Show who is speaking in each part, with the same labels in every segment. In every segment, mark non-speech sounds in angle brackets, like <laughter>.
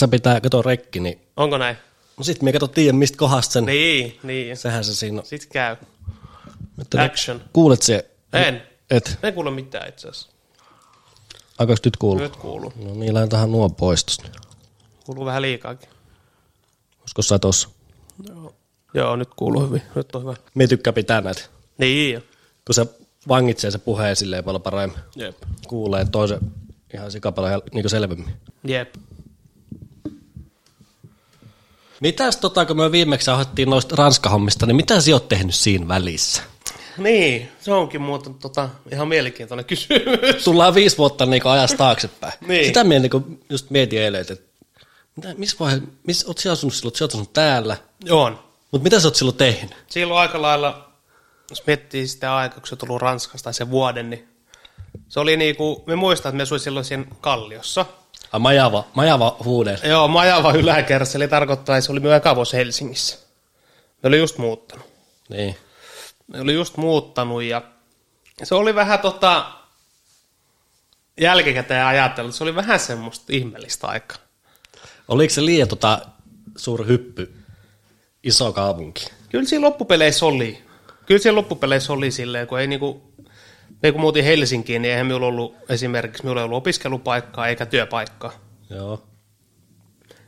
Speaker 1: Se pitää, kato rekki, niin
Speaker 2: Onko näin?
Speaker 1: no sit me ei kato tiedä, mistä kohdasta sen. Niin.
Speaker 2: Niin, niin.
Speaker 1: Sehän se siinä on.
Speaker 2: Sit käy.
Speaker 1: Nyt ne-
Speaker 2: Action.
Speaker 1: Kuulet se?
Speaker 2: En.
Speaker 1: Et.
Speaker 2: En kuule mitään itse asiassa.
Speaker 1: Aikois nyt kuulu?
Speaker 2: Nyt kuuluu.
Speaker 1: No niin, laitetaan nuo pois tosta.
Speaker 2: Kuuluu vähän liikaakin.
Speaker 1: Olisiko sä tossa?
Speaker 2: Joo, nyt kuuluu hyvin. Nyt on hyvä.
Speaker 1: Me tykkää pitää näitä,
Speaker 2: Niin.
Speaker 1: kun se vangitsee se puheen silleen paljon paremmin.
Speaker 2: Jep.
Speaker 1: Kuulee toisen ihan sikapaljon niin selvemmin.
Speaker 2: Jep.
Speaker 1: Mitäs tota, kun me viimeksi ahdettiin noista ranskahommista, niin mitä sä oot tehnyt siinä välissä?
Speaker 2: Niin, se onkin muuten tota, ihan mielenkiintoinen <laughs> kysymys.
Speaker 1: Tullaan viisi vuotta niin ajasta taaksepäin.
Speaker 2: Niin.
Speaker 1: Sitä mietin, kun just mietin eilen, että mitä, missä vaiheessa, missä, oot sä asunut silloin, sä oot asunut täällä,
Speaker 2: on.
Speaker 1: mutta mitä sä oot silloin tehnyt?
Speaker 2: Silloin aika lailla, jos miettii sitä aikaa, kun se on tullut Ranskasta tai sen vuoden, niin se oli niinku, me muistan, että me asuin silloin siinä Kalliossa.
Speaker 1: Ai, majava, majava huudeen.
Speaker 2: Joo, majava yläkerrassa, eli tarkoittaa, että se oli myös eka vuosi Helsingissä. Me oli just muuttanut.
Speaker 1: Niin.
Speaker 2: Ne oli just muuttanut ja se oli vähän tota, jälkikäteen ajatellut, se oli vähän semmoista ihmeellistä aikaa.
Speaker 1: Oliko se liian tota, suuri hyppy, iso kaupunki?
Speaker 2: Kyllä siinä loppupeleissä oli. Kyllä siinä loppupeleissä oli silleen, kun ei niinku, me kun muutin Helsinkiin, niin eihän minulla ollut esimerkiksi, minulla ei ollut opiskelupaikkaa eikä työpaikkaa.
Speaker 1: Joo.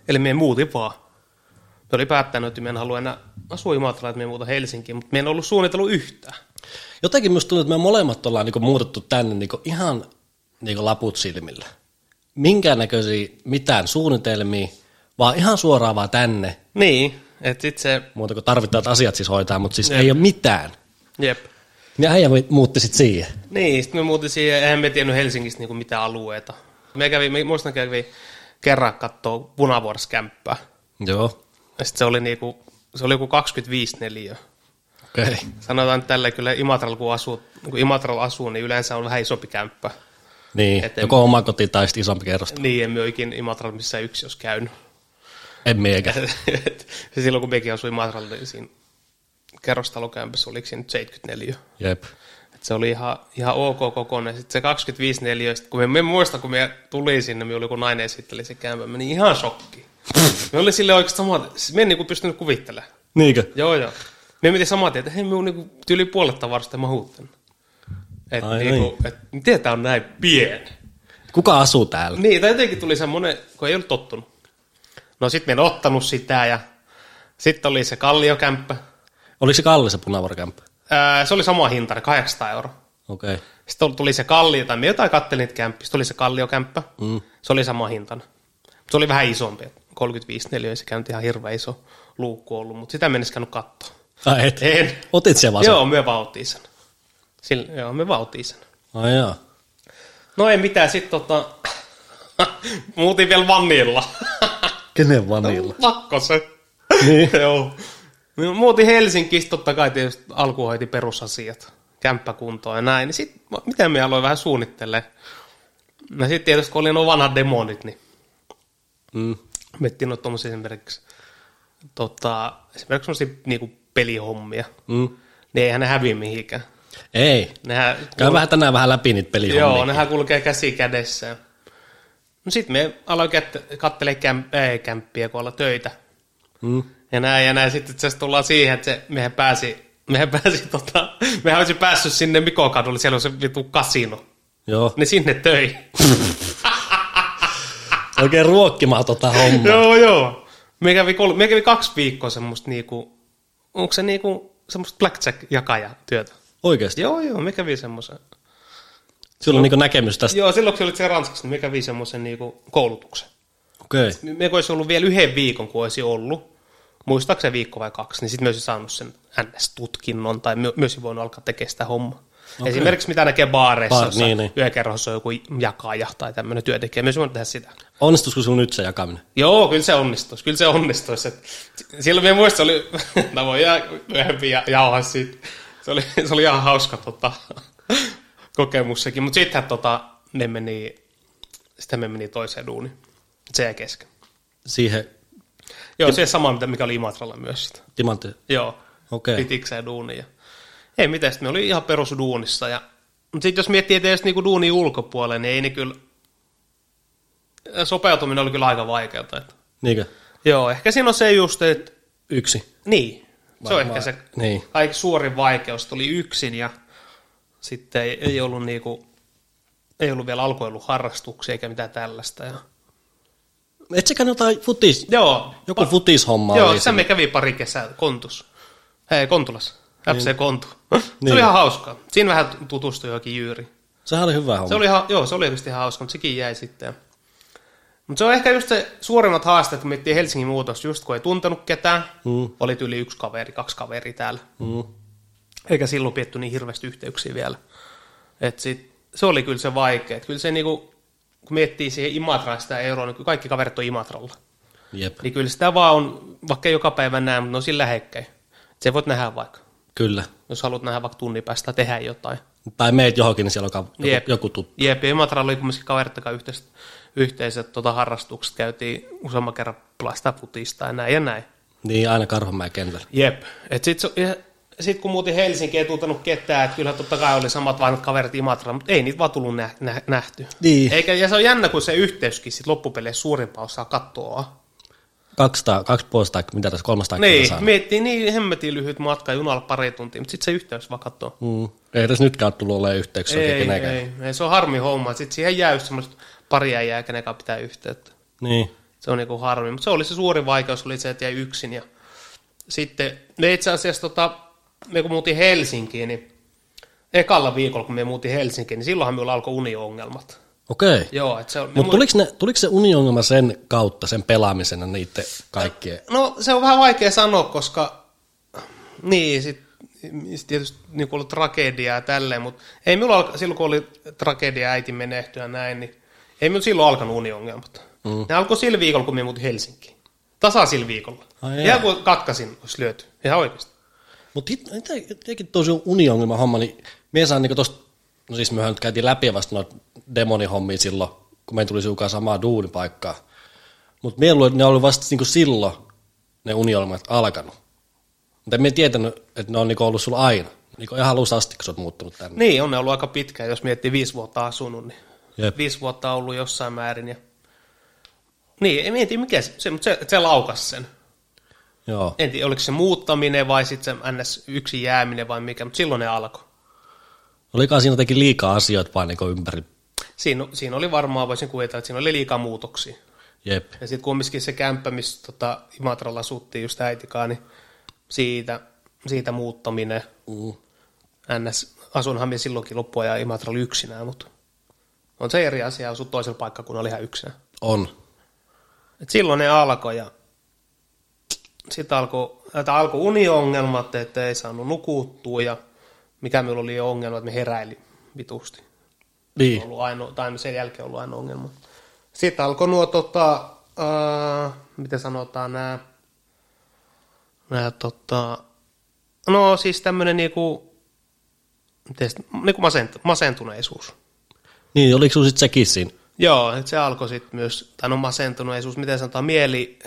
Speaker 2: Eli me muutin vaan. Me oli päättänyt, että me en halua enää asua Imatralla, että me muuta Helsinkiin, mutta me en ollut suunnitellut yhtään.
Speaker 1: Jotenkin musta tuntuu, että me molemmat ollaan niinku muutettu tänne niinku ihan niinku laput silmillä. Minkäännäköisiä mitään suunnitelmia, vaan ihan suoraan vaan tänne.
Speaker 2: Niin, että sit se,
Speaker 1: Muuta kuin tarvittavat asiat siis hoitaa, mutta siis ei ole mitään.
Speaker 2: jep.
Speaker 1: Niin äijä mu- muutti sitten siihen.
Speaker 2: Niin, sitten me muutin siihen, eihän me tiennyt Helsingistä niinku mitään alueita. Me kävi, me muistan kävi kerran kattoo punavuoriskämppää.
Speaker 1: Joo.
Speaker 2: Ja sitten se oli niinku, se oli joku 25 neliö.
Speaker 1: Okei. Okay.
Speaker 2: Sanotaan että tällä kyllä Imatralla kun asuu, kun Imatralla asuu, niin yleensä on vähän isompi kämppä.
Speaker 1: Niin,
Speaker 2: Eteen.
Speaker 1: joko oma koti tai sitten isompi kerros.
Speaker 2: Niin, emme ole ikinä Imatralla missään yksi jos käynyt. <laughs>
Speaker 1: En miekä.
Speaker 2: Et se silloin kun mekin asui Imatralla, niin siinä kerrostalokämpässä oliko siinä nyt 74.
Speaker 1: Jep.
Speaker 2: Et se oli ihan, ihan ok kokoinen. Sitten se 25 neliöistä, kun me, me muista, kun me tuli sinne, me oli joku nainen esitteli se kämpä, meni ihan shokki. me oli sille oikeastaan samaa, me en niinku pystynyt kuvittelemaan.
Speaker 1: Niinkö?
Speaker 2: Joo, joo. Me mietin samaa tietä, että hei, me on niinku tyyli puolet tavarasta mahuuttanut. Et
Speaker 1: Ai
Speaker 2: niinku, et, miten tää on näin pieni?
Speaker 1: Kuka asuu täällä?
Speaker 2: Niin, tai jotenkin tuli semmoinen, kun ei ollut tottunut. No sit me en ottanut sitä ja sitten oli se kalliokämppä.
Speaker 1: Oliko se kallis se punavuorikämppä?
Speaker 2: Ää, se oli sama hinta, 800 euroa.
Speaker 1: Okei. Okay.
Speaker 2: Sitten tuli se kallio, tai me jotain kattelin niitä kämppiä, sitten tuli se kalliokämppä. Mm. Se oli sama hintana. Se oli vähän isompi, 35 neliö, se käynyt ihan hirveän iso luukku ollut, mutta sitä en edes käynyt katsoa.
Speaker 1: Ai et.
Speaker 2: En.
Speaker 1: Otit sen vaan sen?
Speaker 2: Joo, me vautiin sen. Sillä, joo, me vautiin sen.
Speaker 1: Ai joo.
Speaker 2: No ei mitään, sit tota... <laughs> Muutin vielä vanilla. <laughs>
Speaker 1: Kenen vanilla?
Speaker 2: Pakko se.
Speaker 1: niin.
Speaker 2: <laughs> joo. Me Muutin Helsinkiin, totta kai tietysti alkuun hoiti perusasiat, kämppäkuntoa ja näin. Niin sit, mä- miten me aloin vähän suunnittelee. No sitten tietysti, kun oli nuo vanhat demonit, niin
Speaker 1: Mm.
Speaker 2: miettiin noita tommosia esimerkiksi, tota, esimerkiksi semmosia niinku pelihommia.
Speaker 1: Mm.
Speaker 2: Niin eihän ne häviä mihinkään.
Speaker 1: Ei.
Speaker 2: Nehän
Speaker 1: Käy vähän tänään vähän läpi niitä pelihommia.
Speaker 2: Joo, nehän kulkee käsi kädessä. No sit me aloin kät- kattelee käm- ei, kämppiä, kun olla töitä.
Speaker 1: Mm.
Speaker 2: Ja näin ja näin. Sitten itse asiassa tullaan siihen, että se, mehän pääsi, mehän pääsi tota, mehän olisi päässyt sinne Mikokadulle, siellä on se vitu kasino.
Speaker 1: Joo.
Speaker 2: Ne sinne töihin.
Speaker 1: Oikein ruokkimaa tota hommaa.
Speaker 2: joo, joo. Me kävi, kol- me kävi kaksi viikkoa semmoista niinku, onko se niinku semmoista blackjack-jakajatyötä?
Speaker 1: Oikeesti.
Speaker 2: Joo, joo, me kävi semmoisen.
Speaker 1: Sulla on niinku näkemys tästä.
Speaker 2: Joo, silloin kun se oli siellä Ranskassa, niin me kävi semmoisen niinku koulutuksen.
Speaker 1: Okei. Okay.
Speaker 2: me kun olisi ollut vielä yhden viikon, kun olisi ollut, muistaakseni viikko vai kaksi, niin sitten me olisi saanut sen NS-tutkinnon tai my- myös voinut alkaa tekemään sitä hommaa. Okay. Esimerkiksi mitä näkee baareissa,
Speaker 1: Baar-
Speaker 2: jossa
Speaker 1: niin,
Speaker 2: niin,
Speaker 1: niin.
Speaker 2: niin. yökerhossa on joku jakaja tai tämmöinen työntekijä, myös voinut tehdä sitä.
Speaker 1: Onnistuisiko sun nyt se jakaminen?
Speaker 2: Joo, kyllä se onnistuisi, kyllä se onnistuisi. Et s- silloin me muista oli, <laughs> mä voin jää myöhemmin ja, jauhaa siitä. Se oli, se oli ihan hauska tota, <laughs> kokemus sekin, mutta sitten tota, ne meni, sitten me meni toiseen duuniin. Se jäi kesken.
Speaker 1: Siihen
Speaker 2: Joo, se sama, mitä- mikä oli Imatralla myös. Sitä.
Speaker 1: timantti.
Speaker 2: Joo,
Speaker 1: Okei. Okay.
Speaker 2: pitikseen duunia. Ei mitään, sitten me oli ihan perusduunissa. Ja... Mutta sitten jos miettii tietysti niinku duuni ulkopuolelle, niin ei ne kyllä... Sopeutuminen oli kyllä aika vaikeaa. Että...
Speaker 1: Niinkö?
Speaker 2: Joo, ehkä siinä on se just, että
Speaker 1: Yksi.
Speaker 2: niin, se on
Speaker 1: Varmaan.
Speaker 2: ehkä se
Speaker 1: Niin.
Speaker 2: kaikki suurin vaikeus, tuli yksin ja sitten ei, ei ollut niinku, ei ollut vielä alkoiluharrastuksia eikä mitään tällaista. Ja...
Speaker 1: Etsikään jotain futis,
Speaker 2: Joo,
Speaker 1: joku futishomma
Speaker 2: Ah. Joo,
Speaker 1: oli
Speaker 2: sitä
Speaker 1: siinä.
Speaker 2: me kävi pari kesää Kontus. Hei, Kontulassa. FC Kontu.
Speaker 1: <laughs>
Speaker 2: se
Speaker 1: Niin.
Speaker 2: oli ihan hauskaa. Siinä vähän tutustui johonkin Jyyri.
Speaker 1: Sehän oli hyvä homma.
Speaker 2: Se oli, ihan- joo, se oli oikeasti ihan hauska, mutta sekin jäi sitten. Mutta se on ehkä just se suurimmat haasteet, kun miettii Helsingin muutos, just kun ei tuntenut ketään, mm. oli yli yksi kaveri, kaksi kaveri täällä.
Speaker 1: Mm.
Speaker 2: Eikä silloin pietty niin hirveästi yhteyksiä vielä. Et sit, se oli kyllä se vaikea. Et Kyllä se niinku, kun miettii siihen Imatraan sitä euroa, niin kyllä kaikki kaverit on Imatralla.
Speaker 1: Jep,
Speaker 2: Niin kyllä sitä vaan on, vaikka ei joka päivä näe, mutta ne on siinä lähekkäin. Et Se voit nähdä vaikka,
Speaker 1: kyllä.
Speaker 2: jos haluat nähdä vaikka tunnin päästä tai tehdä jotain.
Speaker 1: Tai meet johonkin, niin siellä on ka- joku,
Speaker 2: Jep.
Speaker 1: joku tuttu.
Speaker 2: Jep, ja Imatralla oli kumminkin kaveritakaan yhteiset, yhteiset tota, harrastukset. Käytiin useamman kerran pelasta futista ja näin ja näin.
Speaker 1: Niin, aina Karhonmäen kentällä.
Speaker 2: Jep. Et sit, se- ja sit kun muutin Helsinkiin, ei tuntenut ketään, että kyllä totta kai oli samat vanhat kaverit Imatralla, mutta ei niitä vaan tullut nä- nä- nähty.
Speaker 1: Niin.
Speaker 2: Eikä, ja se on jännä, kun se yhteyskin sit loppupeleissä suurimpaa osaa katsoa.
Speaker 1: 200, 250, tai mitä tässä 300
Speaker 2: Niin,
Speaker 1: saa.
Speaker 2: miettii niin hemmetin lyhyt matka junalla pari tuntia, mutta sitten se yhteys vaan katsoo.
Speaker 1: Mm. Ei tässä nytkään ole tullut olemaan yhteyksiä oikein
Speaker 2: Ei,
Speaker 1: kenenkään.
Speaker 2: ei, ei, se on harmi homma, sitten siihen jää just semmoiset pari äijää, kenenkään pitää yhteyttä.
Speaker 1: Niin.
Speaker 2: Se on niinku harmi, mutta se oli se suuri vaikeus, oli se, että jäi yksin. Ja sitten me itse asiassa, tota, me kun muutin Helsinkiin, niin ekalla viikolla, kun me muutin Helsinkiin, niin silloinhan minulla alkoi uniongelmat.
Speaker 1: Okei. Okay.
Speaker 2: Joo, että se on...
Speaker 1: Mutta tuliko, ne, tuliko se uniongelma sen kautta, sen pelaamisena niiden kaikkien?
Speaker 2: No se on vähän vaikea sanoa, koska niin, sit, sit tietysti niin ollut tragediaa ja tälleen, mutta ei minulla alka, silloin kun oli tragedia äiti menehtyä ja näin, niin ei minulla silloin alkanut uniongelmat. Mm. Ne alkoi sillä viikolla, kun me muutin Helsinkiin. Tasa sillä viikolla.
Speaker 1: Ai
Speaker 2: ja
Speaker 1: jaa.
Speaker 2: kun katkasin, olisi lyöty. Ihan oikeasti.
Speaker 1: Mutta jotenkin no tosi uniongelma homma, niin mie saan niinku tosta, no siis mehän nyt käytiin läpi vasta noita demonihommia silloin, kun meidän tuli siukaan samaa duunipaikkaa. Mutta mie luulen, että ne oli vasta niinku silloin ne uniongelmat alkanut. Mutta en mie tietänyt, että ne on niinku ollut sulla aina. Niinku ihan alusta asti, kun sä oot muuttunut tänne.
Speaker 2: Niin, on ne ollut aika pitkään, jos miettii viisi vuotta asunut, niin
Speaker 1: Jep.
Speaker 2: viisi vuotta ollut jossain määrin. Ja... Niin, ei mieti mikä se, se mutta se, se laukas sen.
Speaker 1: Joo.
Speaker 2: en tiedä, oliko se muuttaminen vai sitten se ns. yksi jääminen vai mikä, mutta silloin ne alkoi.
Speaker 1: Olikaan siinä jotenkin liikaa asioita vaan niinku ympäri.
Speaker 2: Siinä, siinä oli varmaan, voisin kuvitella, että siinä oli liikaa muutoksia.
Speaker 1: Jep.
Speaker 2: Ja sitten kumminkin se kämppä, missä tota, Imatralla asuttiin just äitikaan, niin siitä, siitä muuttaminen.
Speaker 1: Mm.
Speaker 2: NS, asunhan minä silloinkin loppuajan Imatra oli yksinään, mutta on se eri asia, asut toisella paikkakunnalla ihan yksinään.
Speaker 1: On.
Speaker 2: Et silloin ne alkoi ja sitten alkoi alko uniongelmat, että ei saanut nukuttua ja mikä meillä oli ongelma, että me heräili vitusti.
Speaker 1: Niin.
Speaker 2: On ollut ainoa, tai sen jälkeen ollut ainoa ongelma. Sitten alkoi nuo, tota, äh, miten sanotaan, nämä, nämä tota, no siis tämmöinen niinku, miten, sit- niinku masent, masentuneisuus.
Speaker 1: Niin, oliko sinulla sitten sekin siinä?
Speaker 2: Joo, et se alkoi sitten myös, tai no masentuneisuus, miten sanotaan, mieli,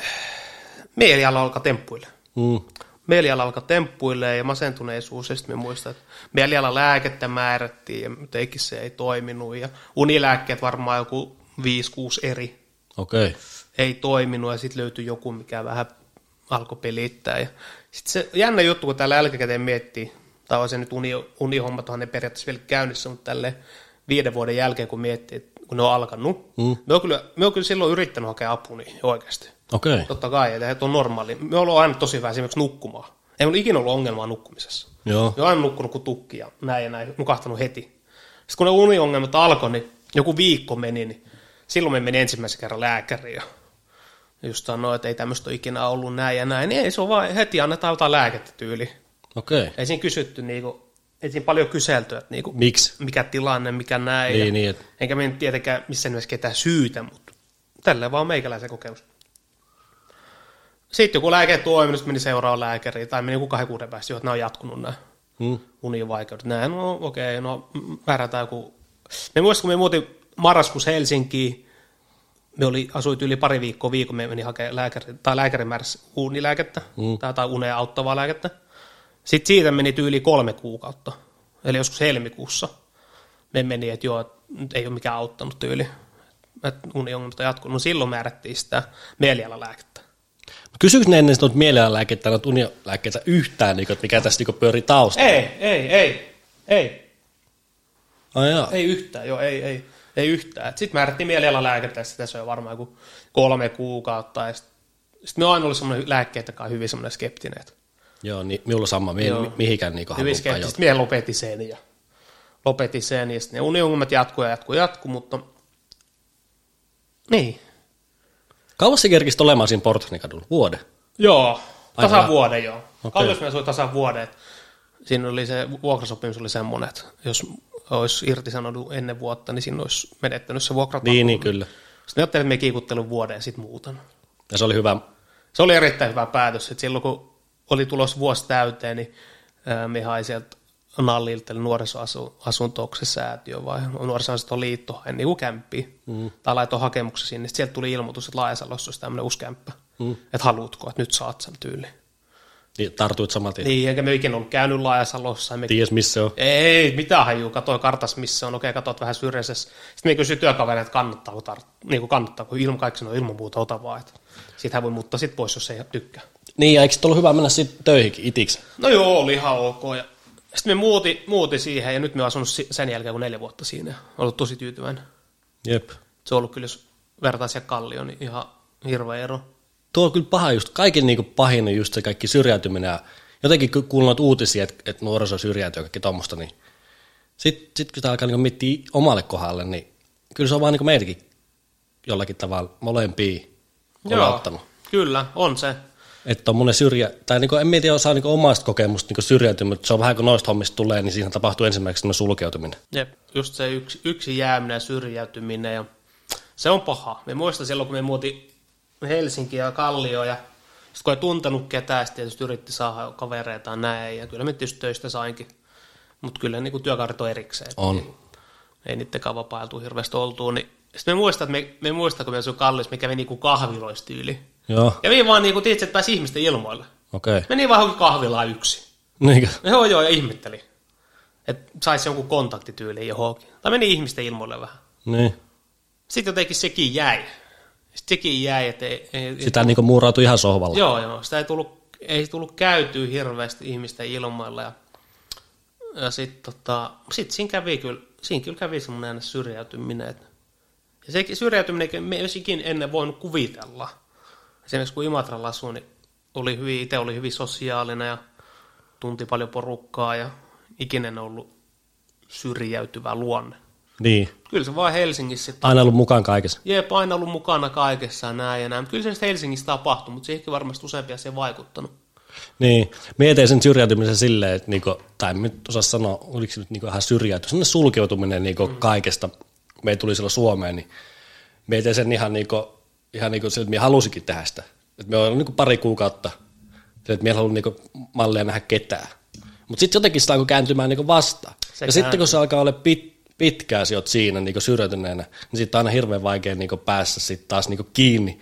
Speaker 2: mieliala alkaa temppuilla.
Speaker 1: Mm.
Speaker 2: Mieliala alkaa temppuille ja masentuneisuus, ja sitten me muistan, että mieliala lääkettä määrättiin, ja mutta eikin se ei toiminut, ja unilääkkeet varmaan joku 5-6 eri
Speaker 1: Okei. Okay.
Speaker 2: ei toiminut, ja sitten löytyi joku, mikä vähän alkoi pelittää. Ja sitten se jännä juttu, kun täällä jälkikäteen miettii, tai on se nyt uni, unihommatahan ne periaatteessa vielä käynnissä, mutta tälle viiden vuoden jälkeen, kun miettii, että kun ne on alkanut,
Speaker 1: Mm.
Speaker 2: mm. me, on kyllä, me on kyllä silloin yrittänyt hakea apua niihin oikeasti.
Speaker 1: Okei. Okay.
Speaker 2: Totta kai, että että on normaali. Me ollaan aina tosi hyvä esimerkiksi nukkumaan. Ei ole ikinä ollut ongelmaa nukkumisessa.
Speaker 1: Joo.
Speaker 2: Me on aina nukkunut kuin tukki ja näin ja näin, nukahtanut heti. Sitten kun ne uniongelmat alkoi, niin joku viikko meni, niin silloin me meni ensimmäisen kerran lääkäriin. Ja just sanoin, että ei tämmöistä ole ikinä ollut näin ja näin. Niin ei, se on vaan heti annetaan jotain lääkettä tyyli.
Speaker 1: Okei. Okay.
Speaker 2: Ei siinä kysytty, niinku, ei siinä paljon kyselty, että niinku,
Speaker 1: Miksi?
Speaker 2: mikä tilanne, mikä näin.
Speaker 1: Niin,
Speaker 2: ja,
Speaker 1: niin, et-
Speaker 2: Enkä me nyt tietenkään missään nimessä ketään syytä, mutta tällä vaan meikäläisen kokemus. Sitten joku lääke toimi, meni seuraava lääkäri, tai meni joku kahden kuuden päästä, jo, että nämä on jatkunut nämä
Speaker 1: Mm.
Speaker 2: univaikeudet. Näin, no okei, okay, no m- määrätään joku... Me muistin, kun me muutin marraskuussa Helsinkiin, me oli, asuit yli pari viikkoa viikon, me meni hakemaan lääkäri, tai lääkäri määräsi unilääkettä, mm. tai, tai unea auttavaa lääkettä. Sitten siitä meni yli kolme kuukautta, eli joskus helmikuussa. Me meni, että joo, et nyt ei ole mikään auttanut tyyli. että uniongelmat on jatkunut, no silloin määrättiin sitä mielialalääkettä.
Speaker 1: Kysyykö ne ennen sitä mielialalääkettä, noita unilääkkeitä yhtään, niin, että mikä tässä niin pyörii taustalla?
Speaker 2: Ei, ei, ei, ei,
Speaker 1: Ai jaa.
Speaker 2: ei yhtään, joo, ei, ei, ei yhtään. Sitten määrättiin mielialalääkettä, ja sitä söi varmaan joku kolme kuukautta, ja sitten sit me on aina ollut semmoinen lääkkeet, joka on hyvin semmoinen skeptinen, että
Speaker 1: Joo, niin, minulla sama. Mie,
Speaker 2: Joo.
Speaker 1: Joo. mihinkään niin
Speaker 2: hyvin
Speaker 1: haluaa
Speaker 2: skeptisesti. Mie lopetin sen ja lopetin sen ja sitten ne uniongelmat jatkuu ja jatkuu ja jatkuu, mutta niin.
Speaker 1: Kauas se kerkisi olemaan siinä Portnikadulla? Vuode?
Speaker 2: Joo,
Speaker 1: Ai
Speaker 2: tasan
Speaker 1: vai?
Speaker 2: vuoden joo. Okay.
Speaker 1: Okei.
Speaker 2: Kallios asui tasan vuoden. et Siinä oli se vuokrasopimus oli semmoinen, että jos olisi irtisanoudut ennen vuotta, niin siinä olisi menettänyt se vuokratakuu.
Speaker 1: Niin, niin kyllä.
Speaker 2: Sitten ne ajattelin, että me kiikuttelun vuoden ja sitten muutan.
Speaker 1: Ja se oli hyvä.
Speaker 2: Se oli erittäin hyvä päätös, että silloin kun oli tulos vuosi täyteen, niin ää, me hain sieltä Nallilta, eli nuorisoasunto, onko se säätiö vai nuorisoasuntoliitto, hain niin kuin kämppiä. Mm. Tai laitoin hakemuksen sinne, sitten sieltä tuli ilmoitus, että Laajasalossa olisi tämmöinen uusi kämppä. Mm. Että haluatko, että nyt saat sen tyyli.
Speaker 1: Niin, tartuit saman tien. Niin.
Speaker 2: Niin, eikä me ikinä ollut käynyt Laajasalossa. Me...
Speaker 1: Ties missä se on.
Speaker 2: Ei, mitä hajuu, katoi kartas, missä on, okei, katsoit vähän syrjäisessä. Sitten me kysyin työkavereilta, että kannattaako, tar... niin kuin kannattaako, ilman kaikki on ilman muuta ota vaan. että Siitähän voi muuttaa sitten pois, jos ei tykkää.
Speaker 1: Niin, ja eikö sit ollut hyvä mennä sitten töihinkin itiksi?
Speaker 2: No joo, oli ihan ok. Ja sitten me muuti, muuti siihen ja nyt me asunut si- sen jälkeen kuin neljä vuotta siinä. ja Ollut tosi tyytyväinen.
Speaker 1: Jep.
Speaker 2: Se on ollut kyllä, jos vertaa siihen kallioon, niin ihan hirveä ero.
Speaker 1: Tuo on kyllä paha just, kaiken niin pahin on just se kaikki syrjäytyminen ja jotenkin kun kuulun noita uutisia, että, että nuoriso syrjäytyy ja kaikki tuommoista, niin sitten sit kun sitä alkaa niin miettiä omalle kohdalle, niin kyllä se on vaan niin meitäkin jollakin tavalla molempia kolauttanut.
Speaker 2: Kyllä, on se.
Speaker 1: Että tuommoinen syrjä, tai niin en mietiä osaa niin omasta kokemusta niin syrjäytymistä, mutta se on vähän kuin noista hommista tulee, niin siinä tapahtuu ensimmäiseksi semmoinen sulkeutuminen.
Speaker 2: Jep. Just se yksi, yksi jääminen ja syrjäytyminen ja se on paha. Me muistan silloin, kun me muutin Helsinkiä ja Kallioon ja sitten kun ei tuntenut ketään, sitten tietysti yritti saada kavereita ja näin ja kyllä me tietysti töistä sainkin. Mutta kyllä niin työkaverit on erikseen.
Speaker 1: On.
Speaker 2: ei niittenkään vapailtu hirveästi oltuun, niin sitten me muistan, että me, me muistan, kun me asuin Kallis, me kävin niinku kahviloista yli.
Speaker 1: Joo,
Speaker 2: Ja me vaan niinku, tiedätkö, että pääsi ihmisten ilmoille.
Speaker 1: okei. <laughs> Okay.
Speaker 2: Meni vaan johonkin kahvilaan yksi.
Speaker 1: Niin,
Speaker 2: Joo, joo, ja ihmetteli. Että saisi jonkun kontaktityyliin johonkin. Tai meni ihmisten ilmoille vähän.
Speaker 1: niin.
Speaker 2: Sitten jotenkin sekin jäi. Sitten sekin jäi, että ei, ei,
Speaker 1: Sitä niin muurautui ihan sohvalla.
Speaker 2: Joo, joo. Sitä ei tullut, ei tullut käytyä hirveästi ihmisten ilmoilla. Ja, ja sitten tota, sit siinä kävi kyllä, siinä kyllä kävi semmoinen aina syrjäytyminen. Et, ja se syrjäytyminen, eikä me ei olisi ikinä ennen voinut kuvitella. Esimerkiksi kun Imatralla asui, niin oli hyvin, itse oli hyvin sosiaalinen ja tunti paljon porukkaa ja ikinä en ollut syrjäytyvä luonne.
Speaker 1: Niin.
Speaker 2: Kyllä se vaan Helsingissä sitten
Speaker 1: Aina ollut mukaan kaikessa.
Speaker 2: Jep, aina ollut mukana kaikessa ja näin ja näin. Mut Kyllä se sitten Helsingissä tapahtui, mutta se ehkä varmasti useampia se vaikuttanut.
Speaker 1: Niin, mietin sen syrjäytymisen silleen, että niinku, tai en nyt osaa sanoa, oliko se nyt niinku ihan syrjäyty, sellainen sulkeutuminen niinku mm. kaikesta, kun me tuli silloin Suomeen, niin mietin sen ihan, niinku, ihan niinku sille, että minä halusikin tehdä sitä. Että me olin niinku pari kuukautta, sille, että minä en halunnut niinku mallia nähdä ketään. Mutta sitten jotenkin sitä alkoi kääntymään niinku vastaan.
Speaker 2: Se
Speaker 1: Se ja sitten
Speaker 2: kääntyy.
Speaker 1: kun se alkaa olla pit, pitkään sijoit siinä niinku syrjäytyneenä, niin sitten on aina hirveän vaikea niinku päästä sitten taas niinku kiinni,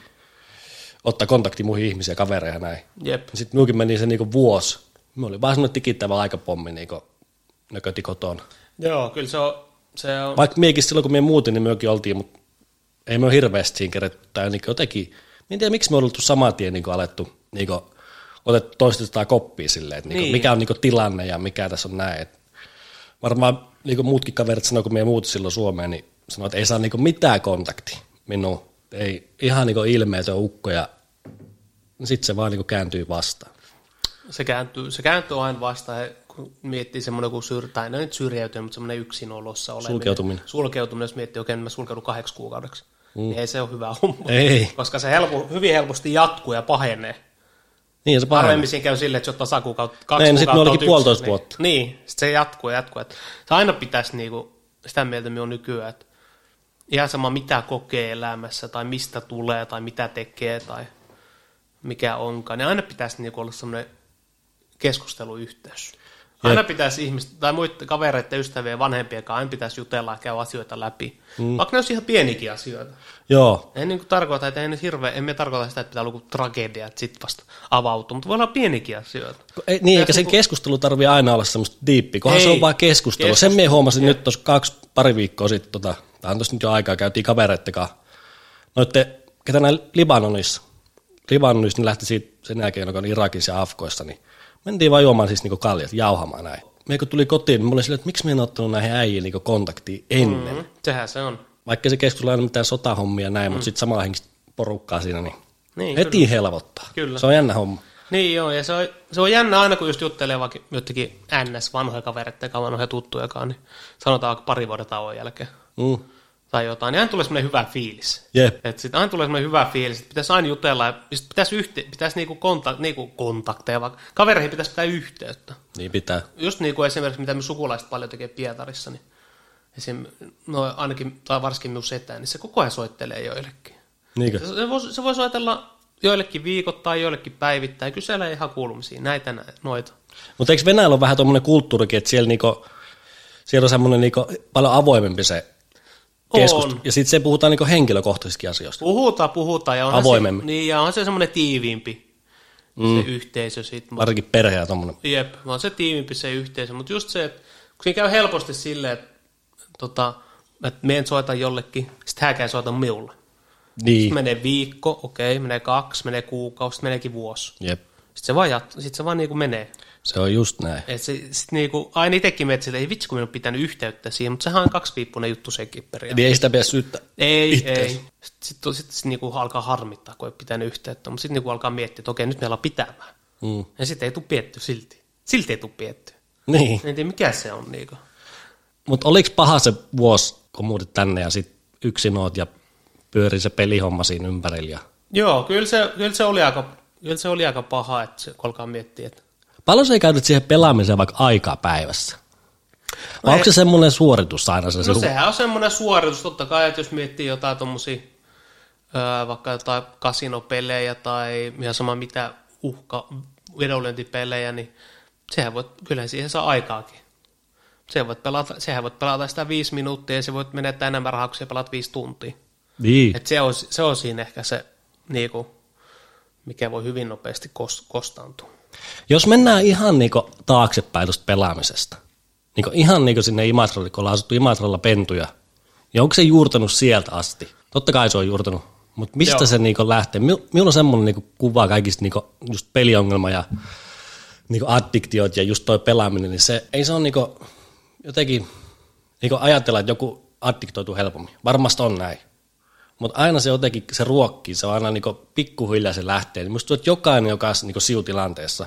Speaker 1: ottaa kontakti muihin ihmisiin ja kavereihin ja näin.
Speaker 2: Jep.
Speaker 1: Sitten minukin meni se niinku vuosi. Me oli vähän semmoinen tikittävä aikapommi niinku nököti kotona.
Speaker 2: Joo, kyllä se on, se on
Speaker 1: Vaikka miekin silloin, kun me muutin, niin mekin oltiin, mutta ei me hirveästi siinä kerätty. Tai niinku jotenkin, mä en tiedä, miksi me ollaan saman tien niinku alettu niinku, otettu toistetaan koppia silleen, että niinku,
Speaker 2: Niin.
Speaker 1: niin. mikä on niinku tilanne ja mikä tässä on näin. Et varmaan niinku muutkin kaverit sanoi, kun me muutin silloin Suomeen, niin sanoi, että ei saa niinku mitään kontaktia minuun. Ei, ihan niinku ilmeetön ukko ja sitten se vaan niinku kääntyy vastaan.
Speaker 2: se kääntyy, se kääntyy aina vastaan, kun miettii semmoinen kuin syr, tai no nyt syrjäytyy, mutta semmoinen yksinolossa oleminen.
Speaker 1: Sulkeutuminen.
Speaker 2: Sulkeutuminen, jos miettii, okei, niin mä sulkeudun kahdeksi kuukaudeksi. Mm. Niin ei se ole hyvä homma.
Speaker 1: Ei.
Speaker 2: Koska se helpo, hyvin helposti jatkuu ja pahenee.
Speaker 1: Niin se
Speaker 2: Paremmin
Speaker 1: paremmin.
Speaker 2: siinä käy silleen, että se on tasakuu- kaksi
Speaker 1: Niin, no sit
Speaker 2: kuukautta
Speaker 1: me olikin
Speaker 2: oot yksin,
Speaker 1: puolitoista
Speaker 2: niin.
Speaker 1: vuotta.
Speaker 2: Niin, sit se jatkuu ja jatkuu. Et se aina pitäisi niinku, sitä mieltä me on nykyään, että ihan sama mitä kokee elämässä tai mistä tulee tai mitä tekee tai mikä onkaan, niin aina pitäisi niinku olla semmoinen keskusteluyhteys. Aina pitäisi ihmistä tai muiden kavereiden, ystävien ja vanhempien kanssa aina pitäisi jutella ja käydä asioita läpi. Mm. Vaikka ne olisi ihan pienikin asioita.
Speaker 1: Joo,
Speaker 2: Ei niin tarkoita, että ei nyt hirveä, emme tarkoita sitä, että pitää olla joku tragedia, että sit vasta avautuu, mutta voi olla pienikin asioita.
Speaker 1: Kun Ei, niin, eikä sen keskustelu tarvii aina olla semmoista diippiä, kunhan
Speaker 2: Ei.
Speaker 1: se on vaan keskustelu.
Speaker 2: Keskustelu,
Speaker 1: Sen me huomasin nyt tuossa kaksi, pari viikkoa sitten, tota, tämä on tuossa nyt jo aikaa, käytiin kavereitten kanssa noitte, ketä näin Libanonissa, Libanonissa ne lähti siitä sen jälkeen, joka oli Irakissa ja Afkoissa, niin mentiin vaan juomaan siis niinku kaljat, jauhamaan näin. Me kun tuli kotiin, niin mulla oli silleen, että miksi me en ottanut näihin äijiin niinku kontaktia ennen. Mm.
Speaker 2: Mm, sehän se on.
Speaker 1: Vaikka se keskustelu on mitään sotahommia ja näin, mm. mutta sitten samaa henkistä porukkaa siinä, niin,
Speaker 2: Niin,
Speaker 1: niin heti kyllä. helpottaa.
Speaker 2: Kyllä.
Speaker 1: Se on jännä homma.
Speaker 2: Niin joo, ja se on, se on jännä aina, kun just juttelee vaikka jotenkin ns. vanhoja kavereita, eikä vanhoja tuttujakaan, niin sanotaan vaikka pari vuoden tauon jälkeen
Speaker 1: Mm.
Speaker 2: tai jotain, niin aina tulee semmoinen hyvä fiilis.
Speaker 1: Jep.
Speaker 2: Et sit aina tulee semmoinen hyvä fiilis, että pitäisi aina jutella, ja sit pitäisi, yhte, pitäisi niinku kontak, niinku kontakteja, vaikka kavereihin pitäisi pitää yhteyttä.
Speaker 1: Niin pitää.
Speaker 2: Just niin kuin esimerkiksi, mitä me sukulaiset paljon tekee Pietarissa, niin esim, no ainakin, tai varsinkin minun setään, niin se koko ajan soittelee joillekin.
Speaker 1: Niinkö?
Speaker 2: Se, se, voi, se voi soitella joillekin viikoittain, joillekin päivittäin, kysellä ihan kuulumisia, näitä näin, noita.
Speaker 1: Mutta eikö Venäjällä ole vähän tuommoinen kulttuurikin, että siellä, niinku, siellä on semmoinen niinku paljon avoimempi se keskustelu.
Speaker 2: On.
Speaker 1: Ja sitten se puhutaan niinku henkilökohtaisista asioista.
Speaker 2: Puhutaan, puhutaan. Ja onhan
Speaker 1: Avoimemmin.
Speaker 2: Se, niin, ja on se semmoinen tiiviimpi mm. se yhteisö sitten.
Speaker 1: Varsinkin perhe ja tuommoinen.
Speaker 2: Jep, vaan se tiimimpi se yhteisö. Mutta just se, että kun siinä käy helposti silleen, että, tota, että me en soita jollekin, sitten hääkään soita minulle.
Speaker 1: Niin.
Speaker 2: Sitten menee viikko, okei, okay, menee kaksi, menee kuukausi, sitten meneekin vuosi.
Speaker 1: Jep.
Speaker 2: Sitten se vaan, jat- sit se vaan niinku menee.
Speaker 1: Se on just näin.
Speaker 2: Et se, sit niinku, aina itsekin menet silleen, ei vitsi kun minun on pitänyt yhteyttä siihen, mutta sehän on kaksipiippunen juttu sekin periaatteessa.
Speaker 1: Eli Niin, ei sitä pidä syyttää.
Speaker 2: Ei,
Speaker 1: Itteensä.
Speaker 2: ei. Sitten sit, sit, niinku alkaa harmittaa, kun ei ole pitänyt yhteyttä, mutta sitten niinku alkaa miettiä, että okei, nyt meillä on pitämään.
Speaker 1: Mm.
Speaker 2: Ja sitten ei tule pietty silti. Silti ei tule pietty.
Speaker 1: Niin.
Speaker 2: En tiedä, mikä se on. Niinku.
Speaker 1: Mutta oliko paha se vuosi, kun muutit tänne ja sitten yksin oot ja pyörii se pelihomma siinä ympärillä. Ja...
Speaker 2: Joo, kyllä se, kyllä, se oli aika, kyllä se oli aika paha, että se, kun alkaa miettiä, että
Speaker 1: Paljon se ei käynyt siihen pelaamiseen vaikka aikaa päivässä? Vai onko se semmoinen suoritus aina se, se,
Speaker 2: No
Speaker 1: se
Speaker 2: sehän on semmoinen suoritus, totta kai, että jos miettii jotain tommosia, öö, vaikka jotain kasinopelejä tai ihan sama mitä uhka vedonlyöntipelejä, niin sehän voit, kyllä siihen saa aikaakin. Sehän voit, pelata, sehän voit pelata sitä viisi minuuttia ja se voit menettää enemmän rahaa, kun sä pelaat viisi tuntia.
Speaker 1: Niin.
Speaker 2: Et se, on, se on siinä ehkä se, niinku, mikä voi hyvin nopeasti kos, kostaantua.
Speaker 1: Jos mennään ihan niinku taaksepäin tuosta pelaamisesta, niinku ihan niinku sinne Imatralle, kun ollaan asuttu Imatralla pentuja, ja onko se juurtanut sieltä asti? Totta kai se on juurtanut, mutta mistä
Speaker 2: Joo.
Speaker 1: Joo. se niinku lähtee? Mil- Minulla on semmoinen niinku kuva kaikista niinku just peliongelma ja niinku addiktiot ja just toi pelaaminen, niin se ei se on niinku jotenkin niinku ajatella, että joku addiktoituu helpommin. Varmasti on näin. Mutta aina se jotenkin, se ruokkii, se on aina niinku pikkuhiljaa se lähtee. Niin musta tuntuu, että jokainen, joka on niinku siutilanteessa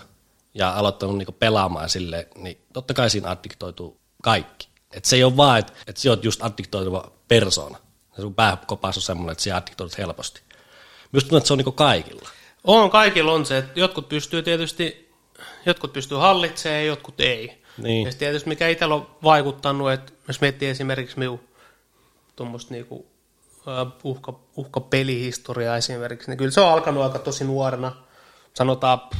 Speaker 1: ja aloittanut niinku pelaamaan sille, niin totta kai siinä addiktoituu kaikki. Et se ei ole vaan, että et sä oot just addiktoituva persoona. Se sun pääkopas on semmoinen, että sä addiktoidut helposti. Musta tuntuu, että se on niinku kaikilla.
Speaker 2: On, kaikilla on se, että jotkut pystyy tietysti, jotkut pystyy hallitsemaan ja jotkut ei.
Speaker 1: Niin.
Speaker 2: Ja sit tietysti mikä itsellä on vaikuttanut, että jos miettii esimerkiksi minun tuommoista niinku, ö, uhka, uhkapelihistoriaa esimerkiksi, niin kyllä se on alkanut aika tosi nuorena. Sanotaan, pff,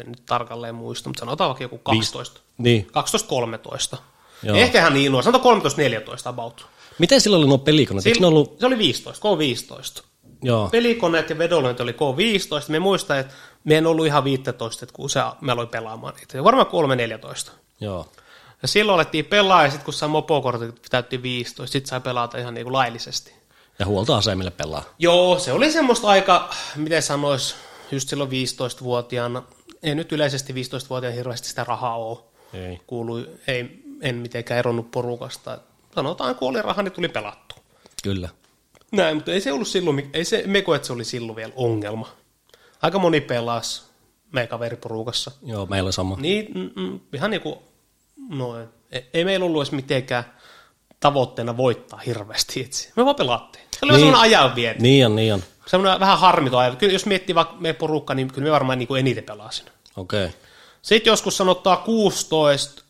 Speaker 2: en nyt tarkalleen muista, mutta sanotaan vaikka joku 12.
Speaker 1: Niin.
Speaker 2: 12-13.
Speaker 1: Joo.
Speaker 2: Ehkä ihan niin nuori, sanotaan 13-14 about.
Speaker 1: Miten silloin oli nuo pelikoneet? Eikö ne ollut,
Speaker 2: Se oli 15, K15
Speaker 1: joo,
Speaker 2: pelikoneet ja vedonlyönti oli K15. Me muistan, että me en ollut ihan 15, että kun se, mä aloin pelaamaan niitä. Ja varmaan 3-14.
Speaker 1: joo.
Speaker 2: Ja silloin alettiin pelaa, ja sitten kun sai mopokortit, täytti 15, sitten sai pelata ihan niin kuin laillisesti.
Speaker 1: Ja huoltoasemille pelaa.
Speaker 2: Joo, se oli semmoista aika, miten sanois, just silloin 15-vuotiaana. Ei nyt yleisesti 15-vuotiaana hirveästi sitä rahaa ole.
Speaker 1: Ei.
Speaker 2: Kuului, ei, en mitenkään eronnut porukasta. Sanotaan, kun oli rahaa, niin tuli pelattu.
Speaker 1: Kyllä.
Speaker 2: Näin, mutta ei se ollut silloin, ei se, me koe, että se oli silloin vielä ongelma. Aika moni pelasi meidän kaveriporukassa.
Speaker 1: Joo, meillä on sama.
Speaker 2: Niin, mm, mm, ihan niin kuin, noin. Ei, ei meillä ollut edes mitenkään tavoitteena voittaa hirveästi itse. Me vaan pelattiin. Se oli niin.
Speaker 1: Niin.
Speaker 2: semmoinen ajanvieti. Niin.
Speaker 1: Niin on, niin on.
Speaker 2: Semmoinen vähän harmiton ajan. Kyllä jos miettii vaikka meidän porukka, niin kyllä me varmaan niin kuin eniten pelasin.
Speaker 1: Okei. Okay.
Speaker 2: Sitten joskus sanottaa 16,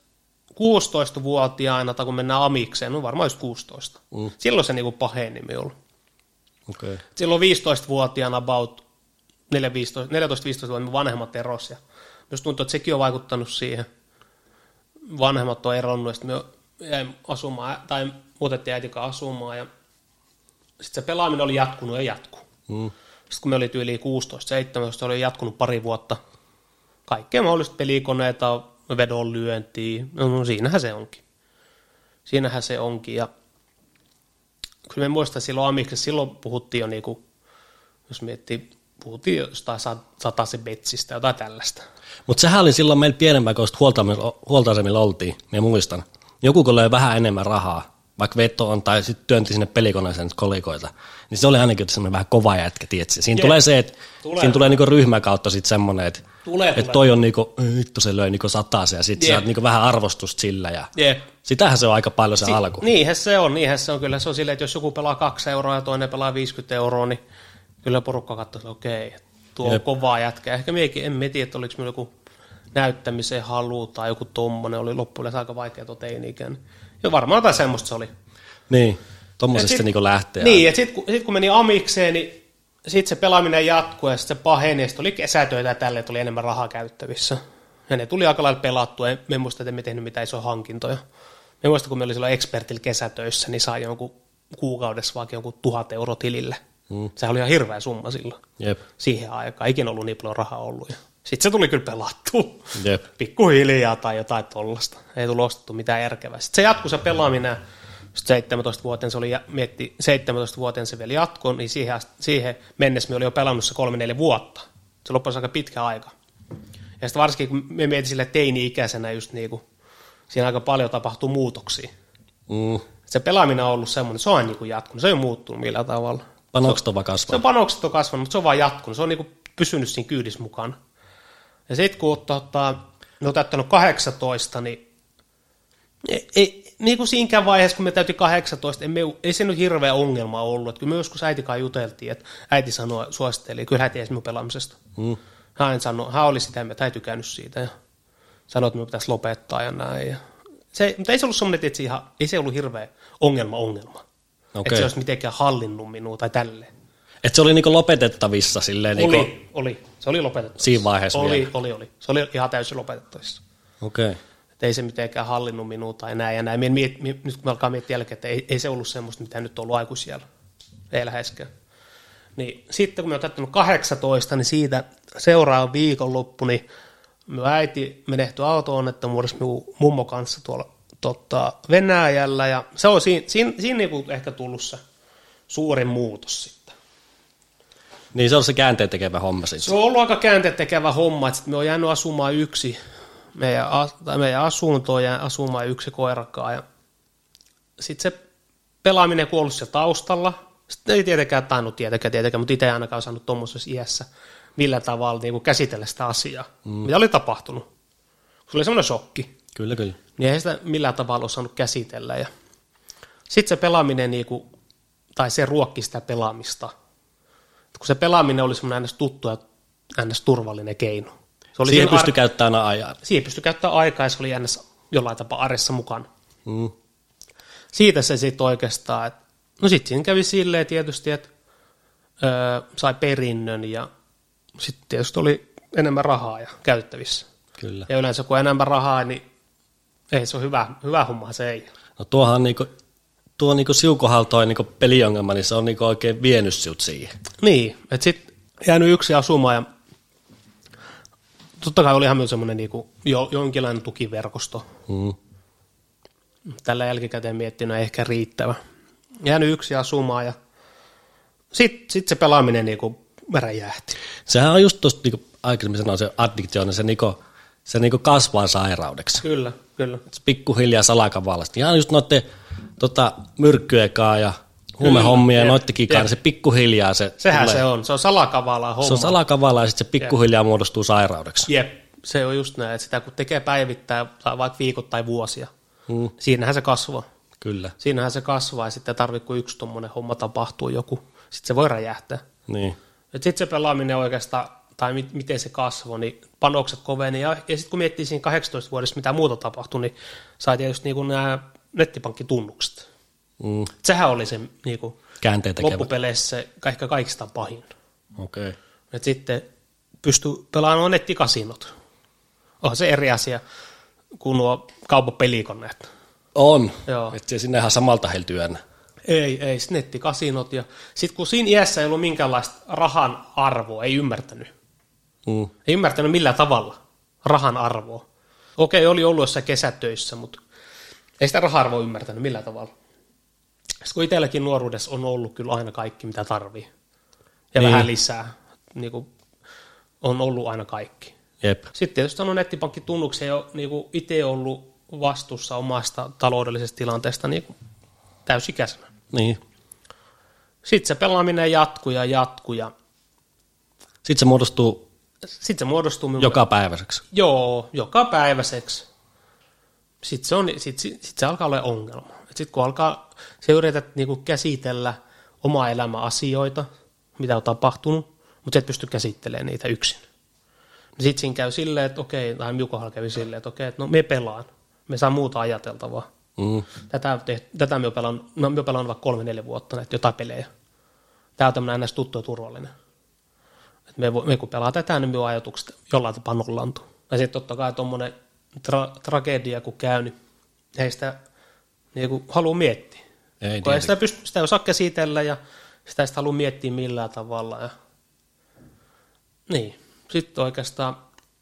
Speaker 2: 16-vuotiaana, tai kun mennään amikseen, no varmaan just 16. Mm. Silloin se niin kuin paheni minulla.
Speaker 1: Okei. Okay.
Speaker 2: Silloin 15-vuotiaana about 14-15-vuotiaana mun vanhemmat eros ja myös tuntuu, että sekin on vaikuttanut siihen. Vanhemmat on eronnut ja sitten me jäin asumaan, tai muutettiin äiti kanssa asumaan ja sitten se pelaaminen oli jatkunut ja jatkuu.
Speaker 1: Mm.
Speaker 2: Sitten kun me oli yli 16-17, se oli jatkunut pari vuotta. Kaikkea mahdollista pelikoneita, vedonlyöntiä, no, no siinähän se onkin. Siinähän se onkin ja kyllä me muistan silloin amiksen, silloin puhuttiin jo niinku, jos miettii, puhuttiin jostain sataisen betsistä, jotain tällaista.
Speaker 1: Mutta sehän oli silloin meillä pienemmän, kun huoltoasemilla oltiin, me muistan. Joku kun löi vähän enemmän rahaa, vaikka veto on, tai sitten työnti sinne pelikoneeseen niitä kolikoita, niin se oli ainakin semmoinen vähän kova jätkä, tiedätkö? Siinä
Speaker 2: Jep.
Speaker 1: tulee se, että
Speaker 2: Tulee.
Speaker 1: siinä tulee niinku ryhmän kautta sitten semmoinen, että
Speaker 2: Tulee,
Speaker 1: et
Speaker 2: tulee.
Speaker 1: toi on niinku, vittu se löi niinku sataisen, ja sitten
Speaker 2: Jep.
Speaker 1: saat niinku vähän arvostusta sillä, ja
Speaker 2: Jep.
Speaker 1: sitähän se on aika paljon se alku.
Speaker 2: Niinhän se on, niinhän se on. Kyllä se on silleen, että jos joku pelaa kaksi euroa ja toinen pelaa 50 euroa, niin kyllä porukka katsoo, että okei, tuo on
Speaker 1: Jep.
Speaker 2: kovaa jätkää. Ehkä miekin, en mä tiedä, että oliko meillä joku näyttämisen halu tai joku tommonen, oli loppujen lopuksi aika vaikea tuo teini-ikään. Ja varmaan jotain semmoista se oli.
Speaker 1: Niin,
Speaker 2: Ja
Speaker 1: tommosesta
Speaker 2: sit-
Speaker 1: se niinku lähtee.
Speaker 2: Niin, ja sitten kun, sit kun meni amikseen, niin sitten se pelaaminen jatkuu ja sitten se paheni, ja sitten oli kesätöitä ja tälle, että oli enemmän rahaa käyttävissä. Ja ne tuli aika lailla pelattua, en, me en muista, että me tehnyt mitään isoja hankintoja. Me muista, kun me oli silloin ekspertillä kesätöissä, niin sai jonkun kuukaudessa vaikka jonkun tuhat euroa tilille. Mm. Sehän oli ihan hirveä summa silloin.
Speaker 1: Jep,
Speaker 2: Siihen aikaan ikinä ollut niin paljon rahaa ollut. Sitten se tuli kyllä pelattua
Speaker 1: jep.
Speaker 2: pikkuhiljaa tai jotain tollasta. Ei tullut ostettu mitään järkevää. Sitten se jatkuu se pelaaminen. Sitten 17-vuotiaan se oli, ja- mietti, 17-vuotiaan se vielä jatkoi, niin siihen, asti- siihen mennessä me oli jo pelannut se kolme neljä vuotta. Se loppui aika pitkä aika. Ja sitten varsinkin kun me mietin sille teini-ikäisenä just niin kuin, siinä aika paljon tapahtuu muutoksia.
Speaker 1: Mm.
Speaker 2: Se pelaaminen on ollut semmoinen, se on aina niin kuin jatkunut, se ei ole muuttunut millään tavalla.
Speaker 1: Panokset on vaan
Speaker 2: Se
Speaker 1: kasvaa.
Speaker 2: on No, panokset on kasvanut, mutta se on vaan jatkunut. Se on niinku pysynyt siinä kyydissä mukana. Ja sitten kun on, tota, ne on täyttänyt 18, niin ei, ei, niin kuin siinäkään vaiheessa, kun me täytin 18, emme, ei se nyt hirveä ongelma ollut. Et kyllä me joskus äitikaan juteltiin, että äiti sanoi, suositteli, kyllä hän tiesi minun pelaamisesta. Mm. Hän, sanoi, hän oli sitä, että hän ei tykännyt siitä ja sanoi, että minun pitäisi lopettaa ja näin. Ja se, mutta ei se ollut semmoinen, että ihan, ei se ollut hirveä ongelma ongelma. Okay. Että
Speaker 1: Okei.
Speaker 2: se olisi mitenkään hallinnut minua tai tälleen.
Speaker 1: Et se oli niinku lopetettavissa silleen.
Speaker 2: Oli,
Speaker 1: Niinku,
Speaker 2: oli. Se oli lopetettu.
Speaker 1: Siinä vaiheessa
Speaker 2: oli,
Speaker 1: vielä.
Speaker 2: oli, oli. Se oli ihan täysin lopetettavissa.
Speaker 1: Okei. Okay.
Speaker 2: Et ei se mitenkään hallinnut minua tai näin ja näin. Mie, mie, mie, nyt kun me alkaa miettiä jälkeen, että ei, ei se ollut semmoista, mitä nyt on ollut aikuisiellä. Ei läheskään. Niin, sitten kun me on täyttänyt 18, niin siitä seuraava viikonloppu, niin minun äiti menehtyi auto-onnettomuudessa minun mummo kanssa tuolla tota, Venäjällä. Ja se on siinä, siinä, siinä niinku ehkä tullut se suurin muutos sitten.
Speaker 1: Niin se on se käänteen tekevä homma siis.
Speaker 2: Se on ollut aika käänteen tekevä homma, että sit me on jäänyt asumaan yksi meidän, as- tai meidän asuntoon ja asumaan yksi koirakaan. Ja sitten se pelaaminen kuollut siellä taustalla. Sitten ei tietenkään tainnut tietenkään, tietenkään mutta itse ei ainakaan osannut tuommoisessa iässä millä tavalla niin kuin käsitellä sitä asiaa, mm. mitä oli tapahtunut. Se oli semmoinen shokki
Speaker 1: Kyllä, kyllä.
Speaker 2: niin eihän sitä millään tavalla osannut käsitellä. Ja sitten se pelaaminen, niinku, tai se ruokki sitä pelaamista. Et kun se pelaaminen oli semmoinen ns. tuttu ja ns. turvallinen keino. Se oli
Speaker 1: Siihen
Speaker 2: siinä
Speaker 1: pystyy käyttämään aina ajan.
Speaker 2: siihen pystyi käyttämään aikaa ja se oli ns. jollain tapaa aressa mukana.
Speaker 1: Mm.
Speaker 2: Siitä se sitten oikeastaan, et, no sitten siinä kävi silleen tietysti, että öö, sai perinnön ja sitten tietysti oli enemmän rahaa ja käyttävissä.
Speaker 1: Kyllä.
Speaker 2: Ja yleensä kun on enemmän rahaa, niin ei se ole hyvä, hyvä homma, se ei.
Speaker 1: No tuohan on niinku, tuo niinku siukohaltoin niinku peliongelma, niin se on niinku oikein vienyt siut siihen.
Speaker 2: Niin, että sitten jäänyt yksi asumaan ja totta kai olihan myös semmoinen niinku, jo, jonkinlainen tukiverkosto.
Speaker 1: Mm.
Speaker 2: Tällä jälkikäteen miettinyt ei ehkä riittävä. Jäänyt yksi asumaan ja sitten sit se pelaaminen niinku räjähti.
Speaker 1: Sehän on just tuosta, niinku aikaisemmin sanoin, se addiktio, niin se, niinku, se niinku kasvaa sairaudeksi.
Speaker 2: Kyllä, kyllä.
Speaker 1: Se pikkuhiljaa salakavalla. Sitten Ihan just noiden tota, myrkkyekaa ja huumehommia ja
Speaker 2: jep,
Speaker 1: noitte kikaa,
Speaker 2: jep.
Speaker 1: niin se pikkuhiljaa se
Speaker 2: Sehän se on. Se on salakavalaa homma.
Speaker 1: Se on salakavalla ja sitten se pikkuhiljaa muodostuu sairaudeksi.
Speaker 2: Jep, se on just näin, että sitä kun tekee päivittäin tai vaikka viikot tai vuosia,
Speaker 1: Mm.
Speaker 2: siinähän se kasvaa.
Speaker 1: Kyllä.
Speaker 2: Siinähän se kasvaa ja sitten tarvii, kun yksi tuommoinen homma tapahtuu joku, sitten se voi räjähtää.
Speaker 1: Niin.
Speaker 2: Sitten se pelaaminen oikeastaan, tai mit, miten se kasvoi, niin panokset koveni. Ja, ja sitten kun miettii siinä 18 vuodessa, mitä muuta tapahtui, niin sai tietysti niin nämä nettipankkitunnukset.
Speaker 1: Mm.
Speaker 2: Sehän oli se niin kuin,
Speaker 1: Käänteen tekevä.
Speaker 2: loppupeleissä se ehkä kaikista pahin.
Speaker 1: Okei. Okay.
Speaker 2: Et sitten pystyy pelaamaan nettikasinot. On se eri asia kuin nuo kauppapelikoneet.
Speaker 1: On.
Speaker 2: Joo.
Speaker 1: Et se sinne ihan samalta heltyönä.
Speaker 2: Ei, ei, sit nettikasinot. Ja sitten kun siinä iässä ei ollut minkäänlaista rahan arvoa, ei ymmärtänyt.
Speaker 1: Mm.
Speaker 2: Ei ymmärtänyt millään tavalla rahan arvoa. Okei, oli ollut jossain kesätöissä, mutta ei sitä rahan arvoa ymmärtänyt millään tavalla. Sitten kun itselläkin nuoruudessa on ollut kyllä aina kaikki, mitä tarvii. Ja
Speaker 1: Niin.
Speaker 2: niin. vähän lisää. Niin kuin, on ollut aina kaikki.
Speaker 1: Jep.
Speaker 2: Sitten tietysti on nettipankkitunnuksia jo niin kuin itse ollut vastuussa omasta taloudellisesta tilanteesta niin kuin täysikäisenä.
Speaker 1: Niin.
Speaker 2: Sitten se pelaaminen jatkuu ja jatkuu ja
Speaker 1: Sitten se muodostuu
Speaker 2: sitten se muodostuu minulle.
Speaker 1: joka päiväiseksi.
Speaker 2: Joo, joka päiväiseksi. Sitten se, on, sit, sit, sit se alkaa olla ongelma. Sitten kun alkaa, se yrität niinku käsitellä omaa elämän asioita, mitä on tapahtunut, mutta sä et pysty käsittelemään niitä yksin. Sitten siinä käy silleen, että okei, tai miukohan kävi silleen, että okei, että no me pelaan. Me saa muuta ajateltavaa.
Speaker 1: Mm.
Speaker 2: Tätä, te, tätä me pelaan, no me pelaan vaikka kolme, neljä vuotta näitä jotain pelejä. Tämä on tämmöinen ns. tuttu ja turvallinen. Et me, vo- me, kun pelaa tätä, niin minun ajatukset jollain tapaa nollantuu. Ja sitten totta kai tuommoinen tra- tragedia, kun käy, niin ei sitä niin kun halua miettiä.
Speaker 1: Ei
Speaker 2: kun ei
Speaker 1: tietenkään.
Speaker 2: sitä, pysty, sitä ei osaa käsitellä ja sitä ei sitä halua miettiä millään tavalla. Ja... Niin. Sitten oikeastaan,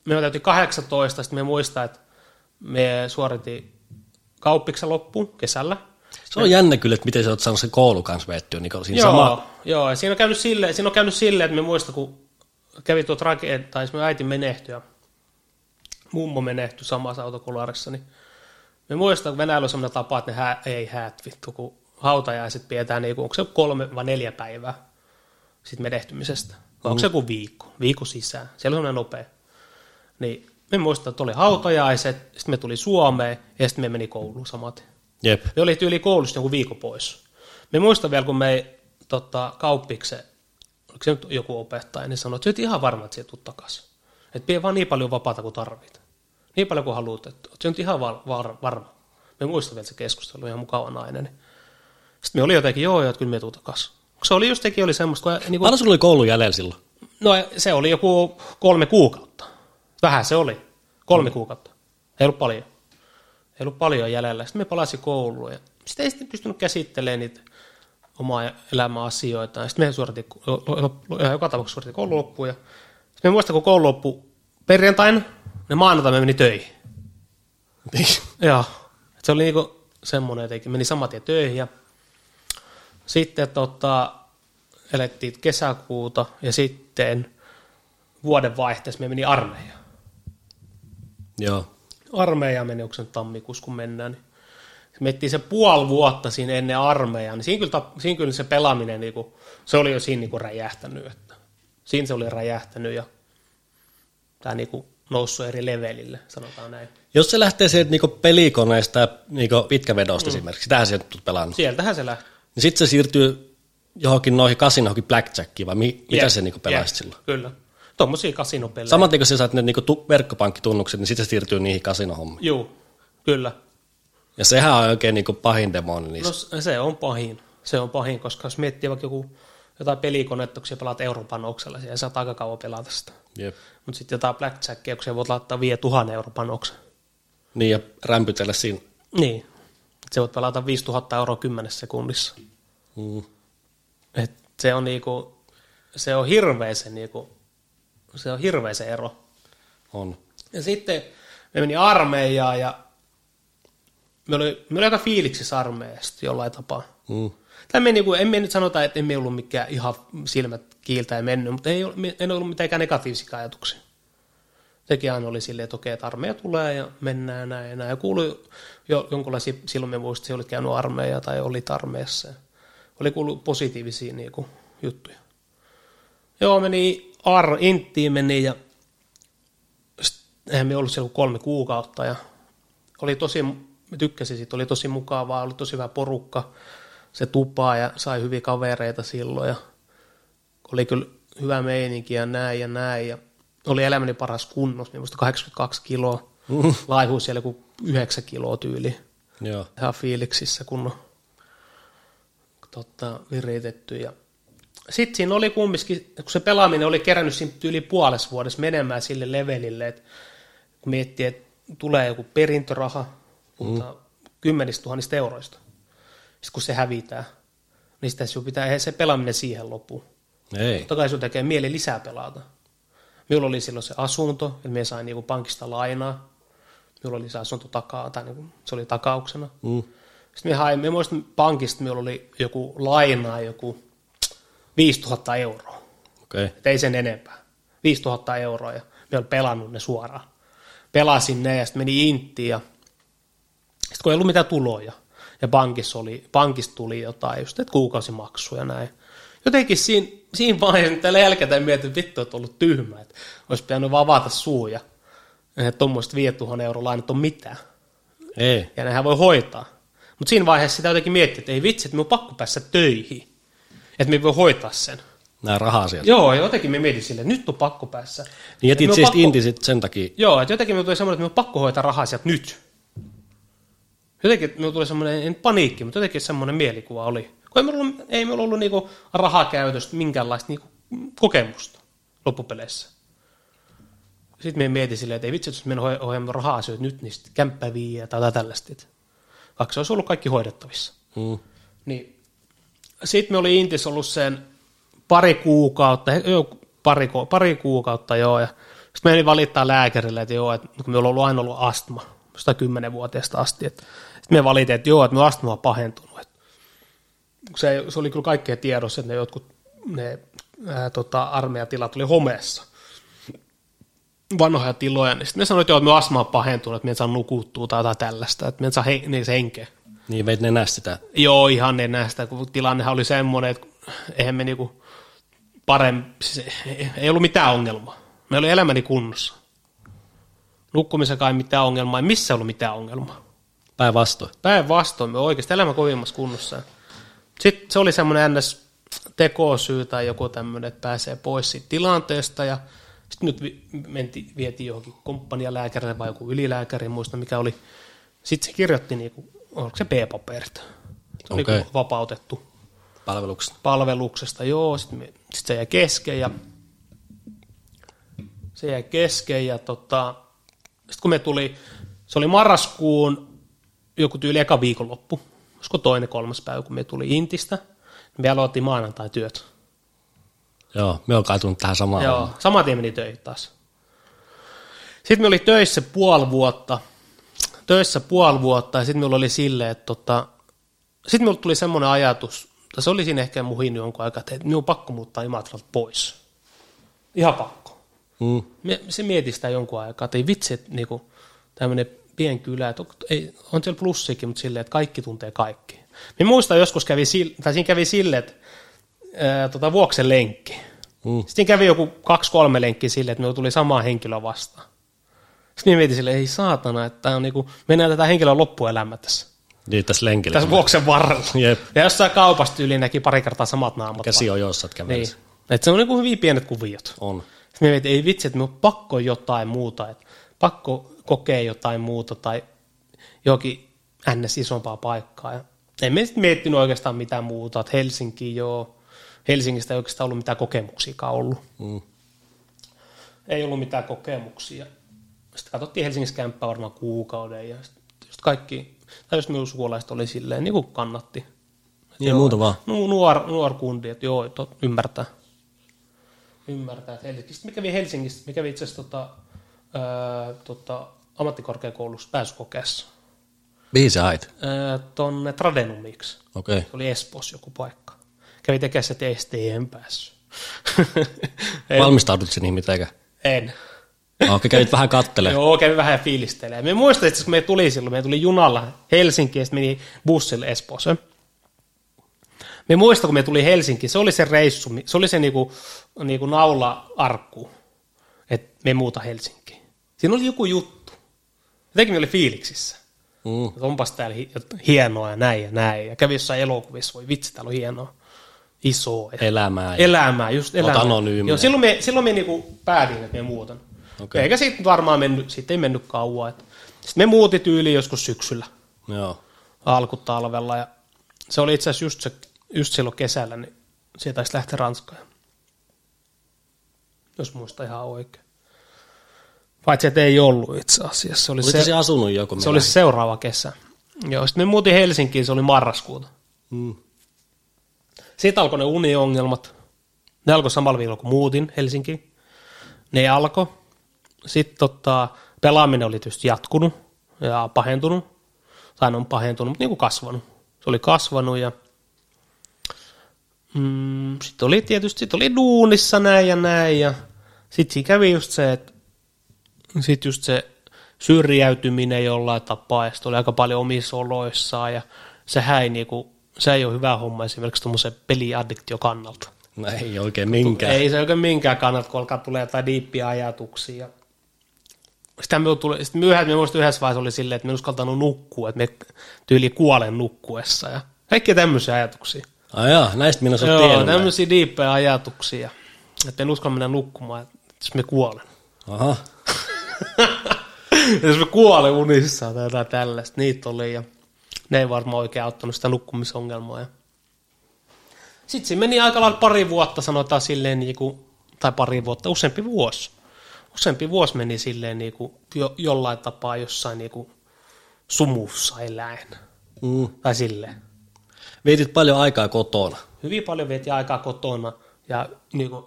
Speaker 2: me täytin 18, sitten me muistaa, että me suoritin kauppiksen loppuun kesällä.
Speaker 1: Se on jännä kyllä, että miten sä oot saanut sen koulu kanssa vettyä, niin kun siinä
Speaker 2: Joo,
Speaker 1: sama,
Speaker 2: joo, ja siinä on käynyt silleen, siinä on käynyt silleen että me muista, kun kävi tuo tragedia, tai siis me äiti menehtyi ja mummo menehtyi samassa autokularissa, niin me muistan, kun Venäjällä on sellainen tapa, että ne hää, ei häät vittu, kun hautajaiset pidetään, niin onko se kolme vai neljä päivää siitä menehtymisestä, vai onko
Speaker 1: Mm.
Speaker 2: se joku viikko, viikko sisään, siellä on sellainen nopea. Niin me muistan, että oli hautajaiset, sitten me tuli Suomeen ja sitten me meni kouluun samaten.
Speaker 1: jep,
Speaker 2: Me oli yli koulusta joku viikko pois. Me muistan vielä, kun me ei tota, kauppikse, oliko se nyt joku opettaja, niin sanoi, että sä oot ihan varma, että sä tulet takaisin. Että pidä vaan niin paljon vapaata kuin tarvit. Niin paljon kuin haluat, että oot sä nyt ihan var- var- varma. Me muistan vielä se keskustelu, ihan mukava nainen. Niin. Sitten me oli jotenkin, joo, joo, että kyllä me tulet takaisin. Se oli just oli semmoista, kun, niin kuin,
Speaker 1: Paljon sulla oli koulu jäljellä silloin?
Speaker 2: no se oli joku kolme kuukautta. Vähän se oli. Kolme kuukautta. Ei ollut paljon. Ei ollut paljon jäljellä. Sitten me palasin kouluun ja sitten ei sitten pystynyt käsittelemään niitä omaa elämän asioita. Sitten me suoritin, joka tapauksessa suoritin koulun loppuun. Ja sitten me muistan, kun koulu loppui perjantaina, niin maanantaina me meni töihin. Joo. Et se oli niinku semmoinen jotenkin, meni saman tien töihin ja sitten tota, elettiin kesäkuuta ja sitten vuoden vaihteessa me meni armeijaan.
Speaker 1: <laughs> Joo.
Speaker 2: Armeija meni, onko se nyt tammikuussa, kun mennään, niin se miettii se puoli vuotta siinä ennen armeijaa, niin siinä kyllä, tap- siinä kyllä se pelaaminen, niin kuin, se oli jo siinä niin kuin räjähtänyt. Että, siinä se oli räjähtänyt ja tämä niin kuin noussut eri levelille, sanotaan näin.
Speaker 1: Jos se lähtee sieltä niinku pelikoneesta ja niinku pitkävedosta mm. esimerkiksi, sitähän sä oot pelannut,
Speaker 2: Sieltähän se lähti.
Speaker 1: niin sitten se siirtyy johonkin noihin kasinoihin, blackjackiin, vai mi- mitä
Speaker 2: Jep,
Speaker 1: se niinku pelaisi
Speaker 2: jep,
Speaker 1: silloin?
Speaker 2: Kyllä. Tuommoisia kasinopelejä.
Speaker 1: Saman tien kun sä saat ne niinku tu- verkkopankkitunnukset, niin sitten se siirtyy niihin kasinohommiin.
Speaker 2: Joo, kyllä.
Speaker 1: Ja sehän on oikein niinku pahin demoni niissä.
Speaker 2: No s- se on pahin. Se on pahin, koska jos miettii vaikka joku, jotain pelikonetta, kun sä pelaat Euroopan oksella, siellä saat aika kauan pelata sitä.
Speaker 1: Jep.
Speaker 2: Mutta sitten jotain blackjackia, kun sä voit laittaa 5000 Euroopan oksa.
Speaker 1: Niin, ja rämpytellä siinä.
Speaker 2: Niin. Sä voit pelata 5000 euroa 10 sekunnissa.
Speaker 1: Mm.
Speaker 2: Et se on niinku, se on hirveä se niinku, se on hirveä se ero.
Speaker 1: On.
Speaker 2: Ja sitten me meni armeijaan ja me oli, me oli aika fiiliksissä armeijasta jollain tapaa.
Speaker 1: Mm.
Speaker 2: Tämä meni, kun en me nyt sanota, että emme ollut mikään ihan silmät kiiltäen mennyt, mutta ei, ollut- en ollut mitenkään negatiivisia ajatuksia. Sekin aina oli silleen, että okei, että armeija tulee ja mennään näin ja näin. Ja kuului jo jonkunlaisia, silloin me muistin, että sä olit käynyt armeija tai olit armeijassa. ja Oli kuullut positiivisia niin kuin, juttuja. Joo, meni ar, inttiin meni ja sit eihän me ollut siellä kuin kolme kuukautta ja oli tosi, mä tykkäsin siitä, oli tosi mukavaa, oli tosi hyvä porukka, se tupaa ja sai hyviä kavereita silloin ja oli kyllä hyvä meininki ja näin ja näin ja oli elämäni paras kunnos, minusta 82 kiloa, laihuus siellä kuin 9 kiloa tyyli,
Speaker 1: Joo.
Speaker 2: ihan fiiliksissä kun on totta, viritetty ja sitten siinä oli kumminkin, kun se pelaaminen oli kerännyt siinä yli puolessa vuodessa menemään sille levelille, että kun miettii, että tulee joku perintöraha, mutta mm. kymmenistä tuhannista euroista. Sitten kun se hävitää, niin sitä sinun pitää, eihän se pelaaminen siihen lopu.
Speaker 1: Ei.
Speaker 2: Totta kai sinun tekee mieli lisää pelata. Minulla oli silloin se asunto, että minä sain niinku pankista lainaa. Minulla oli se asunto takaa, tai niinku, se oli takauksena.
Speaker 1: Mm.
Speaker 2: Sitten Sitten me hain, me muistin pankista, meillä oli joku lainaa, joku 5000 euroa.
Speaker 1: Okei. Okay.
Speaker 2: Et ei sen enempää. 5000 euroa ja me olin pelannut ne suoraan. Pelasin ne ja sitten meni inttiin ja sitten kun ei ollut mitään tuloja ja pankissa, oli, pankissa tuli jotain, just että kuukausimaksuja ja näin. Jotenkin siinä, siinä vaiheessa nyt tällä jälkeen mietin, että vittu, että ollut tyhmä, että olisi pitänyt vaan avata suu ja että tuommoista 5000 euroa lainat on mitään.
Speaker 1: Ei.
Speaker 2: Ja nehän voi hoitaa. Mutta siinä vaiheessa sitä jotenkin miettii, että ei vitsi, että me on pakko päästä töihin. Että me voi hoitaa sen.
Speaker 1: Nämä raha-asiat.
Speaker 2: Joo, ja jotenkin me mietin silleen, että nyt on pakko päässä.
Speaker 1: Niin
Speaker 2: Et me
Speaker 1: jätit
Speaker 2: on
Speaker 1: siis
Speaker 2: pakko-
Speaker 1: inti sit sen takia.
Speaker 2: Joo, että jotenkin me tuli semmoinen, että me on pakko hoitaa rahaa sieltä nyt. Jotenkin me tuli semmoinen, en paniikki, mutta jotenkin semmoinen mielikuva oli. Kun ei meillä ollut, ei meillä ollut niinku rahakäytöstä minkäänlaista niinku kokemusta loppupeleissä. Sitten me mietin silleen, että ei vitsi, että jos me en ohjaa rahaa asioita nyt, niin sitten kämppä viiä tai jotain tällaista. Et Vaikka se olisi ollut kaikki hoidettavissa.
Speaker 1: Mm.
Speaker 2: Niin. Sitten me oli Intis ollut sen pari kuukautta, joo, pari, ku- pari kuukautta joo, ja sitten menin valittaa lääkärille, että joo, että kun meillä on ollut aina ollut astma, 110-vuotiaasta asti, että sitten me valitin, että joo, että me astma on pahentunut, että kun se, se oli kyllä kaikkea tiedossa, että ne jotkut ne, ää, tota, armeijatilat oli homeessa, vanhoja tiloja, niin sitten ne sanoivat, että joo, että me astma on pahentunut, että me en saa nukuttua tai jotain tällaista, että me en saa he, niin se henkeä.
Speaker 1: Niin veit ne sitä.
Speaker 2: Joo, ihan enää sitä, kun tilannehan oli semmoinen, että eihän me niinku parempi, siis ei- ei ollut mitään ongelmaa. Me oli elämäni kunnossa. Nukkumisakaan ei mitään ongelmaa, ei missään ollut mitään ongelmaa.
Speaker 1: Päinvastoin.
Speaker 2: Päinvastoin, me oikeasti elämä kovimmassa kunnossa. Sitten se oli semmoinen ns. tekosyy tai joku tämmöinen, että pääsee pois siitä tilanteesta ja sitten nyt vi- menti, vietiin johonkin komppanialääkärille vai joku ylilääkäri, en muista mikä oli. Sitten se kirjoitti, niinku, oliko se B-paperit, se oli
Speaker 1: Okei.
Speaker 2: niinku vapautettu
Speaker 1: Palveluksesta.
Speaker 2: palveluksesta, joo, sitten sit se jäi kesken ja se jäi kesken ja tota, sitten kun me tuli, se oli marraskuun joku tyyli eka viikonloppu, olisiko toinen kolmas päivä, kun me tuli Intistä, me aloitti maanantai työt.
Speaker 1: Joo, me on kaatunut tähän samaan.
Speaker 2: Joo, saman tien meni töihin taas. Sitten me oli töissä puoli vuotta, töissä puoli vuotta ja sitten minulla oli silleen, että tota, sitten minulla tuli semmoinen ajatus, tai se oli siinä ehkä muhin jonkun aikaa, että minun on pakko muuttaa Imatralta pois. Ihan pakko.
Speaker 1: Mm.
Speaker 2: Me- se mieti sitä jonkun aikaa, että ei vitsi, että niinku, tämmöinen pienkylä, että on, ei, on siellä plussikin, mutta silleen, että kaikki tuntee kaikki. Minä muistan joskus kävi, sille, tai siinä kävi silleen, että ää, tota, vuoksen lenkki.
Speaker 1: Mm.
Speaker 2: Sitten siinä kävi joku kaksi-kolme lenkkiä silleen, että me tuli samaa henkilöä vastaan. Sitten minä mietin silleen, ei saatana, että tää on niinku, mennään tätä henkilöä loppuelämä tässä.
Speaker 1: Niin tässä lenkillä.
Speaker 2: Tässä vuoksen varrella.
Speaker 1: Jep.
Speaker 2: Ja jossain kaupasta tyyliin näki pari kertaa samat naamat.
Speaker 1: Käsi on jossain
Speaker 2: niin.
Speaker 1: kävelyssä. Niin.
Speaker 2: Et se on niinku hyvin pienet kuviot.
Speaker 1: On.
Speaker 2: Sitten me mietin, ei vitsi, että me on pakko jotain muuta, että pakko kokea jotain muuta tai johonkin ns. isompaa paikkaa. Ja en me sitten miettinyt oikeastaan mitään muuta, että Helsinki joo, Helsingistä ei oikeastaan ollut mitään kokemuksiakaan ollut.
Speaker 1: Mm.
Speaker 2: Ei ollut mitään kokemuksia. Sitten katsottiin Helsingissä kämppää varmaan kuukauden ja sitten just kaikki, tai just minun sukulaiset oli silleen, niin kuin kannatti.
Speaker 1: Niin muuta vaan.
Speaker 2: Nu- nuor, nuor kundi, että joo, tot, ymmärtää. Ymmärtää, että Helsinki. Sitten mikä Helsingistä, mikä itse asiassa tota, ää, tota, ammattikorkeakoulussa pääsykokeessa,
Speaker 1: Mihin sä hait?
Speaker 2: ää, tonne Tradenumiksi.
Speaker 1: Okei.
Speaker 2: Se oli Espoossa joku paikka. Kävi tekemään se testi, en <laughs> päässyt. en.
Speaker 1: Valmistaudut sinne
Speaker 2: <laughs>
Speaker 1: mitenkään.
Speaker 2: en.
Speaker 1: Ah, Okei, kävit vähän kattele.
Speaker 2: Joo, kävi vähän fiilistelemään. Me muistan, että kun me tuli silloin, me tuli junalla Helsinkiin ja sitten meni bussille Espooseen. Me muistan, kun me tuli Helsinkiin, se oli se reissu, mi- se oli se niinku, niinku naula-arkku, että me muuta Helsinkiin. Siinä oli joku juttu. Jotenkin me oli fiiliksissä.
Speaker 1: Mm.
Speaker 2: Että onpas täällä hi- jot- hienoa ja näin ja näin. Ja kävi jossain elokuvissa, voi vitsi, täällä on hienoa. Isoa. Ja
Speaker 1: Elämää. ja-
Speaker 2: elämää, just elämää.
Speaker 1: anonyyminä.
Speaker 2: Joo, silloin me, silloin me niinku päätin, että me muutan.
Speaker 1: Okei.
Speaker 2: Okay. Eikä siitä varmaan mennyt, siitä ei mennyt kauan. Sitten me muuti tyyliin joskus syksyllä,
Speaker 1: Joo.
Speaker 2: alkutalvella. Ja se oli itse asiassa just, se, just silloin kesällä, niin sieltä taisi lähteä Ranskaan. Jos muista ihan oikein. Paitsi, että ei ollut itse asiassa. Se oli,
Speaker 1: Olit se,
Speaker 2: se,
Speaker 1: se asunut joku?
Speaker 2: se, oli seuraava kesä. Joo, sitten me muutin Helsinkiin, se oli marraskuuta.
Speaker 1: Mm.
Speaker 2: Sitten alkoi ne uniongelmat. Ne alkoi samalla viikolla, kun muutin Helsinkiin. Ne alkoi. Sitten tota, pelaaminen oli tietysti jatkunut ja pahentunut. Tai on pahentunut, mutta niin kuin kasvanut. se oli kasvanut ja mm, sitten oli tietysti sit oli duunissa näin ja näin ja sitten siinä kävi just se, että sitten just se syrjäytyminen jollain tapaa ja sitten oli aika paljon omissa oloissaan ja sehän ei, niinku, se ei ole hyvä homma esimerkiksi tuommoisen peliaddiktion kannalta.
Speaker 1: No ei oikein minkään.
Speaker 2: Ei se oikein minkään kannalta, kun alkaa tulee jotain diippiä ajatuksia. Sitten me tuli, sit myöhemmin, minusta yhdessä vaiheessa oli silleen, että me en uskaltanut nukkua, että me tyyli kuolen nukkuessa ja kaikkia tämmöisiä ajatuksia.
Speaker 1: Ai jaa, näistä minä sä oot
Speaker 2: Joo,
Speaker 1: tiennyt. näin.
Speaker 2: tämmöisiä diippejä ajatuksia, että en uskalla mennä nukkumaan, että jos me kuolen.
Speaker 1: Aha.
Speaker 2: <laughs> jos me kuolen unissa tai jotain tällaista, niitä oli ja ne ei varmaan oikein auttanut sitä nukkumisongelmaa. Ja... Sitten se meni aika lailla pari vuotta sanotaan silleen, niin kuin, tai pari vuotta, useampi vuosi. Useampi vuosi meni silleen niin kuin, jo, jollain tapaa jossain niin kuin, sumussa eläin.
Speaker 1: Mm.
Speaker 2: Tai silleen.
Speaker 1: Vietit paljon aikaa kotona.
Speaker 2: hyvin paljon vietin aikaa kotona ja niin kuin,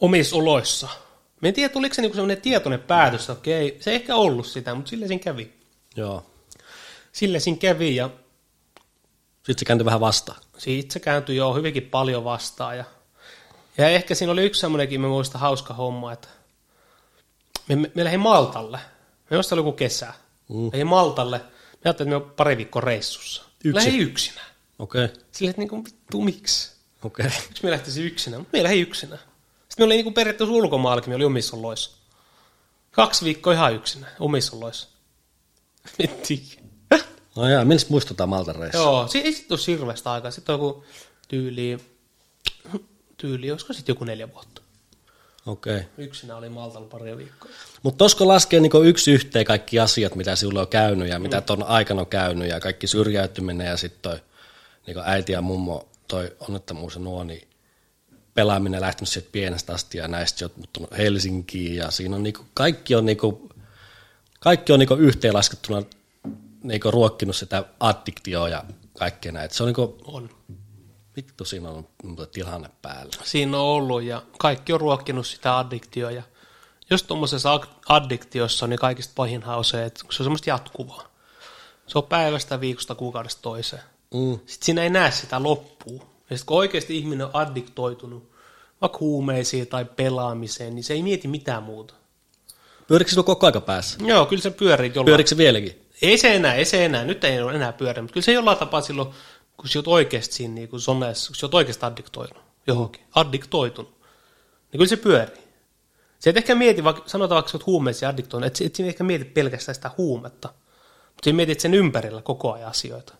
Speaker 2: omissa oloissa. Mä en tiedä, tuliko se niin semmoinen tietoinen päätös, että okei, se ei ehkä ollut sitä, mutta sille siinä kävi.
Speaker 1: Joo.
Speaker 2: Sille siinä kävi ja
Speaker 1: Sitten se kääntyi vähän vastaan.
Speaker 2: siitä se kääntyi jo hyvinkin paljon vastaan. Ja, ja ehkä siinä oli yksi semmoinenkin, mä muistan, hauska homma, että me, me, me lähdin Maltalle. Me muistan, oli joku kesä. Mm. Lähdin Maltalle. Me ajattelin, että me on pari viikkoa reissussa.
Speaker 1: Yksin.
Speaker 2: Lähdin yksinä.
Speaker 1: Okei. Okay.
Speaker 2: Silleen, että niin kuin, vittu, miksi?
Speaker 1: Okei. Okay.
Speaker 2: Miksi me lähtisi yksinä? Mutta me lähdin yksinä. Sitten me oli niinku periaatteessa ulkomaallakin, me oli omissa oloissa. Kaksi viikkoa ihan yksinä, omissa <laughs> oloissa. Mitti.
Speaker 1: No jaa, miltä muistutaan Maltan reissu?
Speaker 2: Joo, si- ei sitten ole hirveästä aikaa. Sitten on joku tyyli, tyyli, olisiko sitten joku neljä vuotta.
Speaker 1: Okei. Okay.
Speaker 2: Yksinä oli Maltalla pari viikkoa.
Speaker 1: Mutta tosko laskee niin yksi yhteen kaikki asiat, mitä sinulla on käynyt ja mitä ton aikana on käynyt ja kaikki syrjäytyminen ja sitten toi niin äiti ja mummo, toi onnettomuus ja nuo, niin pelaaminen lähtenyt sieltä pienestä asti ja näistä olet muuttunut Helsinkiin ja siinä on niin kaikki on, niin kuin, kaikki on niin yhteenlaskettuna niin ruokkinut sitä addiktioa ja kaikkea näitä. Se on niin kuin,
Speaker 2: On.
Speaker 1: vittu siinä on mutta tilanne päällä.
Speaker 2: Siinä on ollut ja kaikki on ruokkinut sitä addiktiota. Ja just tuommoisessa ak- addiktiossa niin kaikista pahinhan on se, että se on semmoista jatkuvaa. Se on päivästä, viikosta, kuukaudesta toiseen.
Speaker 1: Mm.
Speaker 2: Sitten siinä ei näe sitä loppua. Ja sitten kun oikeasti ihminen on addiktoitunut vaikka huumeisiin tai pelaamiseen, niin se ei mieti mitään muuta.
Speaker 1: Pyörikö sinulla koko aika päässä?
Speaker 2: Joo, kyllä se pyörii jollain.
Speaker 1: Pyörikö se vieläkin?
Speaker 2: Ei se enää, ei se enää. Nyt ei ole enää pyöri, mutta kyllä se jollain tapaa silloin, kun sä oot oikeasti siinä niin kun soneessa, kun sä oot oikeasti addiktoinut johonkin, addiktoitunut, niin kyllä se pyörii. Se et ehkä mieti, vaikka, sanotaan vaikka sä oot huumeisiin addiktoinut, et, sä- et sä ehkä mieti pelkästään sitä huumetta, mutta sä mietit sen ympärillä koko ajan asioita.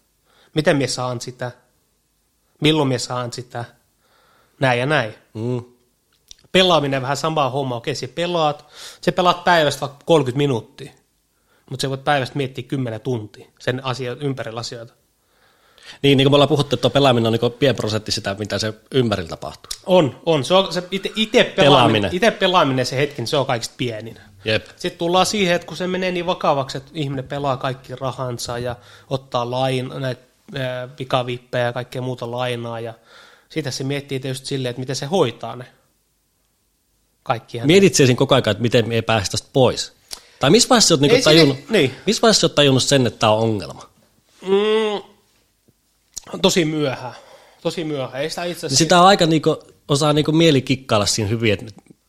Speaker 2: Miten mies saan sitä, milloin mies saan sitä, näin ja näin
Speaker 1: Mm.
Speaker 2: pelaaminen vähän samaa hommaa. Okei, se pelaat, se pelaat päivästä vaikka 30 minuuttia, mutta se voit päivästä miettiä 10 tuntia sen asia, ympärillä asioita.
Speaker 1: Niin, niin kuin me ollaan puhuttu, että tuo pelaaminen on niin kuin pieni prosentti sitä, mitä se ympärillä tapahtuu.
Speaker 2: On, on. Se, on, se ite, ite, pelaaminen,
Speaker 1: Pelaaminen.
Speaker 2: ite pelaaminen se hetki, niin se on kaikista pienin.
Speaker 1: Jep.
Speaker 2: Sitten tullaan siihen, että kun se menee niin vakavaksi, että ihminen pelaa kaikki rahansa ja ottaa lain, näitä ää, pikavippejä ja kaikkea muuta lainaa. Ja siitä se miettii tietysti silleen, että miten se hoitaa ne. Kaikkihan.
Speaker 1: Mietit siinä koko ajan, että miten me ei päästä tästä pois. Tai missä vaiheessa sä oot
Speaker 2: Ei
Speaker 1: niinku
Speaker 2: siinä-
Speaker 1: tajunnut,
Speaker 2: niin.
Speaker 1: missä vaiheessa sä oot tajunnut sen, että tämä on ongelma?
Speaker 2: Mm, tosi myöhään. Tosi myöhään. Ei sitä itse asiassa...
Speaker 1: Sitä on aika niinku, osaa niinku mieli kikkailla siinä hyvin, että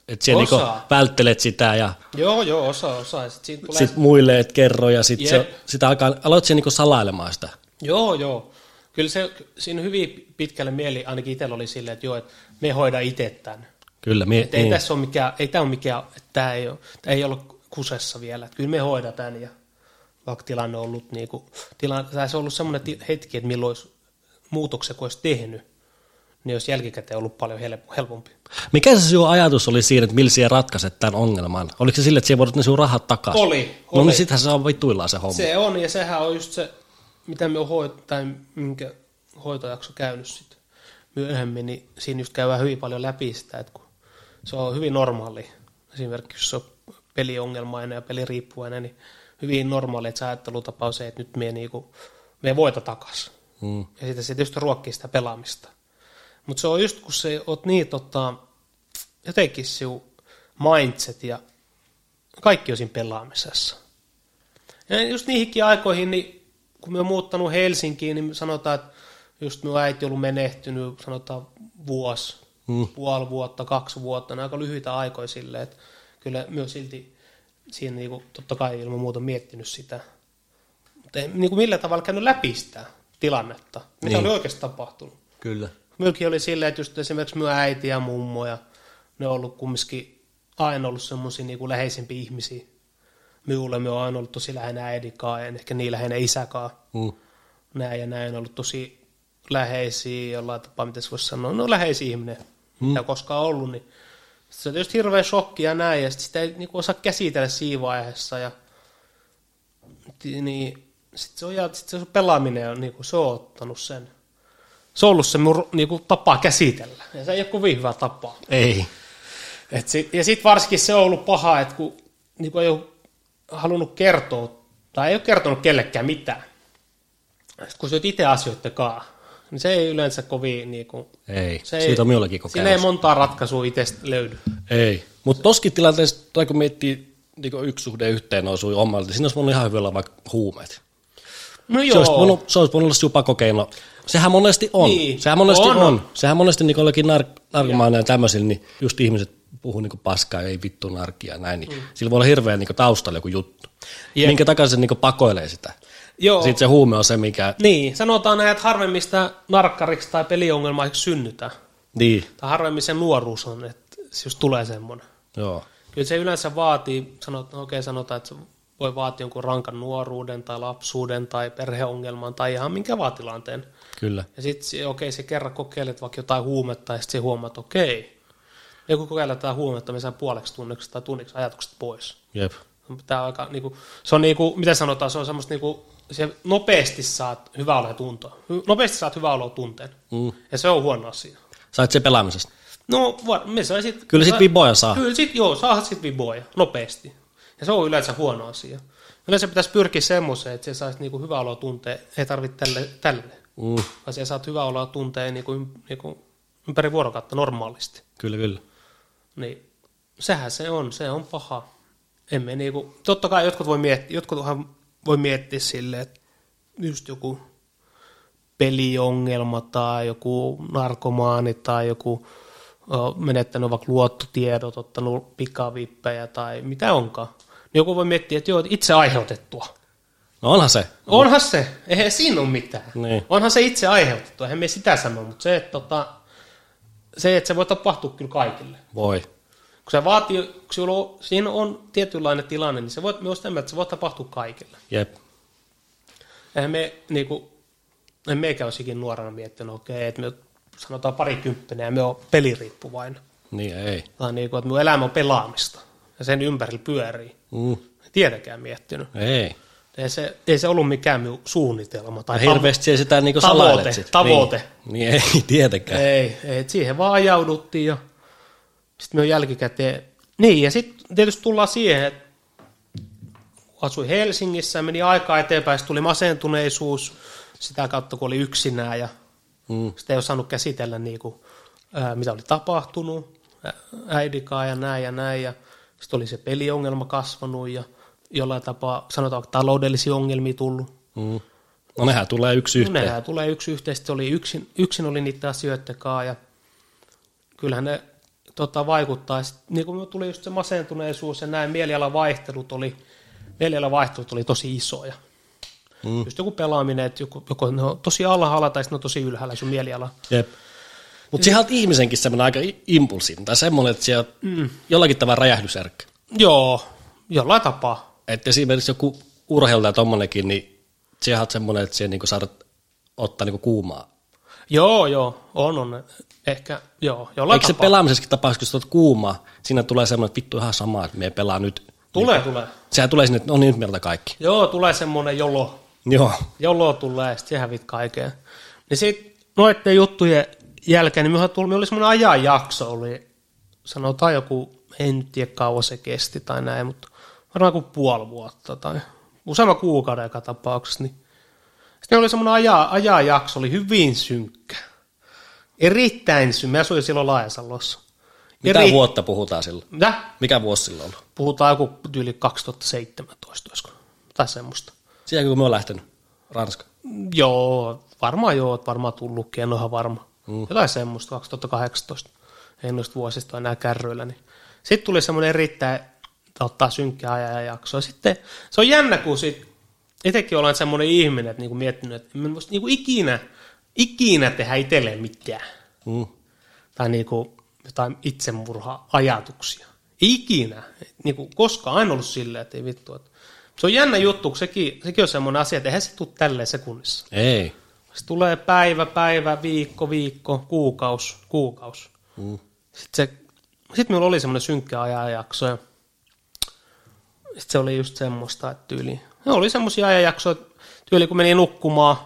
Speaker 1: et siellä niinku
Speaker 2: Osaa.
Speaker 1: välttelet sitä ja
Speaker 2: Joo, joo, osa, osa. Ja sit siitä tulee...
Speaker 1: sit muille et kerro ja sit
Speaker 2: Jep.
Speaker 1: se, sitä alkaa, aloit sen niinku salailemaan sitä.
Speaker 2: Joo, joo. Kyllä se, siinä hyvin pitkälle mieli ainakin itsellä oli silleen, että joo, että me hoida itse tämän.
Speaker 1: Kyllä, mie,
Speaker 2: Että ei
Speaker 1: niin.
Speaker 2: tässä ole mikään, ei tämä ole mikään, että tämä ei ole, tämä ei ollut kusessa vielä. Että kyllä me hoidataan ja vaikka tilanne on ollut niin kuin, tilanne, tai se on ollut semmoinen ti- hetki, että milloin olisi muutoksen, kun olisi tehnyt, niin olisi jälkikäteen ollut paljon help- helpompi.
Speaker 1: Mikä se sinun ajatus oli siinä, että millä sinä ratkaiset tämän ongelman? Oliko se sille, että sinä voidut ne sinun rahat takaisin?
Speaker 2: Oli,
Speaker 1: No
Speaker 2: oli.
Speaker 1: niin sittenhän se on vituillaan se homma.
Speaker 2: Se on, ja sehän on just se, mitä me on hoit- tai minkä hoitojakso käynyt sitten myöhemmin, niin siinä just käydään hyvin paljon läpi sitä, että kun se on hyvin normaali, esimerkiksi jos se on peliongelmainen ja peliriippuvainen, niin hyvin normaali, että se ajattelutapa on se, että nyt me niinku, me voita takas.
Speaker 1: Mm.
Speaker 2: Ja sitten se tietysti ruokkii sitä pelaamista. Mutta se on just, kun se oot niin tota, jotenkin siu mindset ja kaikki on siinä pelaamisessa. Ja just niihinkin aikoihin, niin kun me on muuttanut Helsinkiin, niin sanotaan, että just minun äiti on ollut menehtynyt, sanotaan vuosi,
Speaker 1: Mm.
Speaker 2: mm. puoli vuotta, kaksi vuotta, ne on aika lyhyitä aikoja silleen, että kyllä myös silti siinä niinku, totta kai ilman muuta miettinyt sitä. Mutta en niinku millä tavalla käynyt läpi sitä tilannetta, mitä
Speaker 1: Niin.
Speaker 2: niin. oli oikeasti tapahtunut.
Speaker 1: Kyllä.
Speaker 2: Myökin oli silleen, että just esimerkiksi minun äiti ja mummo ja ne on ollut kumminkin aina ollut semmoisia niin läheisempiä ihmisiä. Minulle me on aina ollut tosi läheinen äidinkaan ja ehkä niin läheinen isäkaan.
Speaker 1: Mm.
Speaker 2: Näin ja näin on ollut tosi läheisiä jollain tapaa, mitä se voisi sanoa. No läheisiä ihminen, mm. mitä koskaan ollut. Niin. Se on tietysti hirveä shokki ja näin ja sit sitä ei niin osaa käsitellä siinä vaiheessa. Ja, niin, sit se, on, ja sit se sun pelaaminen on, niin kuin, se on ottanut sen se on ollut se mun niinku, tapa käsitellä. Ja se ei ole kovin hyvä tapa.
Speaker 1: Ei.
Speaker 2: Et sit, ja sitten varsinkin se on ollut paha, että kun niinku, ei ole halunnut kertoa, tai ei ole kertonut kellekään mitään. Sit kun sä oot itse asioiden kaa, niin se ei yleensä kovin... Niinku,
Speaker 1: Ei.
Speaker 2: se
Speaker 1: Se Siitä
Speaker 2: ei,
Speaker 1: on minullakin
Speaker 2: Siinä ei
Speaker 1: kokemus.
Speaker 2: montaa ratkaisua itse löydy.
Speaker 1: Ei. Mutta toskin tilanteessa, tai kun miettii niin yksi suhde yhteen osui omalta, niin siinä olisi voinut ihan hyvin olla vaikka huumeet.
Speaker 2: No
Speaker 1: Se
Speaker 2: joo.
Speaker 1: olisi, voinut, se olisi voinut olla supakokeino. Sehän monesti on. Niin.
Speaker 2: Niin.
Speaker 1: Sehän monesti on.
Speaker 2: On.
Speaker 1: on. Sehän monesti niin jollakin nar- narkomaaneja ja tämmöisillä, niin just ihmiset puhuu niin paskaa ja ei vittu narkia ja näin, niin mm. sillä voi olla hirveä niin taustalla joku juttu. Yep.
Speaker 2: Jep.
Speaker 1: Minkä takaisin se niin pakoilee sitä.
Speaker 2: joo.
Speaker 1: Oh. Sitten se huume on se, mikä...
Speaker 2: Niin, sanotaan näin, että harvemmin sitä narkkariksi tai peliongelmaiksi synnytään.
Speaker 1: Niin.
Speaker 2: Tai harvemmin se nuoruus on, että se just tulee semmoinen.
Speaker 1: Joo.
Speaker 2: Kyllä se yleensä vaatii, sanotaan, okei sanotaan, että se voi vaatia jonkun rankan nuoruuden tai lapsuuden tai perheongelman tai ihan minkä vaan tilanteen.
Speaker 1: Kyllä.
Speaker 2: Ja sitten okei, se kerran kokeilet vaikka jotain huumetta ja sitten huomaat, että okei, ja kun kokeilet jotain huumetta, me saa puoleksi tunniksi tai tunniksi ajatukset pois.
Speaker 1: Jep.
Speaker 2: Tää on aika, niinku, se on niinku, mitä sanotaan, se on semmoista niinku, se nopeasti saat hyvä olo tuntoa. Nopeasti saat hyvä olo tunteen.
Speaker 1: Mm.
Speaker 2: Ja se on huono asia.
Speaker 1: Sait se pelaamisesta.
Speaker 2: No, va- me sai sit,
Speaker 1: Kyllä sit viboja saa.
Speaker 2: Kyllä sit, joo, saa sit viboja, nopeasti. Ja se on yleensä huono asia. Yleensä pitäisi pyrkiä semmoiseen, että se saisi niinku hyvä olo tunteen, ei tarvitse tälle, tälle.
Speaker 1: Mm.
Speaker 2: Vaan sä saat hyvä oloa tunteen niinku, ym- niinku, ympäri vuorokautta normaalisti.
Speaker 1: Kyllä, kyllä.
Speaker 2: Niin, sehän se on, se on paha. Emme niinku, totta kai jotkut voi miettiä, jotkuthan voi miettiä silleen, että just joku peliongelma tai joku narkomaani tai joku ö, menettänyt vaikka luottotiedot, ottanut pikavippejä tai mitä onkaan. Niin joku voi miettiä, että joo, että itse aiheutettua.
Speaker 1: No onhan se.
Speaker 2: Onhan se, eihän siinä ole mitään.
Speaker 1: Niin.
Speaker 2: Onhan se itse aiheutettu, eihän me sitä sano, mutta se, että, tota, se, että se voi tapahtua kyllä kaikille.
Speaker 1: Voi.
Speaker 2: Kun se vaatii, kun sulla on, siinä on tietynlainen tilanne, niin se voi myös tämä, että se voi tapahtua kaikille.
Speaker 1: Jep.
Speaker 2: Eihän me, niin kuin, en meikä olisikin nuorena miettinyt, okei, että me sanotaan parikymppinen ja me on peliriippuvainen.
Speaker 1: Niin ei.
Speaker 2: Tai niin kuin, että mun elämä on pelaamista ja sen ympärillä pyörii.
Speaker 1: Mm.
Speaker 2: En Tietenkään miettinyt.
Speaker 1: Ei.
Speaker 2: Ei se, ei se ollut mikään minun suunnitelma. Tai
Speaker 1: Tai hirveästi se sitä niinku
Speaker 2: tavoite,
Speaker 1: salailet sit.
Speaker 2: tavoite.
Speaker 1: Niin, niin ei <laughs> tietenkään.
Speaker 2: Ei, ei, et siihen vaan ajauduttiin ja sitten me jälkikäteen. Niin, ja sitten tietysti tullaan siihen, että asui Helsingissä, meni aikaa eteenpäin, sit tuli masentuneisuus sitä kautta, kun oli yksinään ja
Speaker 1: Mm.
Speaker 2: sitä ei osannut käsitellä, niin kuin, ää, mitä oli tapahtunut ä- äidikaa ja näin ja näin. Ja sitten oli se peliongelma kasvanut ja jollain tapaa, sanotaan, taloudellisia ongelmia tullut.
Speaker 1: Mm. No nehän tulee yksi
Speaker 2: No
Speaker 1: yhteen.
Speaker 2: nehän tulee yksi yhteen, sitten oli yksin, yksin oli niitä asioita kaa ja kyllähän ne tota, vaikuttaa. Sitten, niin kuin tuli just se masentuneisuus ja näin, mielialan vaihtelut oli, mielialan vaihtelut oli tosi isoja.
Speaker 1: Mm.
Speaker 2: Mm. Just joku pelaaminen, että joko, joko ne on tosi alhaalla tai sitten ne on tosi ylhäällä sun mieliala.
Speaker 1: Jep.
Speaker 2: Niin.
Speaker 1: Mutta siihen on ihmisenkin semmoinen aika i- impulsiivinen tai semmoinen, että siellä mm. jollakin tavalla räjähdysärkkä.
Speaker 2: Joo, jollain tapaa.
Speaker 1: Että esimerkiksi joku urheilija tommonenkin, niin siihen on semmoinen, että siihen niinku saat ottaa niinku kuumaa.
Speaker 2: Joo, joo, on, on. Ehkä, joo, jollain
Speaker 1: Eikö se
Speaker 2: tapaa.
Speaker 1: pelaamisessakin tapauksessa, kun sä otat kuumaa, siinä tulee semmoinen, että vittu ihan sama, että me pelaa nyt.
Speaker 2: tulee, tulee.
Speaker 1: Sehän tulee sinne, että no niin, nyt meiltä kaikki.
Speaker 2: Joo, tulee semmoinen jolo.
Speaker 1: Joo.
Speaker 2: jolloin tulee, sitten sä hävit kaiken. Niin sitten noiden juttujen jälkeen, niin minulla tuli, minulla oli semmoinen ajanjakso, oli, sanotaan joku, en nyt tiedä kauan se kesti tai näin, mutta varmaan kuin puoli vuotta tai useamman kuukauden joka tapauksessa. Niin. Sitten oli semmoinen aja, ajanjakso, oli hyvin synkkä. Erittäin synkkä. Mä asuin silloin Laajasalossa.
Speaker 1: Mitä vuotta puhutaan silloin?
Speaker 2: Mitä?
Speaker 1: Mikä vuosi silloin on?
Speaker 2: Puhutaan joku yli 2017, olisiko? Tai semmoista.
Speaker 1: Siihen kun me on lähtenyt. Ranska.
Speaker 2: Joo, varmaan joo, oot varmaan tullutkin, en ole ihan varma. Mm. Jotain semmoista, 2018. En noista vuosista enää kärryillä. Niin. Sitten tuli semmoinen erittäin ottaa synkkä ajanjakso. Ja Sitten se on jännä, kun sit, itsekin olen semmoinen ihminen, että niinku miettinyt, että en voisi niinku ikinä, ikinä tehdä itselle mitään.
Speaker 1: Mm.
Speaker 2: Tai niinku jotain itsemurha-ajatuksia. Ikinä. Niinku koskaan aina ollut silleen, että ei vittu. Että. Se on jännä juttu, kun sekin, sekin on semmoinen asia, että eihän se tule tälleen sekunnissa.
Speaker 1: Ei.
Speaker 2: Se tulee päivä, päivä, viikko, viikko, kuukaus, kuukaus.
Speaker 1: Mm.
Speaker 2: Sitten, se, sitten meillä oli semmoinen synkkä ajanjakso ja sitten se oli just semmoista, että tyyli, ne oli semmoisia ajanjaksoja, että tyyli kun meni nukkumaan,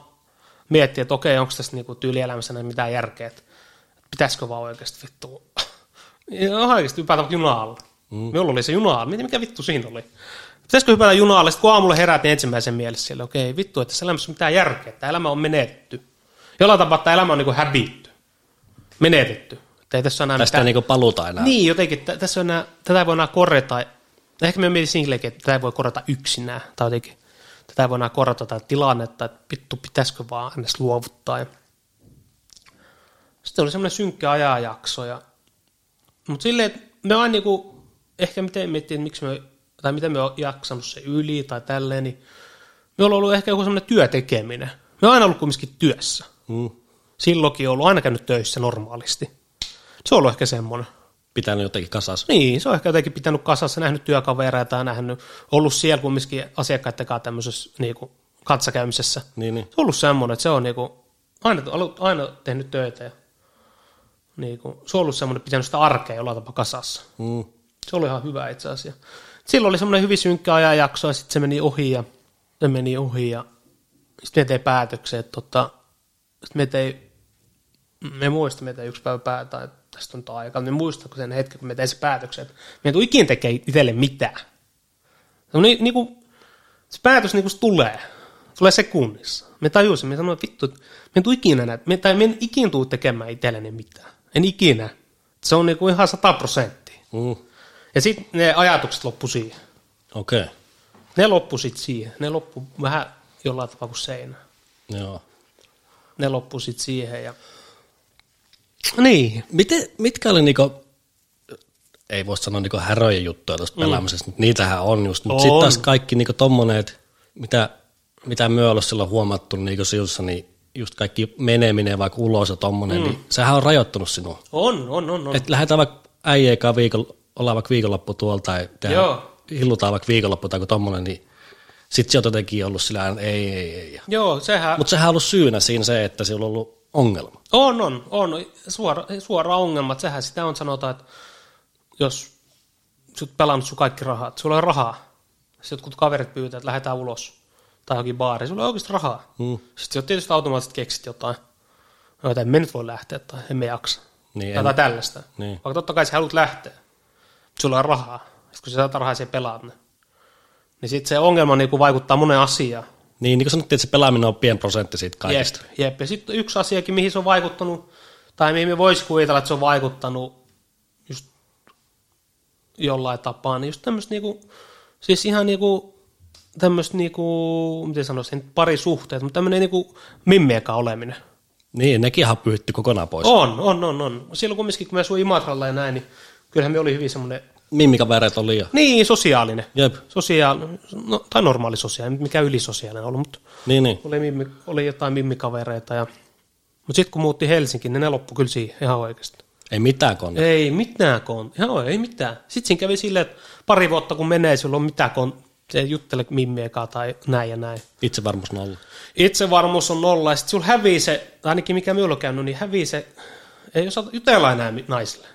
Speaker 2: mietti, että okei, onko tässä niinku tyylielämässä näin mitään järkeä, että pitäisikö vaan oikeasti vittu, ihan oikeasti hypätä vaikka junaalle. Mm. Minulla oli se junaalle, mietin mikä vittu siinä oli. Pitäisikö hypätä junaalle, sitten kun aamulla herät, niin ensimmäisen mielessä siellä, okei, vittu, että tässä elämässä ei ole mitään järkeä, tämä elämä on menetetty. Jollain tapaa tämä elämä on niinku hävitty, menetetty. Että ei tässä ole enää
Speaker 1: Tästä
Speaker 2: mitään-
Speaker 1: ei niinku paluta enää.
Speaker 2: niin, jotenkin t- tässä on nää, tätä ei voi enää korjata. No, Ehkä me mietin singlekin, että tätä ei voi korjata yksinään. Tai jotenkin, tätä ei voi enää korjata tätä tilannetta, että vittu, pitäisikö vaan ennäs luovuttaa. Ja... Sitten oli semmoinen synkkä ajanjakso. Ja... Mutta silleen, että me aina niinku, ehkä miten miettii, että miksi me, tai miten me on jaksanut se yli tai tälleen, niin me on ollut ehkä joku semmoinen työtekeminen. Me on aina ollut kumminkin työssä.
Speaker 1: Mm.
Speaker 2: Silloinkin on ollut aina käynyt töissä normaalisti. Se on ollut ehkä semmoinen.
Speaker 1: Pitänyt jotenkin kasas.
Speaker 2: Niin, se on ehkä jotenkin pitänyt kasassa, nähnyt työkavereita tai nähnyt, ollut siellä kumminkin asiakkaiden kanssa tämmöisessä niin kuin, katsakäymisessä.
Speaker 1: Niin, niin.
Speaker 2: Se on ollut semmoinen, että se on niin kuin, aina, ollut- aina tehnyt töitä ja niin kuin, se on ollut semmoinen, pitänyt sitä arkea jollain tapaa kasassa.
Speaker 1: Mm.
Speaker 2: Se oli ihan hyvä itse asiassa. Silloin oli semmoinen hyvin synkkä ajanjakso ja sitten se meni ohi ja se meni ohi ja sitten me tein päätöksen, että tota, sit me tein, me muista, me tein yksi päivä päätä, että tästä on nyt aikaa. Me muistan kun sen hetken, kun me tein se päätöksen, että me ei tule ikinä tekemään itselle mitään. Se, on ni, niinku, se päätös niinku se tulee. Tulee sekunnissa. Me tajusin, me sanoin, että vittu, että me en tule ikinä näitä, me, tai me en ikinä tule tekemään itselleni mitään. En ikinä. Se on niinku ihan sata prosenttia.
Speaker 1: Mm.
Speaker 2: Ja sitten ne ajatukset loppu siihen.
Speaker 1: Okei. Okay.
Speaker 2: Ne loppu sit siihen. Ne loppu vähän jollain tavalla kuin seinä.
Speaker 1: Joo.
Speaker 2: Ne loppu sit siihen ja... Niin.
Speaker 1: Miten, mitkä oli niinku, ei voi sanoa niinku härojen juttuja tuosta mm. pelaamisesta, mutta niitähän on just. Mutta sitten
Speaker 2: On.
Speaker 1: taas kaikki niinku tommonen, että mitä, mitä me ollaan silloin huomattu niinku siussa, niin just kaikki meneminen vaikka ulos ja tommonen, mm. niin sehän on rajoittunut sinua.
Speaker 2: On, on, on, on. Et...
Speaker 1: Että lähdetään vaikka äijäikaan viikolla, ollaan vaikka viikonloppu tuolla tai tehdään,
Speaker 2: Joo.
Speaker 1: hillutaan vaikka viikonloppu tai joku tommonen, niin sitten se on jotenkin ollut sillä lailla, ei, ei, ei.
Speaker 2: Joo, sehän... Mut...
Speaker 1: Mutta sehän on ollut syynä siinä se, että sillä on ollut ongelma.
Speaker 2: On, on, on. Suora, suora ongelma. Sehän sitä on sanotaan, että jos sut pelannut sun kaikki rahat, sulla on rahaa. Sitten jotkut kaverit pyytää, että lähdetään ulos tai johonkin baariin. Sulla on oikeasti rahaa.
Speaker 1: Mm.
Speaker 2: Sitten sä tietysti automaattisesti keksit jotain. No, että emme nyt voi lähteä tai emme jaksa.
Speaker 1: Niin,
Speaker 2: Jotain
Speaker 1: en,
Speaker 2: tällaista.
Speaker 1: Niin.
Speaker 2: Vaikka totta kai sä haluat lähteä. Mut Sulla on rahaa. Sitten kun sä saat rahaa, sä pelaat ne. Niin sitten se ongelma niinku vaikuttaa monen asiaan.
Speaker 1: niin, niin kuin sanottiin, että se pelaaminen on pieni prosentti siitä kaikesta.
Speaker 2: Jep, jep. Ja sitten yksi asiakin, mihin se on vaikuttanut, tai mihin me voisi kuvitella, että se on vaikuttanut just jollain tapaa, niin just tämmöistä niinku, siis ihan niinku, tämmöistä niinku, miten sanoisin, pari suhteet, mutta tämmöinen niinku mimmiäkään oleminen.
Speaker 1: Niin, nekin ihan pyyhitty kokonaan pois. Oh.
Speaker 2: On, on, on, on. Silloin kumminkin, kun me asuin Imatralla ja näin, niin kyllähän me oli hyvin semmoinen,
Speaker 1: Mimmikavereet oli jo.
Speaker 2: niin sosiaalinen,
Speaker 1: Jep,
Speaker 2: sosiaalinen, no, tai normaali sosiaalinen, mikä ylisosiaalinen ollut, mutta
Speaker 1: niin, niin.
Speaker 2: oli, mimmi, oli jotain mimmikavereita. Ja... Mutta sitten kun muutti Helsinkiin, niin ne loppu kyllä siihen ihan oikeasti.
Speaker 1: Ei mitään konetta.
Speaker 2: Ei mitään kon, ihan oi- ei mitään. Sitten siinä kävi silleen, että pari vuotta kun menee, sulla on mitään kon, se ei juttele mimmiekaan tai näin ja näin.
Speaker 1: Itsevarmuus nolla.
Speaker 2: Itsevarmuus on nolla ja sitten sulla hävii se, tai ainakin mikä minulla on käynyt, niin hävii se, ei osata jutella enää mi- naisille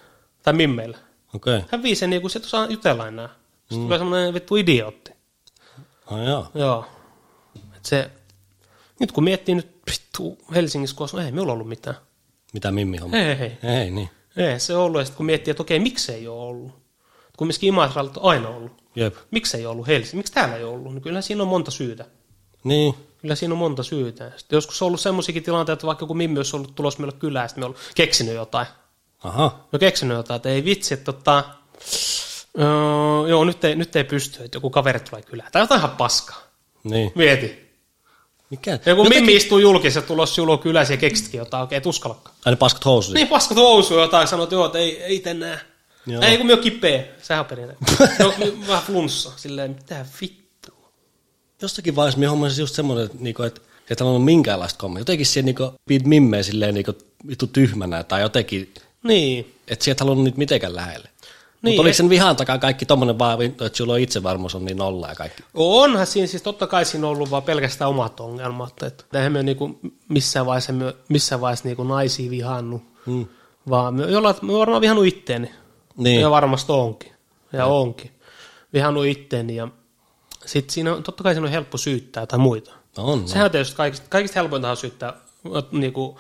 Speaker 2: tai mimmeillä.
Speaker 1: Okei. Okay.
Speaker 2: Hävii se niin kuin se et osaa jutella enää. Sitten mm. tulee semmoinen vittu idiootti.
Speaker 1: Oh, joo.
Speaker 2: Joo. Et se, nyt kun miettii nyt vittu Helsingissä, kun asuu, ei minulla ollut mitään.
Speaker 1: Mitä mimmi homma?
Speaker 2: Ei, ei, ei.
Speaker 1: Ei. ei, niin.
Speaker 2: ei se ollut. Ja sitten kun miettii, että okei, miksi ei ole ollut. Et Kumminkin Imatralla on aina ollut.
Speaker 1: Jep.
Speaker 2: Miksi ei ollut Helsingissä? Miksi täällä ei ollut? Niin kyllä siinä on monta syytä.
Speaker 1: Niin.
Speaker 2: Kyllä siinä on monta syytä. Sitten joskus on ollut semmoisiakin tilanteita, että vaikka joku mimmi olisi ollut tulossa meillä kylään, ja sitten me ollaan keksinyt jotain.
Speaker 1: Aha.
Speaker 2: No keksinyt jotain, että ei vitsi, että tota, öö, joo, nyt ei, nyt ei pysty, että joku kaveri tulee kylään. Tai jotain ihan paskaa.
Speaker 1: Niin.
Speaker 2: Mieti.
Speaker 1: Mikä?
Speaker 2: Ja kun
Speaker 1: Jotenkin-
Speaker 2: Mimmi istuu julkisessa tulossa julku kylässä ja keksitkin jotain, oikein tuskallakaan.
Speaker 1: Ai ne paskat housuja.
Speaker 2: Niin paskat housuja jotain, sanot, että joo, että ei, ei te näe.
Speaker 1: Joo.
Speaker 2: Ei kun minä oon kipeä, sehän on
Speaker 1: <laughs>
Speaker 2: periaate. no, mi- vähän flunssa, silleen, mitä vittu.
Speaker 1: Jossakin vaiheessa minä hommasin just semmoinen, että, niinku, että ei tällä ollut minkäänlaista kommenttia. Jotenkin siellä niinku, pid mimmeä silleen niinku, vittu tyhmänä tai jotenkin,
Speaker 2: Niin.
Speaker 1: että sieltä halunnut niitä mitenkään lähelle. Niin,
Speaker 2: Niin,
Speaker 1: Mutta oliko
Speaker 2: et-
Speaker 1: sen vihan takaa kaikki tommonen vaan, että sulla on itsevarmuus on niin nolla ja kaikki.
Speaker 2: Onhan siinä, siis totta kai siinä on ollut vaan pelkästään omat ongelmat. Että eihän me niinku missään vaiheessa, me, missään vaiheessa niinku naisia vihannut,
Speaker 1: Mm.
Speaker 2: vaan me, jollain, me varmaan vihannut itteeni.
Speaker 1: Niin.
Speaker 2: Ja varmasti onkin. Ja mm. onkin. Vihannut itteeni ja sitten siinä on, totta kai siinä on helppo syyttää tai muita.
Speaker 1: No on.
Speaker 2: Sehän on tietysti kaikista, kaikista helpointahan syyttää ot- niinku,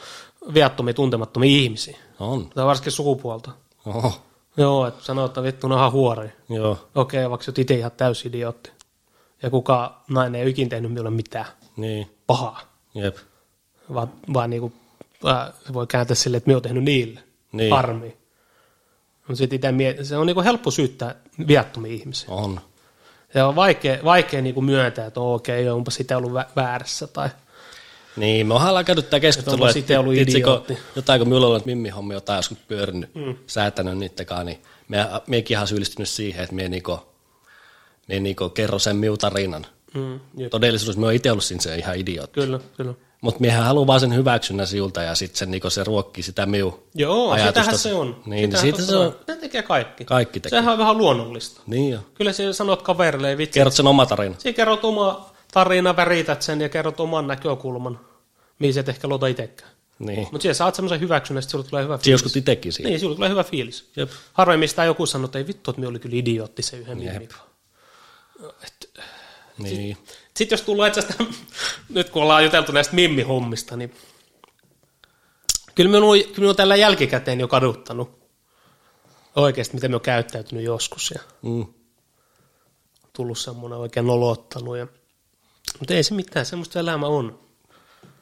Speaker 2: viattomia, tuntemattomia ihmisiä.
Speaker 1: No on.
Speaker 2: Tai varsinkin sukupuolta.
Speaker 1: Oho.
Speaker 2: Joo, että sanoo, että vittu, naha huori.
Speaker 1: Joo.
Speaker 2: Okei, vaikka sä oot itse ihan täysi idiootti. Ja kuka nainen ei ole ikin tehnyt minulle mitään
Speaker 1: Niin.
Speaker 2: pahaa.
Speaker 1: Jep.
Speaker 2: Vaan, vaan niinku, ää, se voi kääntää silleen, että minä oon tehnyt niille
Speaker 1: Niin.
Speaker 2: niin. harmi. Mutta sitten itse miet- se on niinku helppo syyttää viattomia ihmisiä.
Speaker 1: On.
Speaker 2: Ja on vaikea, vaikea niinku myöntää, että okei, okay, onpa sitä ollut vä- väärässä. Tai,
Speaker 1: Niin, me ollaan käyty tätä
Speaker 2: Että
Speaker 1: keskustelua,
Speaker 2: onko siitä ollut
Speaker 1: itse kun-
Speaker 2: idiootti?
Speaker 1: jotain kun minulla on ollut mimmihommi jotain joskus pyörinyt, mm. säätänyt niittäkaan, niin minä, minäkin ihan syyllistynyt siihen, että minä niinku, minä niinku kerron sen minun tarinan.
Speaker 2: mm, jep,
Speaker 1: Todellisuudessa minä olen itse ollut siinä se ihan idiootti.
Speaker 2: kyllä, kyllä.
Speaker 1: Mutta miehän haluaa vaan sen hyväksynnän siltä ja sitten se, niinku, se ruokkii sitä minun.
Speaker 2: Joo,
Speaker 1: Ajatusta-
Speaker 2: sitähän se on.
Speaker 1: Niin, siitä se on.
Speaker 2: Ne tekee kaikki.
Speaker 1: Kaikki tekee.
Speaker 2: Sehän on vähän luonnollista.
Speaker 1: Niin jo.
Speaker 2: Kyllä se sanot kaverille, ei vitsi,
Speaker 1: Kerrot sen oma tarina.
Speaker 2: Siinä kerrot oma tarina, värität sen ja kerrot oman näkökulman, mihin sä et ehkä luota itsekään.
Speaker 1: Niin.
Speaker 2: Mutta siellä saat semmoisen hyväksynnän, että sulla tulee hyvä
Speaker 1: Siinä
Speaker 2: fiilis.
Speaker 1: joskus itsekin siinä.
Speaker 2: Niin, sulla tulee hyvä fiilis.
Speaker 1: Jep.
Speaker 2: Harvemmin sitä joku sanoo, että ei vittu, että me oli kyllä idiootti se yhden
Speaker 1: Jep.
Speaker 2: mimmin.
Speaker 1: Niin.
Speaker 2: Sitten jos tullaan itse asiassa, <laughs> nyt kun ollaan juteltu näistä mimmihommista, niin kyllä minun, kyllä minun on tällä jälkikäteen jo kaduttanut oikeasti, miten me on käyttäytynyt joskus. Ja
Speaker 1: Mm.
Speaker 2: tullut semmoinen oikein nolottelu. Ja... Mutta ei se mitään, semmoista elämä on.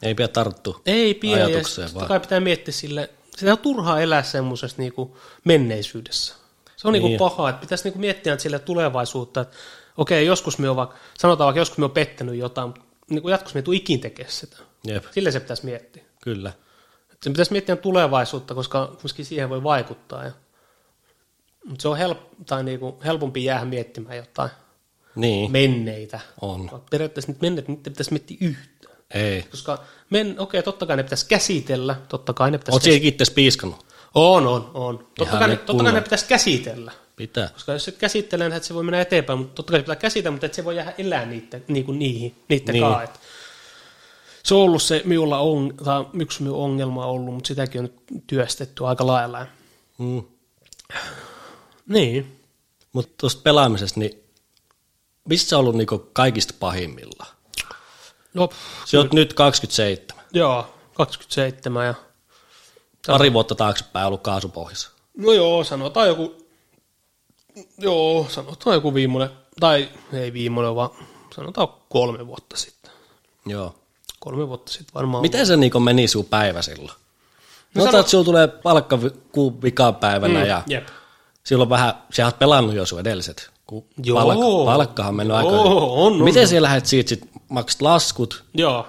Speaker 1: Ei pidä tarttua.
Speaker 2: Ei pidä, ja
Speaker 1: Ajatukseen
Speaker 2: sit
Speaker 1: vaan.
Speaker 2: totta kai pitää miettiä sille, sitä on turhaa elää semmoisessa niinku menneisyydessä. Se on niinku
Speaker 1: Niin.
Speaker 2: paha, että pitäisi niinku miettiä nyt sille tulevaisuutta, että okei, joskus me on vaikka, sanotaan vaikka joskus me on pettänyt jotain, mutta niinku jatkossa me ei tule ikin tekemään sitä.
Speaker 1: Jep.
Speaker 2: Sille se pitäisi miettiä.
Speaker 1: Kyllä.
Speaker 2: Et Sen pitäisi miettiä tulevaisuutta, koska myöskin siihen voi vaikuttaa. Ja... Mutta se on help, tai niinku helpompi jäädä miettimään jotain
Speaker 1: Niin.
Speaker 2: menneitä.
Speaker 1: On.
Speaker 2: Periaatteessa nyt menneet, niitä ei pitäisi miettiä yhtään.
Speaker 1: Ei.
Speaker 2: Koska, men, okei, totta kai ne pitäisi käsitellä, totta kai ne pitäisi
Speaker 1: Oot siihen itse piiskannut?
Speaker 2: On, on, on. Totta
Speaker 1: Ihan
Speaker 2: kai, ne,
Speaker 1: nyt
Speaker 2: totta kai
Speaker 1: kunnolla.
Speaker 2: ne pitäisi käsitellä.
Speaker 1: Pitää.
Speaker 2: Koska jos et käsittele, niin et se voi mennä eteenpäin, mutta totta kai se pitää käsitellä, mutta et se voi jäädä elää niitä, niinku niihin, niitä
Speaker 1: Niin.
Speaker 2: niin. kaa. Et se on ollut se minulla on, tai yksi minun ongelma on ollut, mutta sitäkin on nyt työstetty aika lailla.
Speaker 1: Mm.
Speaker 2: Niin.
Speaker 1: Mutta tuosta pelaamisesta, niin missä sä ollut niinku kaikista pahimmilla?
Speaker 2: No,
Speaker 1: Sä oot nyt 27.
Speaker 2: joo, 27 ja...
Speaker 1: Pari vuotta taaksepäin ollut kaasupohjassa.
Speaker 2: No joo, sanotaan joku... Joo, sanotaan joku viimeinen, tai ei viimeinen, vaan sanotaan kolme vuotta sitten.
Speaker 1: Joo.
Speaker 2: Kolme vuotta sitten varmaan.
Speaker 1: Miten se niinku meni sun päivä silloin? No,
Speaker 2: sano-
Speaker 1: no että sulla tulee palkka vi- kuun vikaan päivänä mm, ja
Speaker 2: Jep.
Speaker 1: silloin vähän, sä oot pelannut jo sun edelliset. Kun
Speaker 2: Joo.
Speaker 1: palkka, palkkahan on mennyt
Speaker 2: Joo,
Speaker 1: No aika hyvin.
Speaker 2: on, on,
Speaker 1: Miten sä lähdet siitä, sit maksat laskut
Speaker 2: Joo.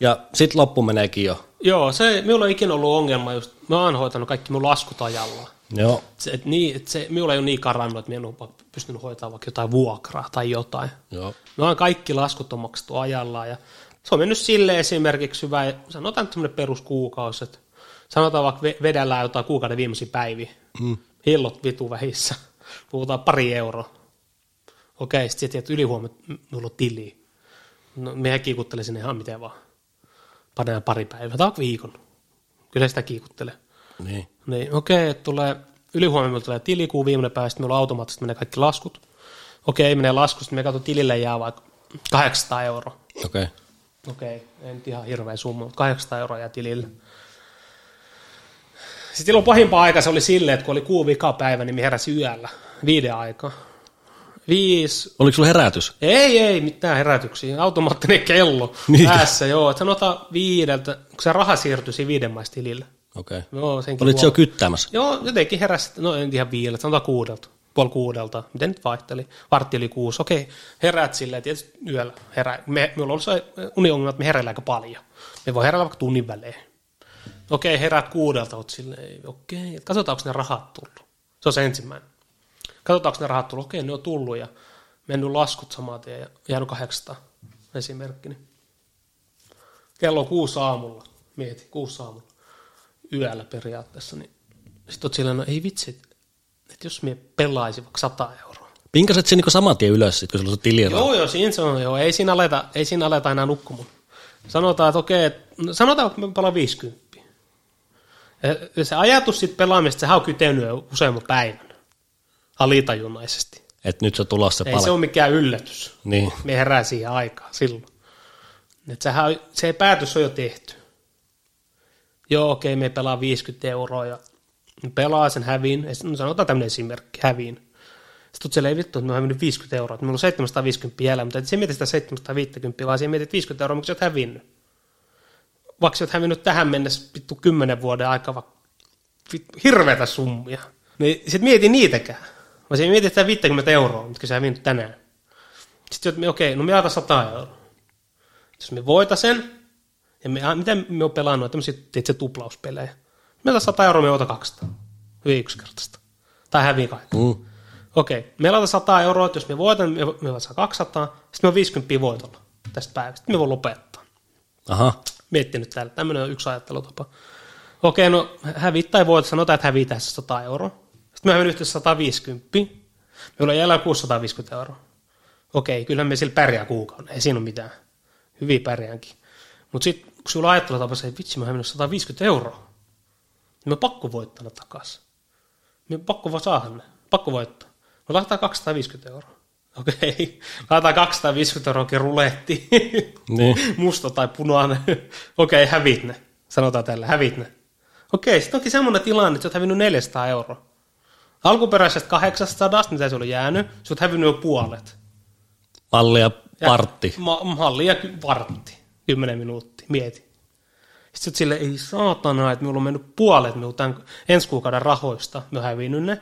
Speaker 1: ja sit loppu meneekin jo.
Speaker 2: Joo, se, minulla ei ikinä ollut ongelma just, mä oon hoitanut kaikki mun laskut ajalla.
Speaker 1: Joo.
Speaker 2: Se, et niin, et se, minulla ei ole niin karannut, että minä en ole va- pystynyt hoitamaan vaikka jotain vuokraa tai jotain.
Speaker 1: Joo.
Speaker 2: Mä oon kaikki laskut on maksettu ajallaan ja se on mennyt sille esimerkiksi hyvä, sanotaan nyt semmoinen peruskuukausi, että sanotaan vaikka ve- vedellään jotain kuukauden viimeisiä päiviä, mm. hillot vitu vähissä, <laughs> puhutaan pari euroa. Okei, sitten tiedät, että ylihuomenna m- mulla on tili. No, mehän kiikuttelee sinne ihan miten vaan. Pannaan pari päivää, tai vaikka viikon. Kyllä sitä kiikuttelee.
Speaker 1: Niin.
Speaker 2: Niin, okei, että tulee ylihuomenna meillä tulee tilikuun viimeinen päivä, sitten meillä automaattisesti menee kaikki laskut. Okei, ei mene lasku, sitten me katso tilille jää vaikka 800 euroa.
Speaker 1: Okei. Okay.
Speaker 2: Okei, ei nyt ihan hirveä summa, mutta 800 euroa jää tilille. Sitten silloin pahimpaa aika se oli silleen, että kun oli kuun vikapäivä, niin me heräsi yöllä viiden aikaa. Viisi,
Speaker 1: Oliko sulla herätys?
Speaker 2: ei, ei, mitään herätyksiä. Automaattinen kello
Speaker 1: <laughs> Niin.
Speaker 2: päässä, joo. Että sanotaan viideltä, kun se raha siirtyi siinä viiden maista tilille.
Speaker 1: Okei. Okay.
Speaker 2: Joo, senkin
Speaker 1: Olit se jo
Speaker 2: huomaa.
Speaker 1: kyttäämässä?
Speaker 2: Joo, jotenkin heräsi, no en ihan viideltä, sanotaan kuudelta. puoli kuudelta, miten nyt vaihteli, vartti yli kuusi, okei, heräät silleen, tietysti yöllä herää. Me, me on ollut se uniongelma, että me heräillään aika paljon. Me voi heräillä vaikka tunnin välein. Okei, heräät kuudelta, oot silleen, okei, että katsotaanko ne rahat tullut. Se on se ensimmäinen. Katsotaanko ne rahat tullut, okei, ne on tullut ja mennyt laskut saman tien ja jäänyt 800 esimerkkini. Kello on kuusi aamulla, mieti, kuusi aamulla, yöllä periaatteessa, niin sitten oot silleen, no ei vitsi, että jos me pelaisin vaikka 100 euroa.
Speaker 1: Pinkaset se niinku saman tien ylös, sit, kun sulla on se tili
Speaker 2: Joo, joo, siinä se on, joo, ei siinä aleta, ei siinä aleta enää nukkumaan. Sanotaan, että okei, et- no sanotaan, että me pelaan 50. Ja- ja se ajatus siitä pelaamista, sehän on kytenyt jo useamman päivän alitajunnaisesti.
Speaker 1: että nyt se on tulossa se
Speaker 2: Ei
Speaker 1: pale.
Speaker 2: se ole mikään yllätys.
Speaker 1: Niin.
Speaker 2: Me herää siihen aikaan silloin. Et sehän on, se päätös on jo tehty. Joo, okei, okay, me pelaa 50 euroa ja pelaa sen häviin. Ja sit- No, sanotaan tämmöinen esimerkki, häviin. Sitten siellä ei vittu, että me on hävinnyt 50 euroa, että meillä on 750 jäljellä, mutta et sä mieti sitä 750, vaan sä mietit 50 euroa, miksi sä oot hävinnyt. Vaikka sä oot hävinnyt tähän mennessä vittu 10 vuoden aikaa, vaikka vittu, hirveätä summia. Niin sit mieti niitäkään. Mä siinä mietin sitä 50 euroa, mitkä sä hävinnyt tänään. Sitten että me, okei, no me jaetaan 100 euroa. Jos me voita sen, ja me, mitä me on pelannut, tämmöisiä itse tuplauspelejä. Me jaetaan 100 euroa, me ota 200. Hyvin yksinkertaista. Tai häviin kaikki.
Speaker 1: Mm.
Speaker 2: Okei, me laitetaan 100 euroa, että jos me voitan, me, me laitetaan 200, sitten me on 50 voitolla tästä päivästä. Sitten me voi lopettaa.
Speaker 1: Aha.
Speaker 2: Miettinyt täällä, tämmöinen on yksi ajattelutapa. Okei, no hävit tai voit, sanotaan, että hävitään se 100 euroa. Sitten mä menen yhteensä 150. Meillä on jäljellä 650 euroa. Okei, kyllä me sillä pärjää kuukauden, ei siinä ole mitään. Hyvin pärjäänkin. Mutta sitten kun sulla on ajattelutapa se, että vitsi, mä oon hävinnyt 150 euroa. Niin mä pakko voittaa ne takaisin. Me pakko vaan saada ne. Pakko voittaa. No laitetaan 250 euroa. Okei, laitetaan 250 euroakin rulettiin. <laughs>
Speaker 1: Niin.
Speaker 2: Musta tai punainen. <laughs> Okei, hävit ne. Sanotaan tällä, hävit ne. Okei, sitten onkin semmoinen tilanne, että sä oot hävinnyt 400 euroa. Alkuperäisestä 800, mitä se oli jäänyt, sä oot hävinnyt jo puolet.
Speaker 1: Palli ja partti.
Speaker 2: Ma- malli ja ky- vartti. 10 minuuttia, mieti. Sitten sä oot silleen, ei saatana, että minulla on mennyt puolet minun tämän ensi kuukauden rahoista. Me oon hävinnyt ne.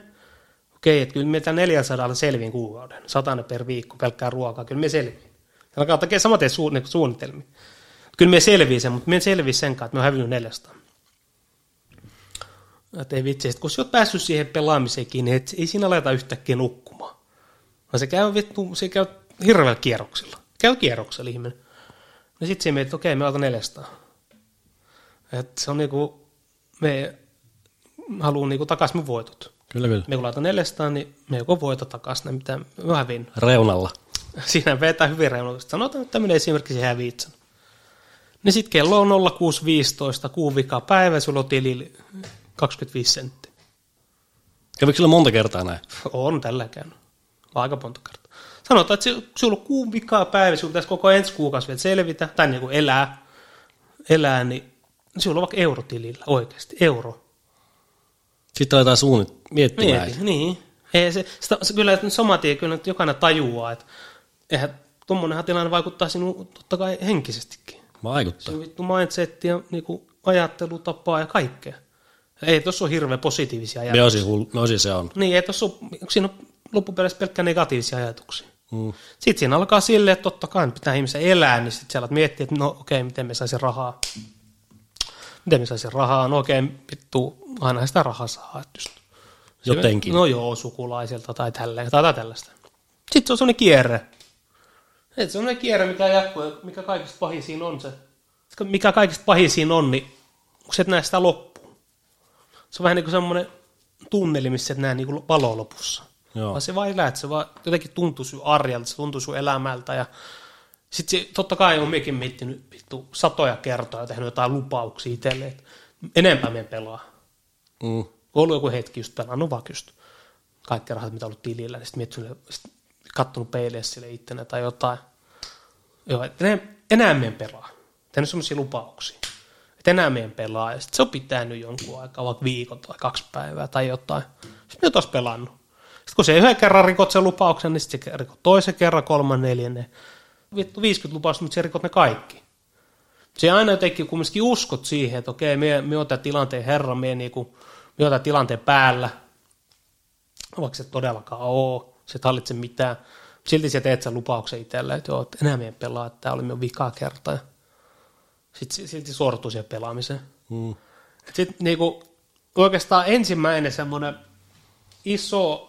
Speaker 2: Okei, että kyllä me tämän 400 selviin kuukauden. Satana per viikko, pelkkää ruokaa. Kyllä me selviin. Se alkaa tekee samaten su- niinku suunnitelmia. Kyllä me selviin sen, mutta me en selviä sen kanssa, että me oon hävinnyt 400. Että ei vitsi, sit kun sä oot päässyt siihen pelaamiseen kiinni, et ei siinä aleta yhtäkkiä nukkumaan. Vaan se käy vittu, se käy hirveällä kierroksilla. Käy kierroksella ihminen. No sit se mietit, että okei, me otan 400. Et se on niinku, me haluu niinku takas mun voitot.
Speaker 1: Kyllä, kyllä.
Speaker 2: Me kun laitan 400, niin me joko voita takas, ne mitä mä hävin. <laughs>
Speaker 1: Reunalla.
Speaker 2: Siinä vetää hyvin reunallisesti. Sanotaan, että tämmöinen esimerkki se hävitsen. Niin sit kello on 06.15, kuun vika päivä, sulla on tilillä 25 senttiä.
Speaker 1: Kävikö sillä monta kertaa näin?
Speaker 2: On tällä käynyt. Aika monta kertaa. Sanotaan, että se- sulla on kuun vikaa päivä, sulla pitäisi koko ensi kuukausi vielä selvitä, tai niin kuin elää, elää, niin sulla on vaikka eurotilillä oikeasti, euro.
Speaker 1: Sitten aletaan suunnit miettimään.
Speaker 2: Mieti, niin. Ei, se, sitä, se, kyllä että saman tien kyllä nyt jokainen tajuaa, että eihän tuommoinenhan tilanne vaikuttaa sinuun totta kai henkisestikin.
Speaker 1: Vaikuttaa.
Speaker 2: Se on vittu mindset ja niin kuin, ajattelutapaa ja kaikkea. Ei tuossa ole hirveän positiivisia ajatuksia.
Speaker 1: Me on siis, hull- me on siis se on.
Speaker 2: Niin, ei tuossa ole, siinä on loppupeleissä pelkkää negatiivisia ajatuksia.
Speaker 1: Mm.
Speaker 2: Sitten siinä alkaa silleen, että totta kai nyt pitää ihmisen elää, niin sitten sä alat miettiä, että no okei, miten me saisin rahaa. Miten me saisin rahaa? No okei, vittu, aina sitä rahaa saa. että Just.
Speaker 1: Jotenkin.
Speaker 2: No joo, sukulaisilta tai tälleen, tai jotain tällaista. Sitten se on sellainen kierre. Et se on sellainen kierre, mikä jatkuu, ja mikä kaikista pahin siinä on se. Mikä kaikista pahin siinä on, niin kun sä et näe sitä loppuun. Se on vähän niin kuin semmoinen tunneli, missä sä et näe niin kuin valoa lopussa.
Speaker 1: Joo.
Speaker 2: Vaan se vaan elää, että se vaan jotenkin tuntuu sun arjelta, se tuntuu sun elämältä ja sitten se, totta kai on mekin miettinyt vittu, satoja kertoja ja tehnyt jotain lupauksia itselle, että enempää me pelaa.
Speaker 1: Mm.
Speaker 2: Kun ollut joku hetki just pelannut vaan just kaikki rahat, mitä ollut tilillä, niin sitten miettinyt, sit kattonut peiliä sille ittenä tai jotain. Joo, että enää, enää me en pelaa. Tehnyt semmoisia lupauksia. Että enää me en pelaa. Ja sitten se on pitänyt jonkun aikaa, vaikka viikon tai kaksi päivää tai jotain. Sitten me on taas pelannut. Sitten kun se yhden kerran rikot sen lupauksen, niin sitten se rikot toisen kerran, kolman, neljännen. Vittu 50 lupausta, mutta se rikot ne kaikki. Se aina jotenkin kumminkin uskot siihen, että okei, me, me oon tämän tilanteen herra, me, niinku, me oon tämän tilanteen päällä. vaikka se todellakaan oo, se et hallitse mitään. Silti sä teet sen lupauksen itselle, että joo, että enää me en pelaa, että tämä oli minun vika kerta. Sitten si- silti suortuu siihen pelaamiseen.
Speaker 1: Mm.
Speaker 2: Sitten niinku, oikeastaan ensimmäinen semmoinen iso,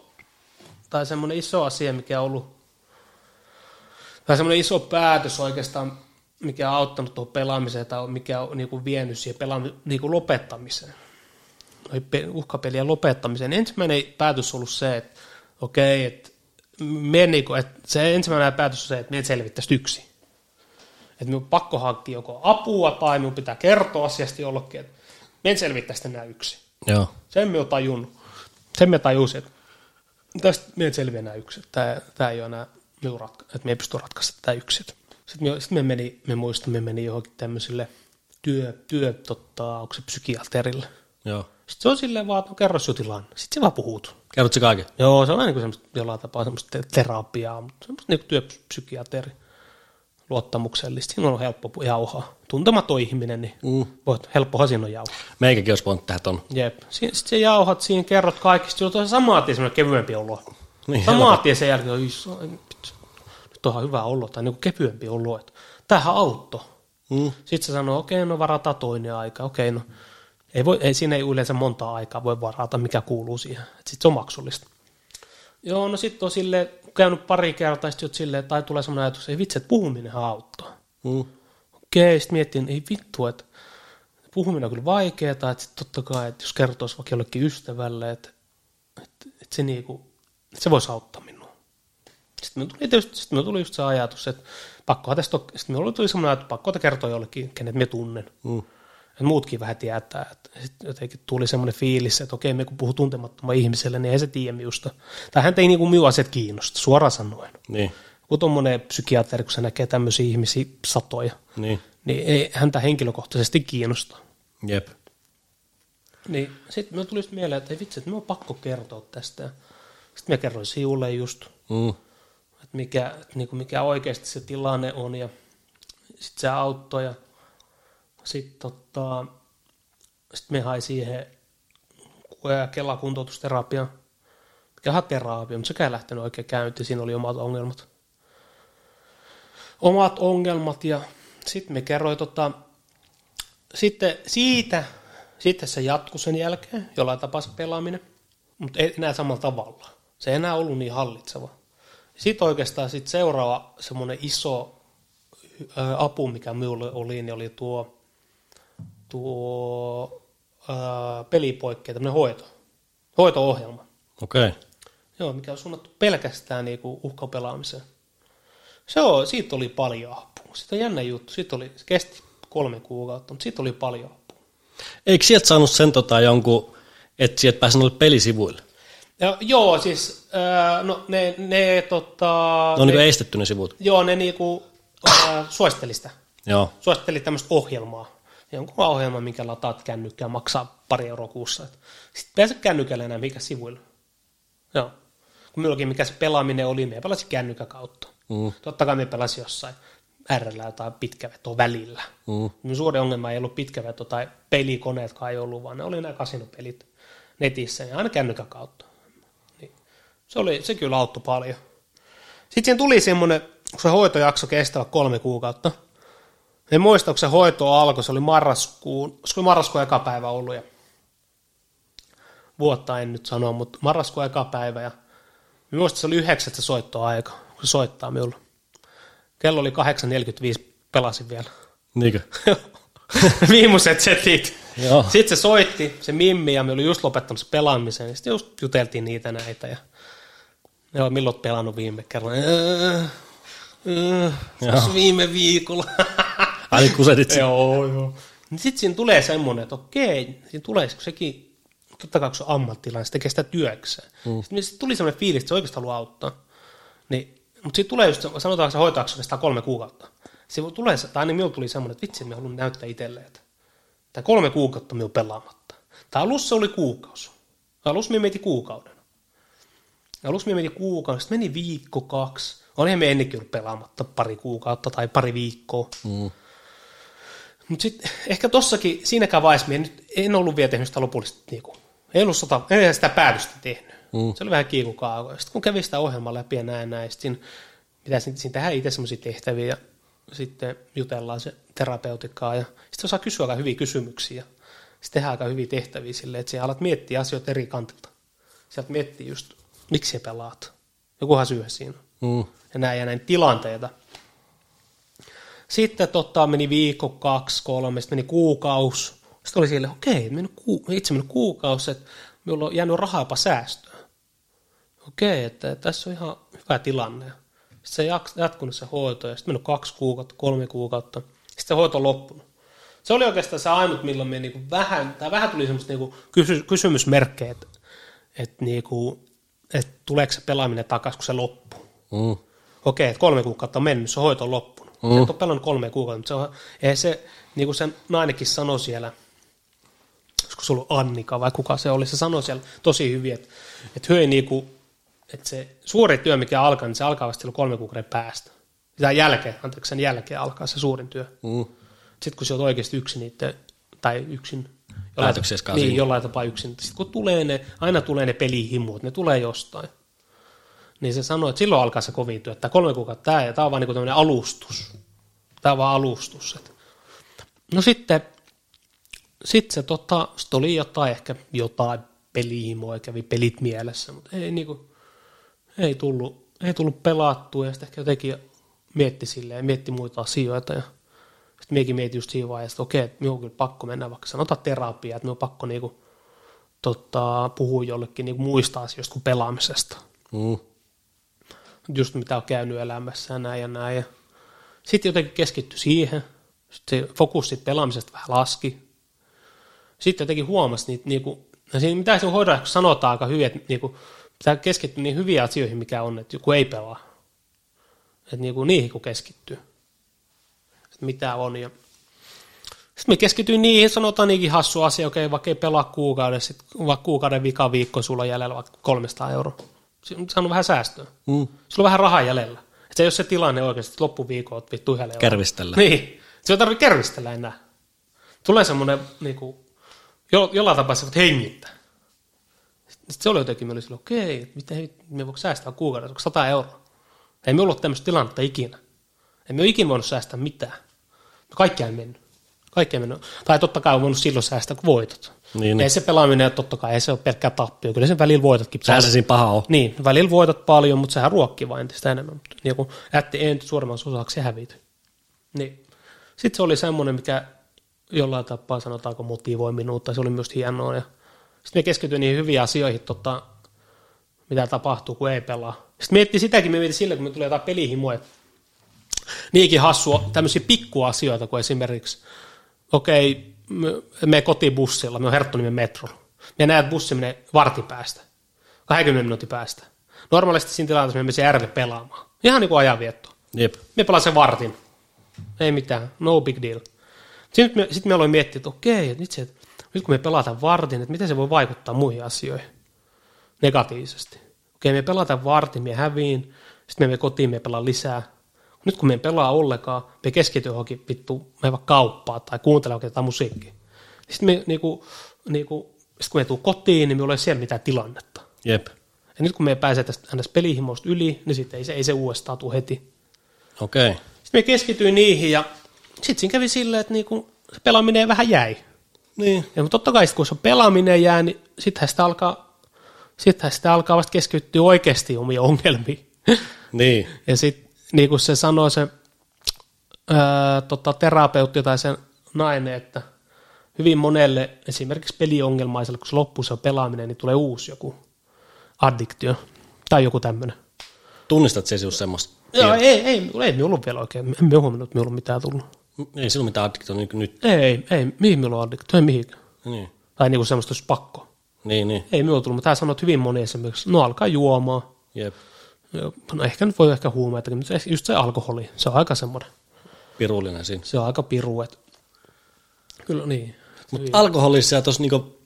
Speaker 2: tai semmoinen iso asia, mikä on ollut, tai semmoinen iso päätös oikeastaan, mikä on auttanut tuohon pelaamiseen tai mikä on niinku vienyt siihen pelaamiseen, niinku lopettamiseen. Noi pe- uhkapelien lopettamiseen. Niin Ensimmäinen päätös on ollut se, että okei, että me niinku, että se ensimmäinen päätös on se, että me selvittäisi yksin. Että minun on pakko hankkia joko apua tai minun pitää kertoa asiasta jollekin, että me en selvittää sitä enää yksin.
Speaker 1: Joo.
Speaker 2: Sen me oon tajunnut. Sen me tajusin, että tästä me en selviä enää yksin. Tämä, tämä ei ole enää minun ratka- että me ei pysty ratkaisemaan tätä yksin. Sitten me, sit me, meni, me muistan, me meni johonkin tämmöiselle työ, työ totta, onko se psykiaterille.
Speaker 1: Joo.
Speaker 2: Sitten se on silleen vaan, että no kerro sinun tilanne. Sitten se vaan puhut.
Speaker 1: Kerrotko kaiken?
Speaker 2: Joo, se on aina niin kuin semmoista jollain tapaa semmoista te- terapiaa, mutta semmoista niin työpsykiateri luottamuksellista. Siinä on helppo pu- jauhaa. Tuntematon ihminen, niin
Speaker 1: Mm.
Speaker 2: voit, helppohan siinä on jauhaa.
Speaker 1: Meikäkin olisi voinut tehdä ton.
Speaker 2: Jep. Sitten sä jauhat siinä, kerrot kaikista, sulla tulee samaa tien semmoinen kevyempi olo.
Speaker 1: Niin,
Speaker 2: Samaa tien sen jälkeen, oi, sa- ai, vittu. nyt onhan hyvä olo, tai niinku kevyempi olo, että tämähän auttoi.
Speaker 1: Mm.
Speaker 2: Sitten se sanoo, okei, no varataan toinen aika, okei, no ei voi, ei, siinä ei yleensä monta aikaa voi varata, mikä kuuluu siihen. Sitten se on maksullista. Joo, no sitten on sille käynyt pari kertaa, sitten silleen, tai tulee semmoinen ajatus, ei vitsi, että puhuminen auttaa
Speaker 1: Mm.
Speaker 2: okei, sitten mietin, ei vittu, että puhuminen on kyllä vaikeaa, että sit totta kai, että jos kertoisi vaikka jollekin ystävälle, että, että, että, se, niinku, että se voisi auttaa minua. Sitten minulle tuli, tietysti, sitten minulle tuli just se ajatus, että pakkohan tästä, on- sitten minulle tuli semmoinen ajatus, että pakkohan tätä kertoa jollekin, kenet minä tunnen.
Speaker 1: Mm.
Speaker 2: Että muutkin vähän tietää. Että sit jotenkin tuli semmoinen fiilis, että okei, me kun puhuu tuntemattoman ihmiselle, niin ei se tiedä minusta. Tai häntä ei niinku minun asiat kiinnosta, suoraan sanoen.
Speaker 1: Niin.
Speaker 2: Kun tuommoinen psykiatri, kun se näkee tämmöisiä ihmisiä satoja,
Speaker 1: Niin.
Speaker 2: niin ei häntä henkilökohtaisesti kiinnosta.
Speaker 1: Jep.
Speaker 2: Niin sitten minulle tuli just mieleen, että ei vitsi, että minun on pakko kertoa tästä. Sitten minä kerroin Siulle just,
Speaker 1: Mm.
Speaker 2: että mikä, että niinku mikä oikeasti se tilanne on ja sitten se auttoi ja sitten tota, sit me hain siihen Kela-kuntoutusterapiaan, mikä on terapia, mutta sekään ei lähtenyt oikein käyntiin, siinä oli omat ongelmat. Omat ongelmat ja sitten me kerroin tota, sitten siitä, sitten se jatkui sen jälkeen, jollain tapaa se pelaaminen, mutta ei enää samalla tavalla. Se ei enää ollut niin hallitseva. Sitten oikeastaan sit seuraava semmoinen iso ö, apu, mikä minulle oli, niin oli tuo, tuo ö, pelipoikkea, tämmöinen hoito, hoito-ohjelma.
Speaker 1: Okei. Okay.
Speaker 2: Joo, mikä on suunnattu pelkästään niinku uhkapelaamiseen. Se on, siitä oli paljon apua. Siitä on jännä juttu. Siitä oli, se kesti kolme kuukautta, mutta siitä oli paljon apua.
Speaker 1: Eikö sieltä saanut sen tota jonkun, että sieltä pääsi noille pelisivuille?
Speaker 2: Ja, joo, siis öö, no, ne, ne, tota,
Speaker 1: Ne on
Speaker 2: ne,
Speaker 1: niin kuin estetty ne sivut.
Speaker 2: joo, ne niinku, öö, suositteli sitä.
Speaker 1: Joo.
Speaker 2: Suositteli tämmöistä ohjelmaa. Jonkun ohjelma, minkä lataat kännykkään, maksaa pari euroa kuussa. Sitten pääse kännykällä enää mikä sivuilla. Joo. Kun minullakin mikä se pelaaminen oli, me pelasi kännykän kautta.
Speaker 1: Mm.
Speaker 2: Totta kai me pelasi jossain RL tai pitkävetoa välillä.
Speaker 1: Mm.
Speaker 2: Minun suuri ongelma ei ollut pitkäveto tai pelikoneetkaan ei ollut, vaan ne oli nämä kasinopelit netissä ja aina kännykän kautta. Niin. Se, oli, se kyllä auttoi paljon. Sitten siihen tuli semmoinen, kun se hoitojakso kestävä kolme kuukautta. En muista, kun se hoito alkoi, se oli marraskuun, se oli marraskuun eka päivä ollut ja vuotta en nyt sano, mutta marraskuun eka päivä ja Mä muistan, että se oli yhdeksättä soittoaika, kun se soittaa minulla. Kello oli 8.45, pelasin vielä.
Speaker 1: Niinkö?
Speaker 2: <laughs> Viimeiset setit. <laughs>
Speaker 1: Joo.
Speaker 2: Sitten se soitti, se Mimmi, ja me oli just lopettamassa pelaamisen, ja sitten just juteltiin niitä näitä, ja joo, milloin oot pelannut viime kerralla? Öö, öö, tässä viime viikolla. <laughs>
Speaker 1: Ai niin kusetit sen.
Speaker 2: joo, joo. Sitten siinä tulee semmoinen, että okei, siinä tulee kun sekin, totta kai kun se on ammattilainen, se tekee sitä työkseen. Mm. Sitten sit tuli semmoinen fiilis, että se oikeasti haluaa auttaa. Niin, mutta sitten tulee just, se- sanotaanko se hoitaako se sitä kolme kuukautta. Se tulee, se- tai ainakin minulla tuli semmoinen, että vitsi, minä haluan näyttää itselleen, että tämä kolme kuukautta minun pelaamatta. Tämä alussa se oli kuukausi. Alussa minä mietin kuukauden. Alussa minä mietin kuukauden, sitten meni viikko, kaksi. Olihan me ennenkin ollut pelaamatta pari kuukautta tai pari viikkoa.
Speaker 1: Mm.
Speaker 2: Mutta sitten ehkä tossakin, siinäkään vaiheessa, minä nyt en ollut vielä tehnyt sitä lopullista, niinku, ei ollut sata, en sitä päätöstä tehnyt. Mm. Se oli vähän kiikukaa. Sitten kun kävi sitä ohjelmaa läpi ja näin, näin sitten mitä siinä, siinä tehdään itse semmoisia tehtäviä ja sitten jutellaan se terapeutikaa ja sitten osaa kysyä aika hyviä kysymyksiä. Sitten tehdään aika hyviä tehtäviä silleen, että sä alat miettiä asioita eri kantilta. Sieltä miettii just, miksi sä pelaat. Jokuhan syy siinä.
Speaker 1: Mm.
Speaker 2: Ja näin ja näin tilanteita. Sitten totta, meni viikko, kaksi, kolme, sitten meni kuukaus. Sitten oli sille, okei, mennyt ku, itse mennyt kuukausi, että minulla on jäänyt rahaa jopa säästöön. Okei, että tässä on ihan hyvä tilanne. Sitten se jaks- jatkunut se hoito ja sitten mennyt kaksi kuukautta, kolme kuukautta. Sitten se hoito on loppunut. Se oli oikeastaan se ainut, milloin me niinku vähän, tai vähän tuli semmoista niinku kysy- kysymysmerkkejä, että et niinku, et tuleeko se pelaaminen takaisin, kun se loppuu
Speaker 1: Mm.
Speaker 2: okei, että kolme kuukautta on mennyt, se hoito on loppunut. Mm. Et ole pelannut kolme kuukautta, mutta se on, eihän se, niin kuin se nainenkin sanoi siellä, olisiko se ollut Annika vai kuka se oli, se sanoi siellä tosi hyvin, että, että, hyö niin kuin, että se suuri työ, mikä alkaa, niin se alkaa vasta silloin kolme kuukauden päästä. Tämän jälkeen, anteeksi, sen jälkeen alkaa se suurin työ.
Speaker 1: Mm.
Speaker 2: Sitten kun sä oot oikeasti yksin niitä, tai yksin,
Speaker 1: Päätöksessä kanssa.
Speaker 2: niin, jollain tapaa yksin. Sitten kun tulee ne, aina tulee ne pelihimut, ne tulee jostain. Niin se sanoi, että silloin alkaa se kovin työ, että kolme kuukautta tämä, ja tämä on vaan niinku tämmöinen alustus. Tämä on vaan alustus. Et. No sitten, sitten se tota, sit oli jotain, ehkä jotain pelihimoa, kävi pelit mielessä, mutta ei niinku, ei tullut, ei tullut pelattua, ja sitten ehkä jotenkin mietti silleen, mietti muita asioita, ja sitten minäkin mietin just siinä vaiheessa, että okei, että minun on kyllä pakko mennä vaikka sanotaan terapiaa, että minun on pakko niinku, tota, puhua jollekin niinku muista asioista kuin pelaamisesta
Speaker 1: Mm.
Speaker 2: just mitä on käynyt elämässä ja näin ja näin. Ja sitten jotenkin keskittyi siihen. Sitten se fokus sit pelaamisesta vähän laski. Sitten jotenkin huomasi niitä, niinku, no siinä, mitä se hoidossa sanotaan aika hyvin, että niinku, pitää keskittyä niin hyviin asioihin, mikä on, että joku ei pelaa. Että niinku, niihin kun keskittyy. Että mitä on. Ja sitten me keskityin niihin, sanotaan niinkin hassu asia, okei, vaikka ei pelaa kuukaudessa, sitten vaikka kuukauden vika viikko sulla on jäljellä vaikka 300 euroa. Se on saanut vähän säästöä.
Speaker 1: Mm.
Speaker 2: Sulla on vähän rahaa jäljellä. Et se ei ole se tilanne oikeasti, että loppuviikon oot vittu yhdellä eurolla.
Speaker 1: Kärvistellä.
Speaker 2: Niin. Se ei tarvitse kärvistellä enää. Tulee semmoinen niinku, jo, jollain tapaa sä voit hengittää. Sitten se oli jotenkin, me oli silloin, okei, että mitä hit- me voiko säästää kuukaudessa, onko 100 euroa. Ei me ollut tämmöistä tilannetta ikinä. Ei me ole ikinä voinut säästää mitään. No kaikkea ei mennyt. Kaikkea ei mennyt. Tai totta kai on voinut silloin säästää, kun voitot.
Speaker 1: Niin,
Speaker 2: Ei
Speaker 1: niin.
Speaker 2: se pelaaminen, totta kai, ei se ole pelkkää tappio. Kyllä sen välillä voitatkin
Speaker 1: Sehän se siinä paha on.
Speaker 2: niin, välillä voitat paljon, mutta sehän ruokkii vain entistä enemmän. Mutta niin kun jätti ei nyt suurimmaksi osaksi hävity. Niin. Sitten se oli semmoinen, mikä jollain tapaa sanotaanko motivoi minut, tai se oli myös hienoa. Ja sitten me keskityin niihin hyviin asioihin, tota, mitä tapahtuu, kun ei pelaa. Sitten mietti sitäkin, me mietin sillä, kun me tulee jotain pelihimoja. Niinkin hassua, tämmöisiä pikkuasioita, kuin esimerkiksi, okei, okay, me kotiin bussilla, me on Herttoniemen metrolla. Me näet bussi menee vartin päästä, 20 minuutin päästä. Normaalisti siinä tilanteessa me menisi järve pelaamaan. Ihan niin kuin ajanvietto.
Speaker 1: Jep.
Speaker 2: Me pelasin vartin. Ei mitään, no big deal. Sitten me, sit me aloin miettiä, että okei, että nyt, se, että nyt kun me pelataan vartin, että miten se voi vaikuttaa muihin asioihin negatiivisesti. Okei, me pelataan vartin, me häviin, sitten me menemme kotiin, me pelaan lisää. Nyt kun me ei pelaa ollenkaan, me keskityy johonkin vittu, me vaikka kauppaa tai kuuntele oikein jotain musiikkia. Sitten me, niinku, niinku, sit kun me tuu kotiin, niin me ei ole siellä mitään tilannetta.
Speaker 1: Jep.
Speaker 2: Ja nyt kun me pääsee tästä ns. pelihimosta yli, niin sitten ei se, ei se uudestaan tule heti.
Speaker 1: Okei. Okay.
Speaker 2: Sitten me keskityin niihin ja sitten siinä kävi silleen, että niinku, se pelaaminen vähän jäi.
Speaker 1: Niin.
Speaker 2: Ja mutta totta kai sit, kun se pelaaminen jää, niin sittenhän sitä alkaa, sittenhän sitä alkaa vasta keskittyä oikeasti omiin ongelmiin.
Speaker 1: Niin.
Speaker 2: Ja sitten niin kuin se sanoi se öö, tota, terapeutti tai sen nainen, että hyvin monelle esimerkiksi peliongelmaiselle, kun se loppuu se pelaaminen, niin tulee uusi joku addiktio tai joku tämmöinen.
Speaker 1: Tunnistat siis just semmoista.
Speaker 2: Joo, ei, ei, ei minulla vielä oikein, en minä huomannut, että minulla on mitään tullut.
Speaker 1: Ei silloin mitään addiktoa niin kuin nyt.
Speaker 2: Ei, ei, ei, mihin minulla on addiktio, ei mihinkään.
Speaker 1: Niin.
Speaker 2: Tai niin kuin semmoista olisi pakko.
Speaker 1: Niin, niin.
Speaker 2: Ei minulla tullut, mutta tämä sanoo, että hyvin moni esimerkiksi, no alkaa juomaan.
Speaker 1: Jep.
Speaker 2: Ja, No ehkä nyt voi ehkä huumeitakin, mutta se- just se alkoholi, se on aika semmoinen,
Speaker 1: Pirullinen siinä.
Speaker 2: se on aika piru, että kyllä niin.
Speaker 1: Mutta alkoholissa ja tuossa niinku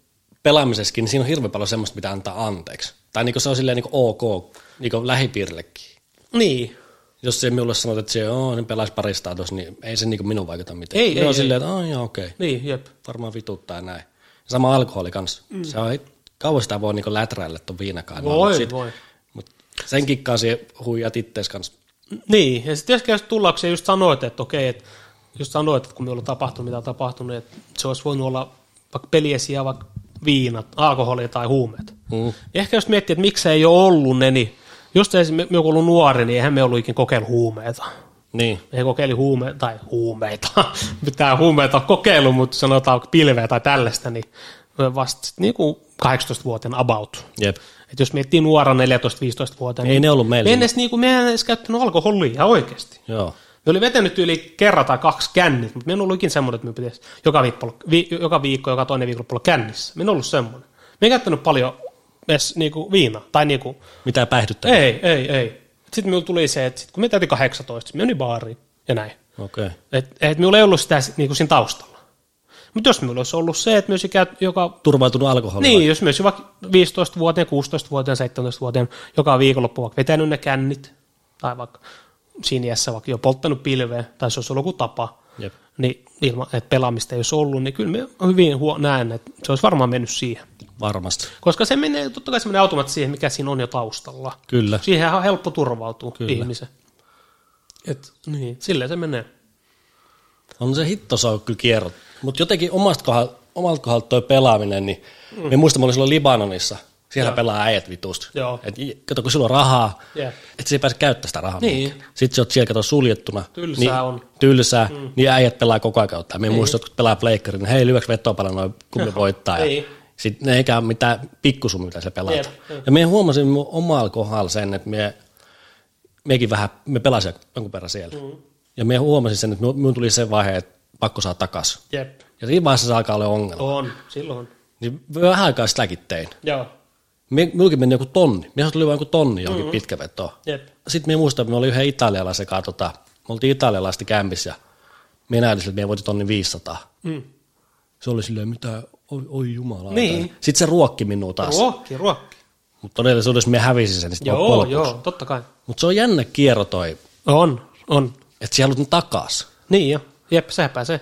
Speaker 1: pelaamisessakin, niin siinä on hirveän paljon semmoista, mitä antaa anteeksi. Tai niinku se on silleen niinku ok niinku lähipiirillekin.
Speaker 2: Niin,
Speaker 1: Jos se minulle sanot, että se on, niin pelaisi paristaa tuossa, niin ei se niinku minun vaikuta mitään.
Speaker 2: Ei,
Speaker 1: ne
Speaker 2: ei,
Speaker 1: on
Speaker 2: ei.
Speaker 1: silleen, että aah, joo, okei.
Speaker 2: niin, jep.
Speaker 1: Varmaan vituttaa ja näin. Sama alkoholi kanssa. Mm. Se on kauan sitä voi niinku läträillä ton viinakaan.
Speaker 2: Voi, voi.
Speaker 1: Mut sen kikkaan siihen huijat ittees kanssa.
Speaker 2: Niin, ja sitten jos tullaanko just sanoit, että okei, että just sanoit, että kun me ollaan tapahtunut, mitä on tapahtunut, että se olisi voinut olla vaikka peliesiä, vaikka viinat, alkoholi tai huumeet.
Speaker 1: Mm.
Speaker 2: Ehkä jos miettii, että miksi ei ole ollut ne, niin just esimerkiksi me, me ollut nuori, niin eihän me ollut ikinä kokeillut huumeita.
Speaker 1: Niin.
Speaker 2: Ei kokeili huumeita, tai huumeita, <laughs> mitään huumeita on kokeillut, mutta sanotaan pilveä tai tällaista, niin vasta niin kuin 18-vuotiaan about.
Speaker 1: Jep.
Speaker 2: Et jos miettii nuoran 14-15-vuotiaan,
Speaker 1: Ei ne ollut meillä
Speaker 2: Me en edes, niin kuin, me en edes käyttänyt alkoholia ihan oikeasti.
Speaker 1: Joo.
Speaker 2: Me oli vetänyt yli kerran tai kaksi kännit, mutta me en ollut ikinä semmoinen, että me pitäisi joka viikko, vi, joka viikko, joka toinen viikko olla kännissä. Me en ollut semmoinen. Me en käyttänyt paljon edes niin kuin viinaa. Tai niin kuin,
Speaker 1: Mitä päihdyttää?
Speaker 2: ei, ei, ei. Sitten minulla tuli se, että sit, kun me täytin 18, me menin baariin ja näin.
Speaker 1: Okei. Okay.
Speaker 2: Et, et minulla ei ollut sitä niin kuin siinä taustalla. Mutta jos minulla olisi ollut se, että myös käy joka
Speaker 1: Turvautunut alkoholilla.
Speaker 2: niin, jos myös vaikka 15-vuotiaan, 16-vuotiaan, 17-vuotiaan, joka viikonloppu vaikka vetänyt ne kännit, tai vaikka siniässä vaikka jo polttanut pilveä, tai se olisi ollut joku tapa,
Speaker 1: Jep.
Speaker 2: niin ilman, että pelaamista ei olisi ollut, niin kyllä me hyvin huo- näen, että se olisi varmaan mennyt siihen.
Speaker 1: Varmasti.
Speaker 2: Koska se menee, totta kai se menee automaatti siihen, mikä siinä on jo taustalla.
Speaker 1: Kyllä.
Speaker 2: Siihen on helppo turvautua
Speaker 1: Kyllä.
Speaker 2: kyllä. ihmisen. Et, niin, silleen se menee.
Speaker 1: On se hitto, se on kyllä kierrot. Mutta jotenkin omasta kohdalta, omalta kohdalta toi pelaaminen, niin mm. me muistan, mä olin silloin Libanonissa. Siellä pelaa äijät vitusti.
Speaker 2: Joo.
Speaker 1: Et, i- kato, kun sillä on rahaa,
Speaker 2: Jep.
Speaker 1: et se ei pääse käyttämään sitä rahaa.
Speaker 2: Niin.
Speaker 1: mihinkään. Sitten se oot siellä, kato, suljettuna.
Speaker 2: Tylsää
Speaker 1: niin,
Speaker 2: on. Niin.
Speaker 1: Tylsää, mm. niin äijät pelaa koko ajan kautta. Me muistan, kun pelaa pleikkarin, niin hei, lyöks vetoa paljon noin, kumpi voittaa. Ja
Speaker 2: Niin.
Speaker 1: sitten ne eikä ole mitään pikkusummi, mitä se pelaa.
Speaker 2: Jep,
Speaker 1: Ja me huomasin mun omalla kohdalla sen, että me mekin vähän, me pelasin jonkun verran siellä. Mm. Ja me huomasin sen, että minun tuli se vaihe, että pakko saa takaisin.
Speaker 2: Jep.
Speaker 1: Ja siinä vaiheessa se alkaa olla ongelma.
Speaker 2: On, silloin.
Speaker 1: Niin vähän aikaa sitäkin tein.
Speaker 2: Joo,
Speaker 1: Me- Minullakin meni joku tonni. Minulla tuli vain joku tonni johonkin mm-hmm. pitkä veto.
Speaker 2: jep.
Speaker 1: Sitten me muistan, että me oli yhden italialaisen kanssa, tota, me oltiin italialaista kämpissä ja me näytin, että me voitin tonni 500.
Speaker 2: Mm.
Speaker 1: Se oli silleen, mitä, oi, oi jumala.
Speaker 2: Niin.
Speaker 1: Sitten se ruokki minua taas. Ruo-
Speaker 2: Ruokki, ruokki.
Speaker 1: Mutta todellisuudessa me hävisin sen. Niin
Speaker 2: Joo, joo, totta kai.
Speaker 1: Mutta se on jännä kierro toi,
Speaker 2: On, on.
Speaker 1: että sä haluat ne takas.
Speaker 2: Niin jo, jep, sepä se.